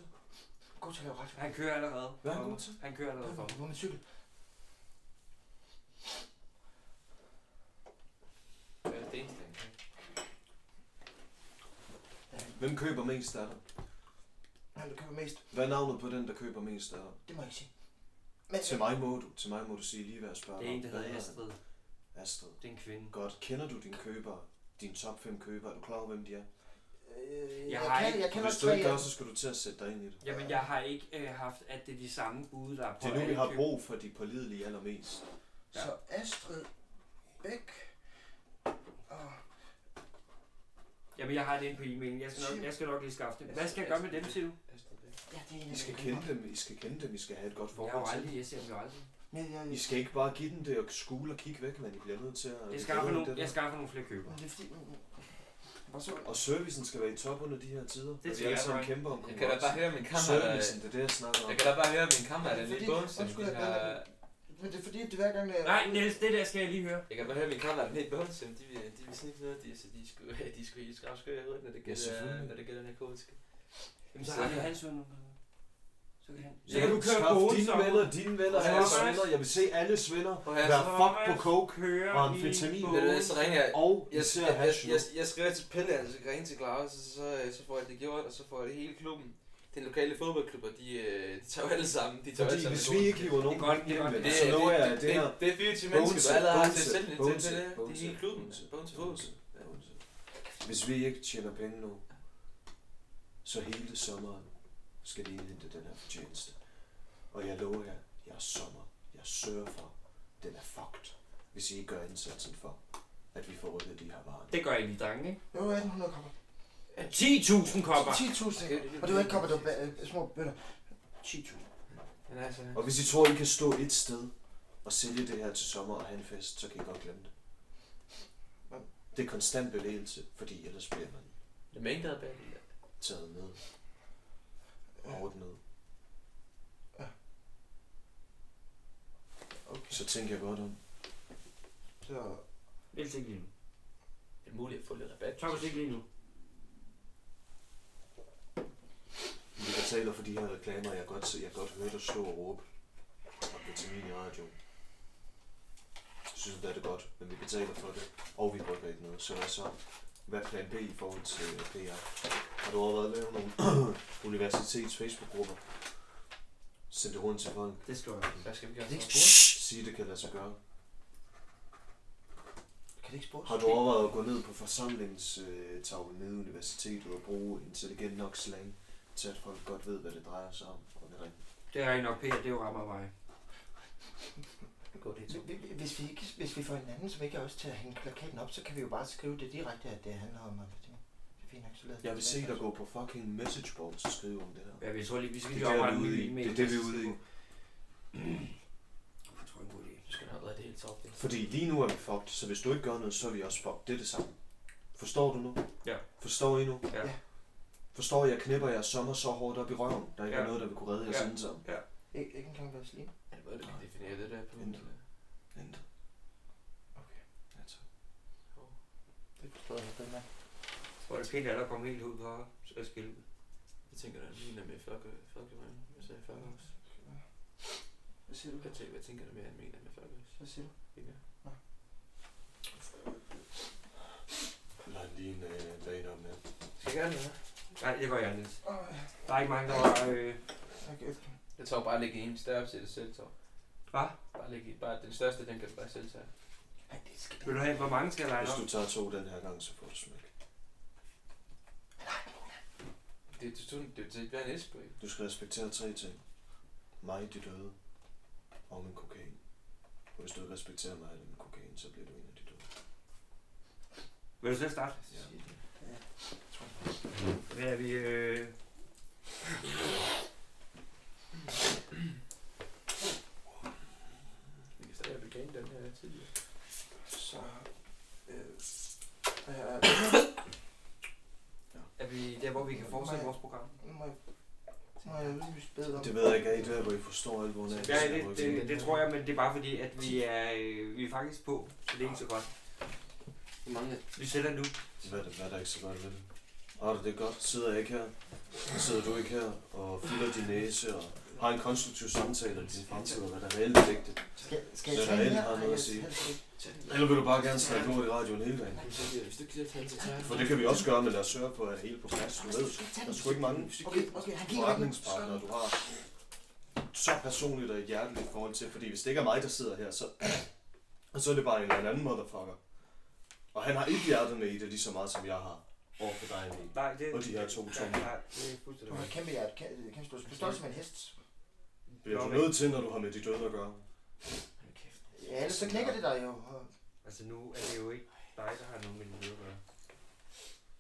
Speaker 5: God til at lave ret.
Speaker 8: Han kører allerede.
Speaker 7: Hvad er han
Speaker 8: for
Speaker 7: god
Speaker 8: mig.
Speaker 7: til?
Speaker 8: Han kører allerede for mig.
Speaker 5: På min cykel.
Speaker 6: Hvad er det eneste, han kan?
Speaker 7: Hvem køber mest af dig?
Speaker 5: Han vil købe mest.
Speaker 7: Hvad er navnet på den, der køber mest af dig?
Speaker 5: Det må jeg ikke sige. Men
Speaker 7: Til mig må du, til mig må du sige lige, hvad jeg spørger
Speaker 8: Det er
Speaker 7: dig
Speaker 8: en,
Speaker 7: om.
Speaker 8: der
Speaker 7: Hvad
Speaker 8: hedder
Speaker 7: han?
Speaker 8: Astrid.
Speaker 7: Astrid.
Speaker 8: Det er en kvinde.
Speaker 7: Godt. Kender du dine købere? Dine top 5 købere? Er du klar over, hvem de er?
Speaker 5: øh,
Speaker 8: Jeg
Speaker 5: jeg,
Speaker 8: har
Speaker 5: kan,
Speaker 8: ikke-
Speaker 5: jeg
Speaker 7: Og
Speaker 5: kender
Speaker 7: hvis
Speaker 5: også
Speaker 7: du ikke
Speaker 5: tre.
Speaker 7: gør, så skal du til at sætte dig ind i det.
Speaker 8: Jamen, jeg har ikke øh, haft, at det er de samme bude, der er på
Speaker 7: Det er nu, vi
Speaker 8: alle
Speaker 7: har
Speaker 8: køb.
Speaker 7: brug for de pålidelige allermest.
Speaker 5: Så Astrid Bæk. Og
Speaker 8: Jamen, jeg har det inde på e-mailen. Jeg skal nok, jeg skal nok lige skaffe det. Hvad skal Altså, jeg gøre med dem, siger du?
Speaker 5: ja, det er en
Speaker 7: I
Speaker 5: af
Speaker 7: skal
Speaker 5: mine
Speaker 7: kende dem, I skal kende dem, I skal have et godt
Speaker 8: Jeg har jo
Speaker 7: forhold til
Speaker 8: aldrig, jeg ser dem jo aldrig.
Speaker 5: venner. Men øh, jeg,
Speaker 7: dem. I skal ikke bare give dem det og skule og kigge væk, men I bliver nødt til at...
Speaker 8: Jeg skaffer
Speaker 7: Det
Speaker 8: nogle,
Speaker 7: der.
Speaker 8: jeg skaffer nogle flere køber.
Speaker 5: men det er fordi... mm, mm. Hvor så
Speaker 7: Og servicen skal være i top under de her tider. Det
Speaker 8: tænker
Speaker 7: vi alle
Speaker 8: jeg,
Speaker 7: sammen
Speaker 8: Brian.
Speaker 7: kæmper om
Speaker 6: Jeg kan da bare høre min kammerat.
Speaker 7: Servicen, det er det, jeg snakker om.
Speaker 6: Jeg kan da bare høre min kammerat, der er lige
Speaker 5: Fordi-
Speaker 6: i bumsen.
Speaker 5: undskyld,
Speaker 6: de
Speaker 5: jeg blander
Speaker 6: har-
Speaker 5: Men det er fordi, det er hver gang, øh- jeg...
Speaker 8: Nej, Niels, det der skal jeg lige høre.
Speaker 6: Jeg kan bare høre, at mine kammerater helt beholdsende, de vil, de vil sådan ikke noget, de, så de skulle, de skulle i skrab skø, jeg ved, når det gælder,
Speaker 7: selvfølgelig.
Speaker 6: når det gælder narkotika.
Speaker 8: Jamen, så
Speaker 6: Så-
Speaker 8: har vi hans venner. Så kan han...
Speaker 7: Så kan du skaffe dine venner, dine venner,
Speaker 8: Og
Speaker 7: hans
Speaker 8: så-
Speaker 7: venner. Jeg vil se alles venner
Speaker 6: Og jeg,
Speaker 7: være fuck på coke
Speaker 8: kører
Speaker 7: og amfetamin.
Speaker 6: ved du hvad, så ringer jeg,
Speaker 7: og
Speaker 6: jeg,
Speaker 7: især
Speaker 6: jeg, jeg,
Speaker 7: hash.
Speaker 6: jeg, jeg skriver til Pelle, altså jeg skal ringe til Klaus, og så, så, så får jeg det gjort, og så får jeg det hele klubben. Den lokale fodboldklubber, de, øh, de tager jo alle sammen, de tager jo alle
Speaker 7: Fordi
Speaker 6: sammen.
Speaker 7: hvis vi ikke hiver nogen
Speaker 8: Det er godt, det er
Speaker 7: igennem,
Speaker 8: godt.
Speaker 7: så lover jeg, at det her...
Speaker 6: det, det, er 24 mennesker, der allerede har til selv, det, det, det, det er hele klubben, altså. bogen til
Speaker 7: Bonse,
Speaker 6: fodbold.
Speaker 7: bonse. Hvis vi ikke tjener penge nu, så hele sommeren skal vi indhente den her fortjeneste. Og jeg lover jer, jeres sommer, jeg sørger for, den er fucked, hvis I ikke gør indsatsen for, at vi får rykket de her varer.
Speaker 8: Det gør jeg lige, drenge. ikke?
Speaker 5: Det var 1800 kopper.
Speaker 8: 10.000 kopper.
Speaker 5: 10.000. Og det var ikke kopper, det var ba- øh, små bøtter. 10.000.
Speaker 6: Men altså,
Speaker 7: Og hvis I tror, I kan stå et sted og sælge det her til sommer og have en fest, så kan I godt glemme det. Det er konstant bevægelse, fordi ellers bliver man
Speaker 6: Det mængder af bag.
Speaker 7: taget med og ordnet.
Speaker 5: Okay.
Speaker 7: Så tænker jeg godt om.
Speaker 5: Så
Speaker 8: Ellers ikke lige nu.
Speaker 6: Det er muligt at få lidt rabat.
Speaker 8: Thomas ikke lige nu.
Speaker 7: Vi betaler for de her reklamer, jeg godt, jeg godt hørte dig stå og råbe om vitamin i radioen. Jeg synes, det er det godt, men vi betaler for det, og vi rykker ikke noget. Så hvad så? Hvad er plan B i forhold til øh, PR? Har du overvejet at lave nogle universitets Facebook-grupper? Send det rundt til folk.
Speaker 8: Det skal jeg.
Speaker 6: Hvad skal vi gøre?
Speaker 5: det er ikke
Speaker 6: så?
Speaker 5: spurgt.
Speaker 7: Sige, det kan lade sig gøre.
Speaker 5: Kan det ikke spurgt?
Speaker 7: Har du overvejet at gå ned på forsamlingstavlen nede i universitetet og bruge intelligent nok slang, til at folk godt ved, hvad det drejer sig om? Og det er rigtigt.
Speaker 8: Det er nok pænt, det rammer mig.
Speaker 6: Gå det to.
Speaker 5: Hvis vi, ikke, hvis vi får en anden, som ikke er os til at hænge plakaten op, så kan vi jo bare skrive det direkte, at det handler om amfetamin. Det er fint nok, så lad os-
Speaker 7: Jeg vil se dig gå på fucking messageboards og skrive om det her.
Speaker 8: Ja, vi tror lige, vi skal
Speaker 7: Det
Speaker 8: lige
Speaker 7: er det,
Speaker 8: oprette
Speaker 7: vi
Speaker 8: en
Speaker 7: er ude
Speaker 8: ny
Speaker 7: i.
Speaker 8: e-mail.
Speaker 7: Det er det, vi er ude i.
Speaker 8: Jeg tror, det er en god idé.
Speaker 6: Du skal nok have det hele top.
Speaker 7: Fordi lige nu er vi fucked, så hvis du ikke gør noget, så er vi også fucked. Det er det samme. Forstår du nu?
Speaker 8: Ja.
Speaker 7: Forstår I nu?
Speaker 8: Ja.
Speaker 5: Ja.
Speaker 7: Forstår I, jeg knipper jeres sommer så hårdt op i røven, der ikke ja.
Speaker 8: Ja.
Speaker 7: er noget, der vil kunne redde jeres
Speaker 8: Ja.
Speaker 7: ja. sammen?
Speaker 5: Ik- ikke engang vaseline.
Speaker 6: Er det noget, der kan definere det der på?
Speaker 7: Vent.
Speaker 6: eller?
Speaker 7: Vent. Okay. Ja, tak.
Speaker 5: Det forstår jeg ikke, mand.
Speaker 8: Jeg tror, det er pænt, at der kommer helt ud på at skille ud.
Speaker 6: Jeg tænker, der er lige noget med folke- folkevogn. Hvad sagde jeg? Folkehus?
Speaker 5: Hvad siger du?
Speaker 6: Hvad tænker- Hvad tænker du mere, han mener med folkehus?
Speaker 5: Hvad siger du?
Speaker 6: Ikke?
Speaker 7: Lad lige en øh, bane om her.
Speaker 6: Skal jeg gøre det, eller hvad?
Speaker 8: Nej, det går jeg Niels.
Speaker 5: Åh,
Speaker 8: Der er ikke mange, der var... Øh,
Speaker 5: tak efter.
Speaker 6: Jeg tror bare, at lægge en større til det selv, tror
Speaker 8: Hvad?
Speaker 6: Bare lægge i- bare den største, den kan du bare selv tage.
Speaker 5: Ej, det skal
Speaker 8: vil du have, hvor mange skal jeg lege
Speaker 7: Hvis
Speaker 8: op?
Speaker 7: du tager to den her gang, så får du smæk.
Speaker 6: Det er til tun- det er til hver en espo, ikke?
Speaker 7: Du skal respektere tre ting. Mig, dit døde, og min kokain. Og hvis du ikke respekterer mig eller min kokain, så bliver du en af de døde.
Speaker 8: Vil du selv starte?
Speaker 7: Ja.
Speaker 8: Hvad er vi... Øh...
Speaker 6: Vi kan stadig have vegan, den her tidligere.
Speaker 5: Så... Øh, øh,
Speaker 8: Er vi der, hvor vi kan fortsætte vores program?
Speaker 5: nu må jeg... Nu må jeg lige bedre om...
Speaker 7: Det ved jeg ikke, er I der, hvor I forstår alvoren af?
Speaker 8: Ja,
Speaker 7: skal
Speaker 8: det,
Speaker 7: rykke ind?
Speaker 8: det, det, tror jeg, men det er bare fordi, at vi er, øh, vi er faktisk på, så det er ikke så godt.
Speaker 6: Hvor mange er
Speaker 8: Vi sætter nu.
Speaker 7: Hvad er, det, hvad er der ikke så godt ved det? Har du det godt? Sidder jeg ikke her? Sidder du ikke her og fylder din næse og har en konstruktiv samtale om din fremtid og hvad der reelt er vigtigt?
Speaker 5: Skal, skal jeg
Speaker 7: Så
Speaker 5: tage
Speaker 7: der
Speaker 5: den
Speaker 7: er
Speaker 5: her?
Speaker 7: alt, har
Speaker 5: Nej,
Speaker 7: noget
Speaker 5: jeg
Speaker 7: at sige.
Speaker 5: helst ikke.
Speaker 7: Eller vil du bare gerne snakke lort i radioen hele dagen?
Speaker 6: det? Så siger jeg, Hvis du ikke siger, at så tager jeg
Speaker 7: For det kan vi også gøre, men lad os sørge på, at hele på plads, du ved. Der er sgu ikke mange
Speaker 5: Okay, okay, han kigger ikke.
Speaker 7: forretningspartnere, du har så personligt og hjerteligt forhold til. Fordi hvis det ikke er mig, der sidder her, så, så er det bare en eller anden motherfucker. Og han har ikke hjertet med i det lige så meget, som jeg har overfor dig, Emil.
Speaker 8: Nej, det,
Speaker 7: Og de her to
Speaker 8: Nej,
Speaker 7: tommer.
Speaker 8: nej, det er
Speaker 5: Du
Speaker 8: fuldstændig
Speaker 5: har et kæmpe hjerte, kæmpe, kæmpe stort. Du står som en hest.
Speaker 7: Bliver du nødt til, når du har med de døde at gøre?
Speaker 5: Ja, ellers så knækker det dig jo.
Speaker 8: Altså nu er det jo ikke dig, der har noget med det at gøre.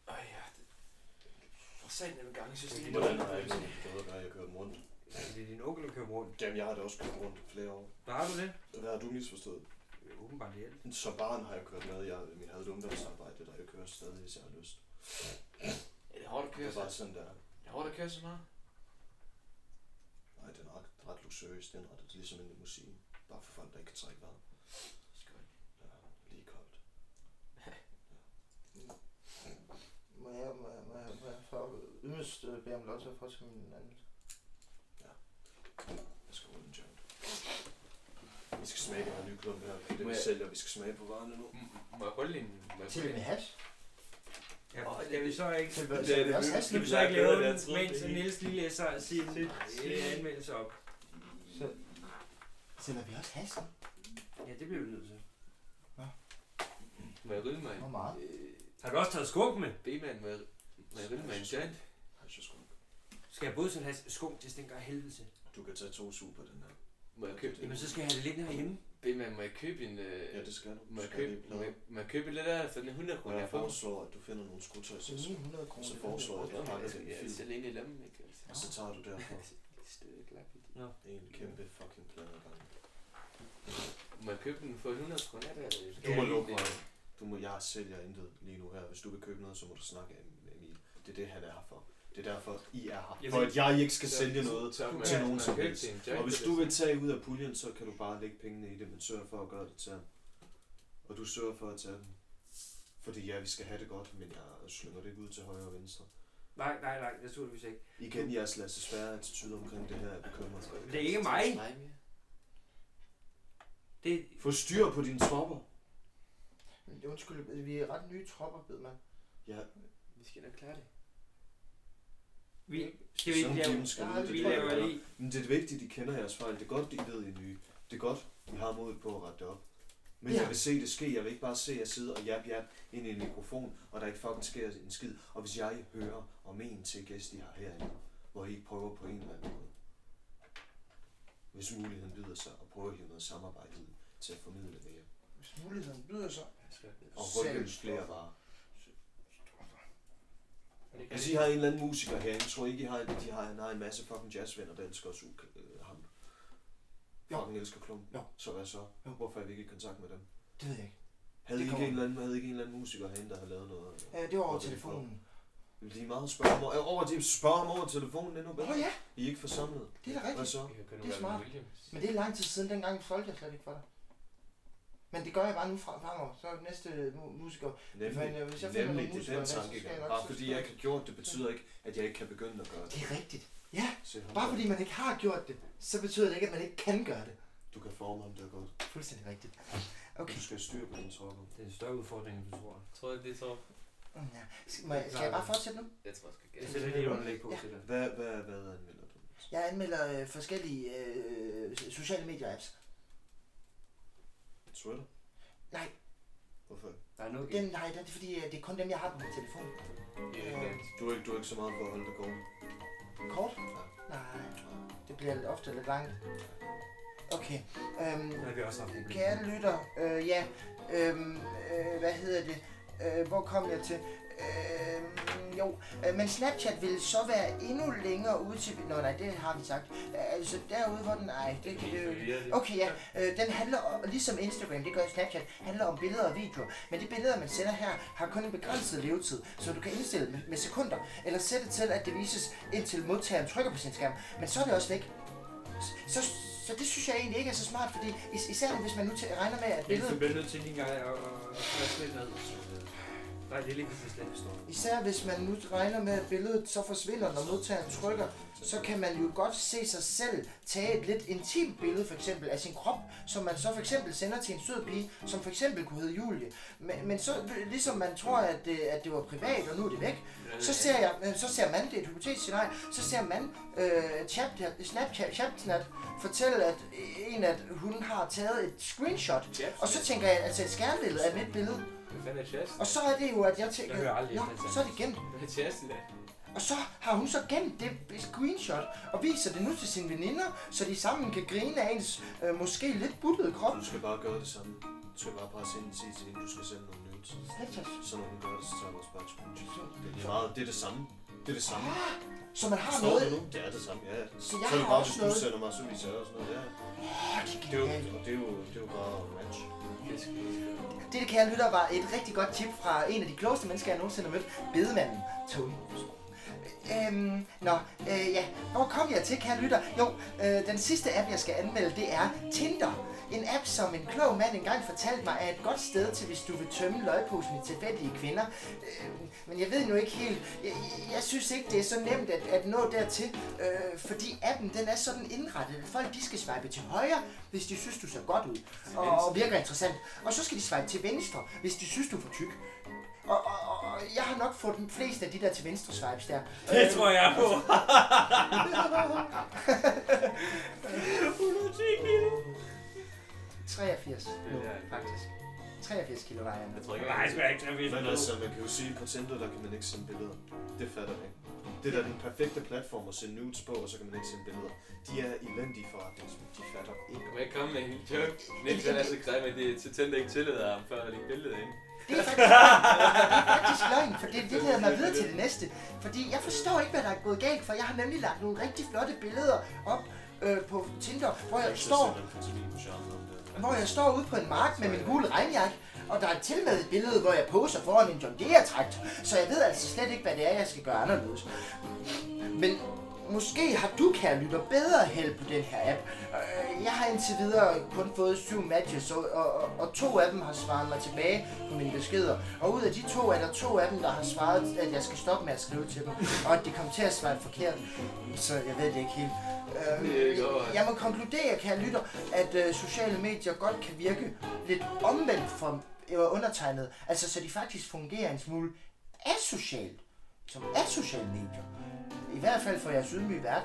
Speaker 6: Ej, ja. det- For satan, jeg vil gange, synes det er
Speaker 7: Hvordan
Speaker 6: lidt
Speaker 7: har jeg ikke
Speaker 6: ondt.
Speaker 7: noget med de døde at gøre? Jeg kører dem rundt.
Speaker 8: Altså, det er din onkel, der kører rundt.
Speaker 7: Jamen, jeg har da også kørt rundt i flere år.
Speaker 8: Der har du det?
Speaker 7: Hvad har du misforstået?
Speaker 8: Øh, Åbenbart det alt.
Speaker 7: Som barn har jeg kørt med. Jeg, jeg havde et ungdomsarbejde, der jeg kører stadig, hvis jeg har lyst.
Speaker 6: Er det hårdt at
Speaker 7: Det
Speaker 6: køre
Speaker 7: er
Speaker 6: så?
Speaker 7: bare sådan, der er.
Speaker 6: Er det hårdt at køre så meget?
Speaker 7: Nej, den er ret, ret luksuriøs indrettet. Det er ligesom en limousine. Bare for folk, der ikke kan trække vejret.
Speaker 6: Skønt.
Speaker 7: Der er lige koldt.
Speaker 5: Må jeg, må jeg, må jeg, må jeg for yderst øh, bede om lov til at få til min anden?
Speaker 7: Jeg skal rulle en joint. Vi skal smage den her nye klump her. Det er det,
Speaker 6: Må
Speaker 7: vi
Speaker 6: jeg-
Speaker 7: sælger. Vi skal smage på varerne nu.
Speaker 6: M- Må jeg holde en... Må jeg
Speaker 5: Til
Speaker 6: holde
Speaker 5: med
Speaker 6: en?
Speaker 5: hash?
Speaker 8: Ja, skal vi så ikke...
Speaker 5: Til hvad?
Speaker 9: Det er
Speaker 5: Til
Speaker 9: det
Speaker 5: også hash?
Speaker 8: Skal vi så ikke lave den, mens Niels lige læser sin øh, anmeldelse op?
Speaker 5: Sælger vi også hash?
Speaker 8: Ja, det bliver vi nødt til.
Speaker 6: Må jeg rydde mig en...
Speaker 5: Hvor meget?
Speaker 6: Øh,
Speaker 8: Har du også taget skunk med?
Speaker 6: B-mand, må jeg, må jeg rydde mig en joint?
Speaker 7: Ej, så sgu.
Speaker 8: Skal jeg både sådan have skunk til stinker af helvede til?
Speaker 7: Du kan tage to super den her.
Speaker 6: Må jeg købe...
Speaker 8: Jamen, så skal jeg have det liggende herhjemme.
Speaker 6: B-mand, må jeg købe en... Øh,
Speaker 7: Ja, det skal du.
Speaker 6: Må
Speaker 7: Du
Speaker 6: jeg
Speaker 7: skal lige
Speaker 6: købe, må
Speaker 7: blade.
Speaker 6: jeg, må jeg købe lidt af for den 100
Speaker 7: Og
Speaker 6: kroner,
Speaker 7: jeg
Speaker 6: jeg Mm. får?
Speaker 7: foreslår, at du finder nogle skotøjsæsker.
Speaker 5: Til 900 kroner.
Speaker 7: Så
Speaker 5: det
Speaker 7: foreslår jeg,
Speaker 5: er
Speaker 7: at du pakker den i
Speaker 6: Jeg er
Speaker 7: film.
Speaker 6: selv inde i lommen, ikke? Altså.
Speaker 7: Og så tager du derfra
Speaker 6: Støde klap i det.
Speaker 7: en kæmpe fucking plade ad gangen.
Speaker 6: Må jeg købe den for 100 kroner? Der,
Speaker 7: Du må lukke mig. Du må, jeg sælger intet lige nu her. Hvis du vil købe noget, så må du snakke med Emil. Det er det, han er her for. Det er derfor, I er her.
Speaker 6: Jamen,
Speaker 7: For at jeg ikke skal
Speaker 6: så-
Speaker 7: sælge noget
Speaker 6: så- så-
Speaker 7: til
Speaker 6: så-
Speaker 7: nogen
Speaker 6: så-
Speaker 7: som
Speaker 6: så-
Speaker 7: helst.
Speaker 6: så- så- så-
Speaker 7: Og hvis
Speaker 6: så-
Speaker 7: du vil tage ud af puljen, så kan du bare lægge pengene i det, men sørg for at gøre det til ham. Og du sørger for at tage dem. Fordi ja, vi skal have det godt, men jeg slynger det ikke ud til højre og venstre.
Speaker 8: Nej, nej, nej, naturligvis ikke.
Speaker 7: Igen jeres Lasse Svære attitude omkring det her er bekymret.
Speaker 8: Det er ikke mig. Det,
Speaker 7: Få styr på dine tropper.
Speaker 5: Men Undskyld, vi er ret nye tropper, ved man.
Speaker 7: Ja,
Speaker 6: Vi skal nok klare det.
Speaker 8: vi, skal vi ikke
Speaker 7: Sådan
Speaker 8: lave...
Speaker 7: Jim skal
Speaker 5: Ja,
Speaker 7: vide, det
Speaker 8: Vi
Speaker 7: tror jeg,
Speaker 8: laver
Speaker 7: jeg gør.
Speaker 8: lige...
Speaker 7: Men det er vigtigt, at I kender jeres fejl. Det er godt, I ved, I er nye. Det er godt, I har modet på at rette det op. Men
Speaker 5: Ja.
Speaker 7: jeg vil se det ske. Jeg vil ikke bare se jer sidde og jab jab ind i en mikrofon, og der ikke fucking sker en skid. Og hvis jeg hører om en til gæst, I har herinde, hvor I ikke prøver på en eller anden måde. Hvis muligheden byder sig, og prøver at hive noget samarbejde ud til at formidle mere.
Speaker 5: Hvis muligheden byder sig.
Speaker 7: Og rykke
Speaker 5: Salgstoffer.
Speaker 7: flere varer. Hvis I har en eller anden musiker herinde, tror I ikke, I har, de har, han har en masse fucking jazzvenner, der elsker også øh, ham.
Speaker 5: Jo.
Speaker 7: Fucking elsker klumpen.
Speaker 5: Jo.
Speaker 7: Så hvad så?
Speaker 5: Jo.
Speaker 7: Hvorfor er vi ikke i kontakt med dem?
Speaker 5: Det ved jeg ikke.
Speaker 7: Havde I
Speaker 5: Det
Speaker 7: ikke,
Speaker 5: kommer.
Speaker 7: en eller anden, havde I ikke en eller anden musiker herinde, der havde lavet noget? øh,
Speaker 5: Ja, det var over
Speaker 7: hvor
Speaker 5: telefonen.
Speaker 7: Vil de meget spørge om Øh, over, over, de spørger om over telefonen endnu
Speaker 5: Nå
Speaker 7: bedre?
Speaker 5: ja,
Speaker 7: I er ikke forsamlet.
Speaker 5: det er da
Speaker 7: Hvad
Speaker 5: rigtigt.
Speaker 7: så?
Speaker 5: Det er smart. Men det er lang tid siden, dengang solgte jeg slet ikke for dig. Men det gør jeg bare nu fra fremover. Så er næste mu- musiker.
Speaker 7: Nemlig,
Speaker 5: Men, øh, hvis jeg finder
Speaker 7: nemlig
Speaker 5: nogle
Speaker 7: det er den
Speaker 5: musikere, så skal
Speaker 7: tanke.
Speaker 5: jeg nok
Speaker 7: Bare
Speaker 5: så
Speaker 7: fordi
Speaker 5: spørge.
Speaker 7: jeg ikke har gjort det, betyder ikke, at jeg ikke kan begynde at gøre det.
Speaker 5: Det er rigtigt. Ja,
Speaker 7: Se ham
Speaker 5: bare
Speaker 7: der.
Speaker 5: fordi man ikke har gjort det, så betyder det ikke, at man ikke kan gøre det.
Speaker 7: Du kan forme ham, det er godt.
Speaker 5: Fuldstændig rigtigt. Okay.
Speaker 7: Du skal have styr på dine tropper.
Speaker 8: Det er en større udfordring, end du tror.
Speaker 6: Tror du, det er så?
Speaker 5: Mm, Ja. Skal, må jeg, skal jeg bare fortsætte nu?
Speaker 6: Jeg tror, jeg skal
Speaker 8: Jeg
Speaker 6: gætte.
Speaker 8: sætter lige et underlæg på til dig.
Speaker 7: Hvad, hvad, hvad anmelder du?
Speaker 5: Jeg anmelder øh, forskellige øh, sociale medier-apps.
Speaker 7: Twitter?
Speaker 5: Nej,
Speaker 7: Hvorfor?
Speaker 1: Der er noget
Speaker 5: den, nej, den, det er fordi, øh, det er kun dem, jeg har på min telefon. Øh,
Speaker 7: Du er ikke, du er ikke så meget for at holde dig gående.
Speaker 5: kort? Nej, det bliver lidt ofte lidt langt. Okay, øhm,
Speaker 8: Der har vi også haft et problem.
Speaker 5: Kære lytter, øh, ja, øhm, øh, hvad hedder det, øh, hvor kom jeg til? Øh, jo, øh, men Snapchat ville så være endnu længere ude til... Nå nej, det har vi sagt. Øh, Altså derude, hvor den... Nej, det kan det jo ikke. Okay, ja, øh, den handler om, ligesom Instagram, det gør Snapchat, handler om billeder og videoer. Men de billeder, man sender her, har kun en begrænset levetid, så du kan indstille med, med sekunder, eller sætte til, at det vises, indtil modtageren trykker på sin skærm. Men så er det også væk så, så det synes jeg egentlig ikke er så smart, fordi is- især hvis man nu tæ- regner med, at
Speaker 8: Men du
Speaker 5: billedet,
Speaker 8: bliver nødt til lige engang at, at, at presse lidt ned. øh, Nej, det er lige præcis det, jeg forstår.
Speaker 5: især hvis man nu regner med, at billedet så forsvinder, når modtageren trykker, så kan man jo godt se sig selv tage et lidt intimt billede for eksempel af sin krop, som man så for eksempel sender til en sød pige, som for eksempel kunne hedde Julie. Men, men så ligesom man tror, at det, at det var privat, og nu er det væk, så ser, jeg, øh, så ser man, det er et hypotetisk scenarie, så ser man øh, Snapchat, Snapchat, Snapchat fortælle at øh, en, at hun har taget et screenshot, og så tænker jeg, altså et skærmbillede af mit billede,
Speaker 6: Hvad fanden er Chas?
Speaker 5: og så er det jo, at jeg
Speaker 8: Jeg hører
Speaker 5: tænker,
Speaker 8: aldrig
Speaker 5: Nå,
Speaker 8: efter altså." det.
Speaker 5: så er det gemt.
Speaker 6: Hvad er Chas i dag?
Speaker 5: Og så har hun så gemt det screenshot, og viser det nu til sine veninder, så de sammen kan grine af ens øh, måske lidt buttede krop.
Speaker 7: Du skal bare gøre det samme. Du skal bare presse ind og sige til hende, du skal sende nogle nudes.
Speaker 5: Snapchat.
Speaker 7: Så når hun gør det, så tager du også bare et screenshot. Det er meget, det er det samme. Det er det samme.
Speaker 5: Så man har
Speaker 7: Forstår du
Speaker 5: Ah, noget...
Speaker 7: nu? Det er det samme, ja. ja.
Speaker 5: Så jeg
Speaker 7: så er det
Speaker 5: har
Speaker 7: bare,
Speaker 5: også
Speaker 7: hvis
Speaker 5: noget-
Speaker 7: du sender mig, så viser jeg også noget. Ja. Det er jo, og det er jo, det er jo bare match.
Speaker 5: Det, det kære lytter, var et rigtig godt tip fra en af de klogeste mennesker, jeg nogensinde har mødt, bedemanden Tony. Øhm, nå, øh, ja, hvor kom jeg til, kære lytter? Jo, øh, den sidste app, jeg skal anmelde, det er Tinder. En app, som en klog mand engang fortalte mig, er et godt sted til, hvis du vil tømme løgposen i tilfældige kvinder. Øh, men jeg ved nu ikke helt, jeg, jeg synes ikke, det er så nemt at, at nå dertil, øh, fordi appen, den er sådan indrettet, at folk, de skal swipe til højre, hvis de synes, du ser godt ud og, og virker interessant. Og så skal de swipe til venstre, hvis de synes, du er for tyk. Og, og, og- og jeg har nok fået den fleste af de der til venstre swipes der.
Speaker 8: Det tror jeg på.
Speaker 5: Øh, 83 nu,
Speaker 6: Det er-
Speaker 5: faktisk. 83 kilo vejer jeg nu.
Speaker 6: Jeg tror ikke,
Speaker 8: Nej,
Speaker 6: jeg
Speaker 8: det skal jeg ikke tage
Speaker 7: Men
Speaker 8: videre.
Speaker 7: altså, man kan jo sige, på Tinder, der kan man ikke sende billeder. Det fatter jeg ikke. Det er da den perfekte platform at sende nudes på, og så kan man ikke sende billeder. De er elendige forretningsmænd. De fatter ikke.
Speaker 6: Kan man ikke komme med en lille joke? Niels han er så grim, at det til tænder ikke tillader ham før at lægge billedet ind.
Speaker 5: Det er faktisk, det er faktisk løgn, for det, det leder mig videre til det næste. Fordi jeg forstår ikke, hvad der er gået galt, for jeg har nemlig lagt nogle rigtig flotte billeder op øh, på Tinder, hvor jeg
Speaker 7: Så
Speaker 5: står
Speaker 7: sender dem til min charme om det.
Speaker 5: hvor jeg står ude på en mark med min gule regnjakke, og der er til med et billede, hvor jeg poser foran en John Deere-traktor, så jeg ved altså slet ikke, hvad det er, jeg skal gøre anderledes. Men måske har du, kære lytter, bedre held på den her app. Øh, Jeg har indtil videre kun fået syv matches, og, og, og- og to af dem har svaret mig tilbage på mine beskeder. Og ud af de to er der to af dem, der har svaret, at jeg skal stoppe med at skrive til dem, og at de kom til at svare forkert. Så jeg ved det ikke helt. Øh,
Speaker 6: Det er ikke godt.
Speaker 5: jeg må konkludere, kære lytter, at øh, sociale medier godt kan virke lidt omvendt for øh, undertegnet. Altså, så de faktisk fungerer en smule asocialt, som asociale medier. I hvert fald for jeres ydmyge vært.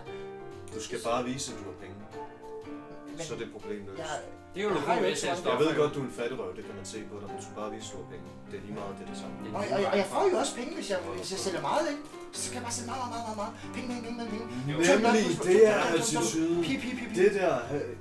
Speaker 7: Du skal bare vise, at du har penge. Så er det problemet løst.
Speaker 5: Jeg,
Speaker 1: Det er jo
Speaker 5: jeg har
Speaker 1: noget
Speaker 5: jo
Speaker 1: med
Speaker 5: ikke
Speaker 1: til
Speaker 5: så
Speaker 1: at
Speaker 5: mange-
Speaker 7: Jeg
Speaker 1: stoppe.
Speaker 7: ved godt, du er en fattigrøv, det kan man se på dig, men du skal bare vise, at du har penge. Det er lige meget, det er det samme.
Speaker 1: Det er
Speaker 5: og,
Speaker 1: lige
Speaker 5: og, og, jeg
Speaker 1: meget.
Speaker 5: får jo også penge, hvis jeg, hvis jeg sælger meget, ikke? Så skal jeg bare sælge meget, meget, meget, meget. Penge, penge, penge, penge. penge. Tøm
Speaker 7: Nemlig,
Speaker 5: nok,
Speaker 7: det er
Speaker 5: tøm, tøm, tøm.
Speaker 7: attituden.
Speaker 5: Pip, pip, pip, pip.
Speaker 7: Det der, øh,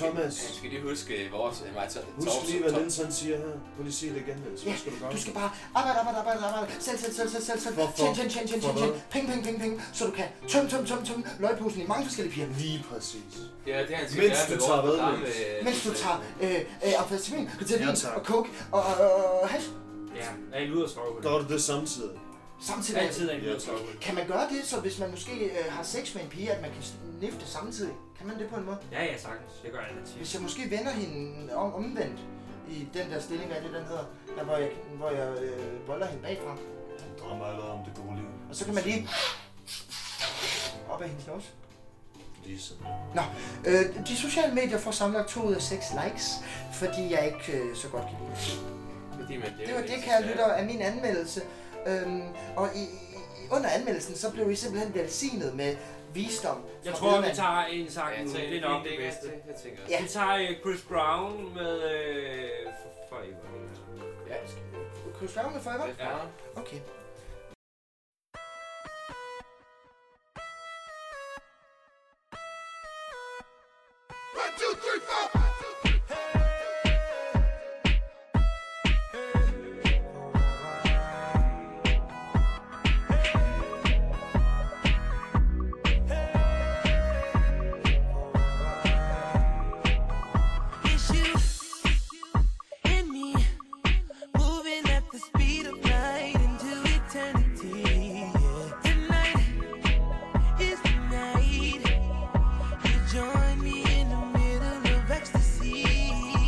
Speaker 7: Thomas.
Speaker 6: Han skal lige huske vores... øh, Mig, to,
Speaker 7: husk lige, hvad Linsen siger her. Prøv lige at sige det igen, Niels.
Speaker 5: Ja,
Speaker 7: Hvad skal du gøre?
Speaker 5: du skal bare arbejde, arbejde, arbejde, arbejde. Selv, selv, selv, selv, selv, selv.
Speaker 7: Hvorfor?
Speaker 5: Tjen, tjen, tjen, tjen, tjen, tjen.
Speaker 7: Hvorfor?
Speaker 5: Penge, penge, penge, penge. Så du kan tøm, tøm, tøm, tøm. Løgposen i mange forskellige piger.
Speaker 7: Lige præcis.
Speaker 6: Ja, det er han skal
Speaker 7: Mens
Speaker 6: gøre
Speaker 7: du
Speaker 6: med
Speaker 7: tager
Speaker 6: vores
Speaker 7: ved,
Speaker 6: program,
Speaker 7: Niels.
Speaker 6: øh,
Speaker 5: Mens du tager øh, øh, amfetamin, ritalin
Speaker 7: Ja, tak.
Speaker 5: og coke og, og, og, og hash.
Speaker 1: Ja, er I ude og sove?
Speaker 7: Gør du det samtidig?
Speaker 5: Samtidig
Speaker 1: Altid er I ude
Speaker 7: Ja,
Speaker 1: og sove.
Speaker 5: Kan man gøre det, så hvis man måske øh, har sex med en pige, at man kan snifte samtidig? Kan man det på en måde?
Speaker 1: Ja, ja, sagtens. Det gør jeg altid.
Speaker 5: Hvis jeg måske vender hende om, omvendt i den der stilling, hvad er det den hedder, der hvor jeg, hvor jeg øh, volder hende bagfra.
Speaker 7: Han drømmer allerede om det gode liv.
Speaker 5: Og så kan man lige op af hendes nose.
Speaker 7: Lige sådan.
Speaker 5: Nå, øh, de sociale medier får samlet 2 ud af 6 likes, fordi jeg ikke øh, så godt kan lide det.
Speaker 6: øh, Fordi man,
Speaker 5: Det var det, kære lytter, af min anmeldelse. Øhm, og i, i- under anmeldelsen, så blev I simpelthen velsignet med visdom. fra
Speaker 1: Jeg tror, vi
Speaker 5: Bedemand.
Speaker 1: tager en sang
Speaker 6: Ja,
Speaker 1: nu.
Speaker 6: så
Speaker 1: Det er nok det
Speaker 6: er
Speaker 1: bedste.
Speaker 6: Jeg tænker også.
Speaker 5: Ja.
Speaker 1: Vi tager øh, Chris Brown med... Øh, for- for Ever.
Speaker 6: Ja, det skal vi.
Speaker 5: Kunne du spørge mig for i
Speaker 6: Det er faren.
Speaker 5: Okay.
Speaker 3: It's you and me moving at the speed of light into eternity. Tonight is the night you join me in the middle of ecstasy.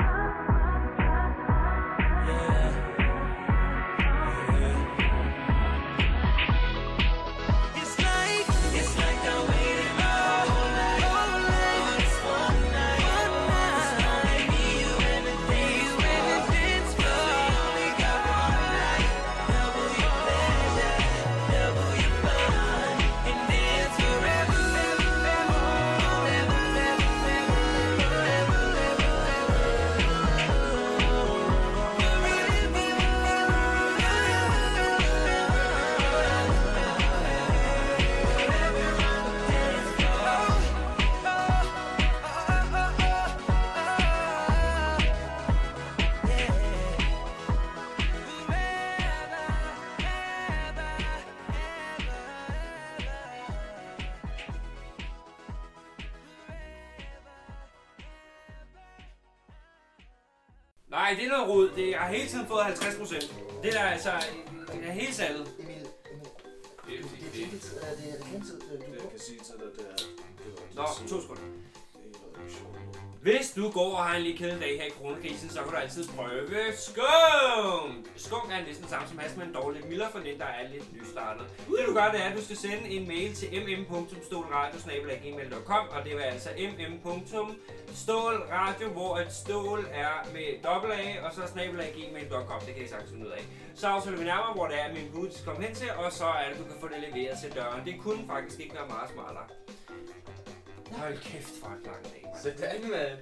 Speaker 8: Oh, oh,
Speaker 1: Nej, det er noget rod. Det, jeg har hele tiden fået 50 procent. Det er altså... Det er helt sandet.
Speaker 5: Det er tidlig tid, er det er det hele tid, øh, du
Speaker 7: Jeg kan sige til dig, det er...
Speaker 1: Nå, to sekunder. Hvis du går og har en lige kedelig dag her i coronakrisen, så kan du altid prøve skum. Skum er næsten samme som has, men dog lidt mildere for den, der er lidt nystartet. Det du gør, det er, at du skal sende en mail til mm mm.stålradio.gmail.com og det er altså mm.stålradio, hvor et stål er med dobbelt A, og så snabelag gmail.com, det kan I sagtens finde ud af. Så afslutter vi nærmere, hvor det er, at min bud skal komme hen til, og så er det, du kan få det leveret til døren. Det kunne faktisk ikke være meget smartere. Hold kæft, for en lang dag. mand.
Speaker 6: Sådan, mand.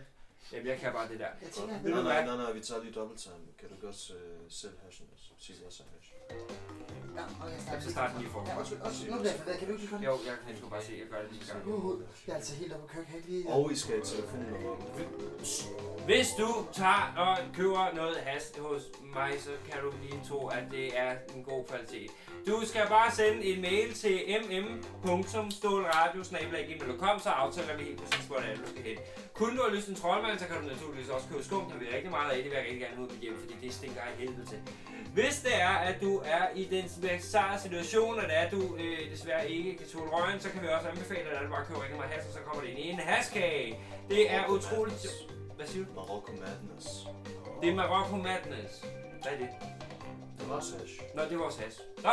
Speaker 1: Jamen, jeg kan bare det der.
Speaker 5: Jeg tænker, at
Speaker 7: Nej,
Speaker 5: ved du
Speaker 7: nej,
Speaker 5: hvad?
Speaker 7: nej, nej, vi tager lige dobbelt time. Kan du godt øh, selv hashen? altså? Sig også hash.
Speaker 5: Ja, og jeg
Speaker 1: Jamen, så starter den lige forfra.
Speaker 5: Ja, undskyld, undskyld, nu bliver jeg forvirret. Kan du ikke lige komme?
Speaker 1: Jo, jeg kan sgu bare se, jeg gør det lige en gang.
Speaker 5: Uh, jeg er altså helt oppe at køre. Kan jeg ikke lige...
Speaker 7: Og I skal have et telefonnummer. op.
Speaker 1: Hvis du tager og køber noget has hos mig, så kan du lige tro, at det er en god kvalitet. Du skal bare sende en mail til mm mm.stålradio.com, så aftaler vi helt præcis, hvor det er, du skal hen. Kunne du have lyst til en troldmand, så kan du naturligvis også købe skum, der vil jeg rigtig meget af. Det vil jeg rigtig gerne ud med hjem, fordi det stinker af helvede til. Hvis det er, at du er i den bizarre situation, og det er, at du øh, desværre ikke kan tåle røgen, så kan vi også anbefale dig, at du bare køber rigtig meget has, og så kommer det ind i en haskage. Det er utroligt... Hvad siger du?
Speaker 7: Marokko Madness.
Speaker 1: Det er Marokko Madness. Hvad er det?
Speaker 7: Det var også hash.
Speaker 1: Nå, det er vores has. Nå!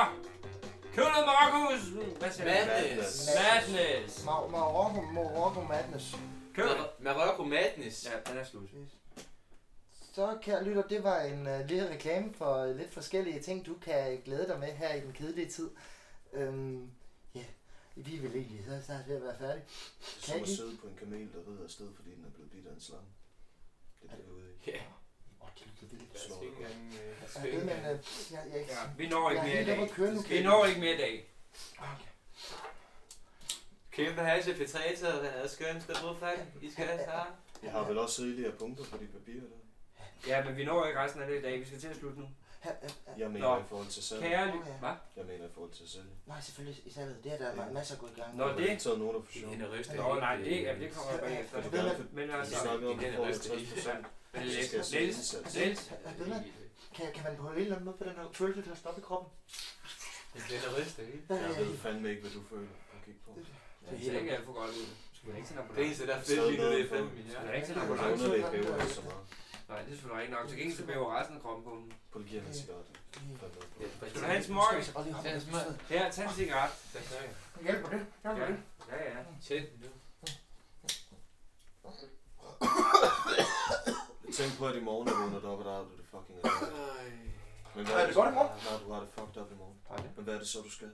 Speaker 1: Køb noget Marokko! Hvad siger du?
Speaker 6: Madness.
Speaker 1: Madness!
Speaker 5: Mar- Marokko, Marokko Madness.
Speaker 1: Køb det.
Speaker 6: Mar- Marokko Madness.
Speaker 1: Ja, den er slut.
Speaker 5: Så, kære lytter, det var en uh, lille reklame for øh, lidt forskellige ting, du kan øh, glæde dig med her i den kedelige tid. Øhm, ja, vi vil egentlig så snart ved at være færdige.
Speaker 7: Det er
Speaker 5: Kan
Speaker 7: som
Speaker 5: I?
Speaker 7: at sidde på en kamel, der rider afsted, fordi den er blevet bidt af en slange. Det er det, jeg er ude i.
Speaker 6: Ja.
Speaker 5: Åh, det lyder vildt.
Speaker 6: Jeg skal ikke engang, øh, have
Speaker 5: Jeg ved,
Speaker 6: spænding.
Speaker 5: men øh, jeg, jeg, jeg,
Speaker 1: Ja, vi når
Speaker 5: jeg
Speaker 1: ikke mere
Speaker 5: er
Speaker 1: i
Speaker 5: helt oppe
Speaker 1: dag.
Speaker 5: at køre nu.
Speaker 1: Vi når ikke mere i dag.
Speaker 6: Kæmpe hash, Petrata, der havde skønt, der brød I skal have snart.
Speaker 7: Jeg har vel også rigelige punkter på de papirer der.
Speaker 1: Ja, men vi når ikke resten af det i dag. Vi skal til at slutte nu.
Speaker 5: øh,
Speaker 7: Jeg mener
Speaker 1: Nå.
Speaker 7: i forhold til salg.
Speaker 1: Kære ly- Hvad?
Speaker 7: Jeg mener i forhold til salg.
Speaker 5: Nej, selvfølgelig, i salget. Det er der
Speaker 7: Ja.
Speaker 5: masser af gode gang.
Speaker 1: Nå,
Speaker 7: Jeg har
Speaker 1: det...
Speaker 7: ikke taget nogen, der for
Speaker 6: Det er
Speaker 7: sjov.
Speaker 6: generøst.
Speaker 1: Nå, nej, det, ja, det kommer jeg bagefter.
Speaker 7: Er du glad for,
Speaker 1: Men
Speaker 7: at
Speaker 1: altså...
Speaker 7: vi snakkede om, at vi får 50 procent?
Speaker 1: Men
Speaker 7: Vi
Speaker 1: Niels,
Speaker 7: skal have sådan en
Speaker 1: Niels,
Speaker 7: indsats.
Speaker 1: Niels,
Speaker 5: ved man? Kan, kan man på en eller anden måde på den her følelse, der står op i kroppen?
Speaker 6: Det er generøst, det hele.
Speaker 7: Jeg ved fandme ikke, hvad du føler. Jeg kan ikke på.
Speaker 1: det ser ikke alt for godt ud. Skal vi ikke sende
Speaker 6: Det
Speaker 1: abonnement?
Speaker 6: eneste, der er fedt lige nu, det er fandme
Speaker 1: Skal
Speaker 6: min
Speaker 1: vi
Speaker 6: hjerte.
Speaker 1: ikke sende
Speaker 7: Hvor
Speaker 1: abonnement?
Speaker 7: langt er det ikke bæver så meget?
Speaker 1: Nej, det er selvfølgelig ikke nok. Til gengæld så bæver resten af kroppen på dem.
Speaker 7: På det giver mig en cigaret. Fandme på.
Speaker 1: Skal du have en smøg?
Speaker 5: Og lige hoppe
Speaker 6: Ja,
Speaker 5: ja,
Speaker 6: smart.
Speaker 1: Her, tag en cigaret.
Speaker 6: Der snakker.
Speaker 5: Hjælper det? Hjælper
Speaker 1: Ja,
Speaker 5: det?
Speaker 1: ja, ja.
Speaker 6: Tjent nu.
Speaker 7: Tænk på, at i morgen er vågnet op, og der er du det fucking af. Men hvad
Speaker 5: Er det godt i morgen?
Speaker 7: Nej, du har det fucked up i morgen.
Speaker 1: Har det?
Speaker 7: Men hvad er det så, du skal?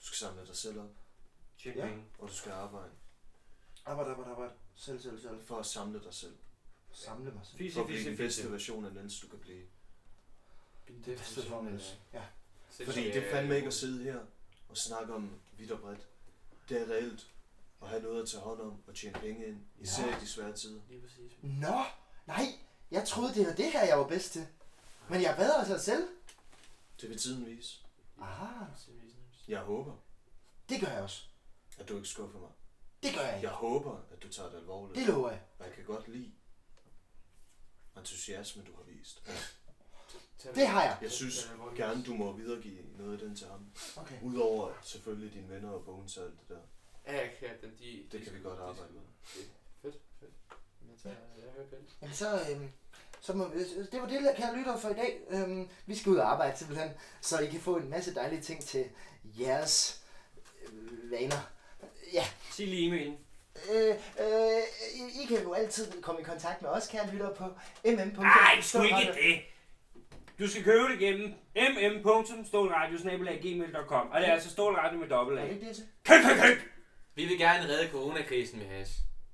Speaker 7: Du skal samle dig selv op,
Speaker 1: Tjent
Speaker 5: Ja.
Speaker 1: penge.
Speaker 7: og du skal arbejde
Speaker 5: Arbejde, arbejde, arbejde. Selv, selv, selv.
Speaker 7: for at samle dig selv.
Speaker 5: Samle mig selv.
Speaker 1: Fisse,
Speaker 7: For at blive
Speaker 1: fisse,
Speaker 7: den
Speaker 1: fisse.
Speaker 7: bedste version af Niels, du kan blive.
Speaker 6: Det
Speaker 5: Det er sådan, Niels. Ja.
Speaker 7: Fordi det er fandme ikke at sidde her og snakke om vidt og bredt. Det er reelt at have noget at tage hånd om og tjene penge ind. Især i de svære tider.
Speaker 6: Lige præcis.
Speaker 5: Nå, nej. Jeg troede, det var det her, jeg var bedst til. Men jeg bedre sig selv.
Speaker 7: Det vil tiden vise.
Speaker 5: Ah,
Speaker 7: Jeg håber,
Speaker 5: det gør jeg også.
Speaker 7: at du ikke skuffer mig.
Speaker 5: Det gør jeg ikke.
Speaker 7: Jeg håber, at du tager det alvorligt.
Speaker 5: Det lover jeg.
Speaker 7: Og jeg kan godt lide entusiasme, du har vist.
Speaker 5: Det har jeg.
Speaker 7: Jeg synes gerne, du må videregive noget af den til ham.
Speaker 5: Okay.
Speaker 7: Udover selvfølgelig dine venner og bogen og alt det der.
Speaker 6: Ja, jeg kan dem. De,
Speaker 7: Det kan vi godt arbejde med.
Speaker 6: Fedt, fedt. Jeg tager, jeg hører fedt.
Speaker 5: Jamen så, øhm, så må, øh, det var det, kære lyttere, for i dag. Øhm, vi skal ud og arbejde simpelthen, så I kan få en masse dejlige ting til jeres øh, vaner. Ja,
Speaker 1: Sig lige e-mailen.
Speaker 5: øh, øh, I, I kan jo altid komme i kontakt med os, kære lyttere, på mm.
Speaker 1: Nej, sgu ikke det. Du skal købe det gennem mm.stålradio.gmail.com Og det er altså stålradio med dobbelt
Speaker 5: Er
Speaker 1: A.
Speaker 5: det ikke det, jeg siger?
Speaker 1: Køb, køb, køb!
Speaker 6: Vi vil gerne redde coronakrisen med hash.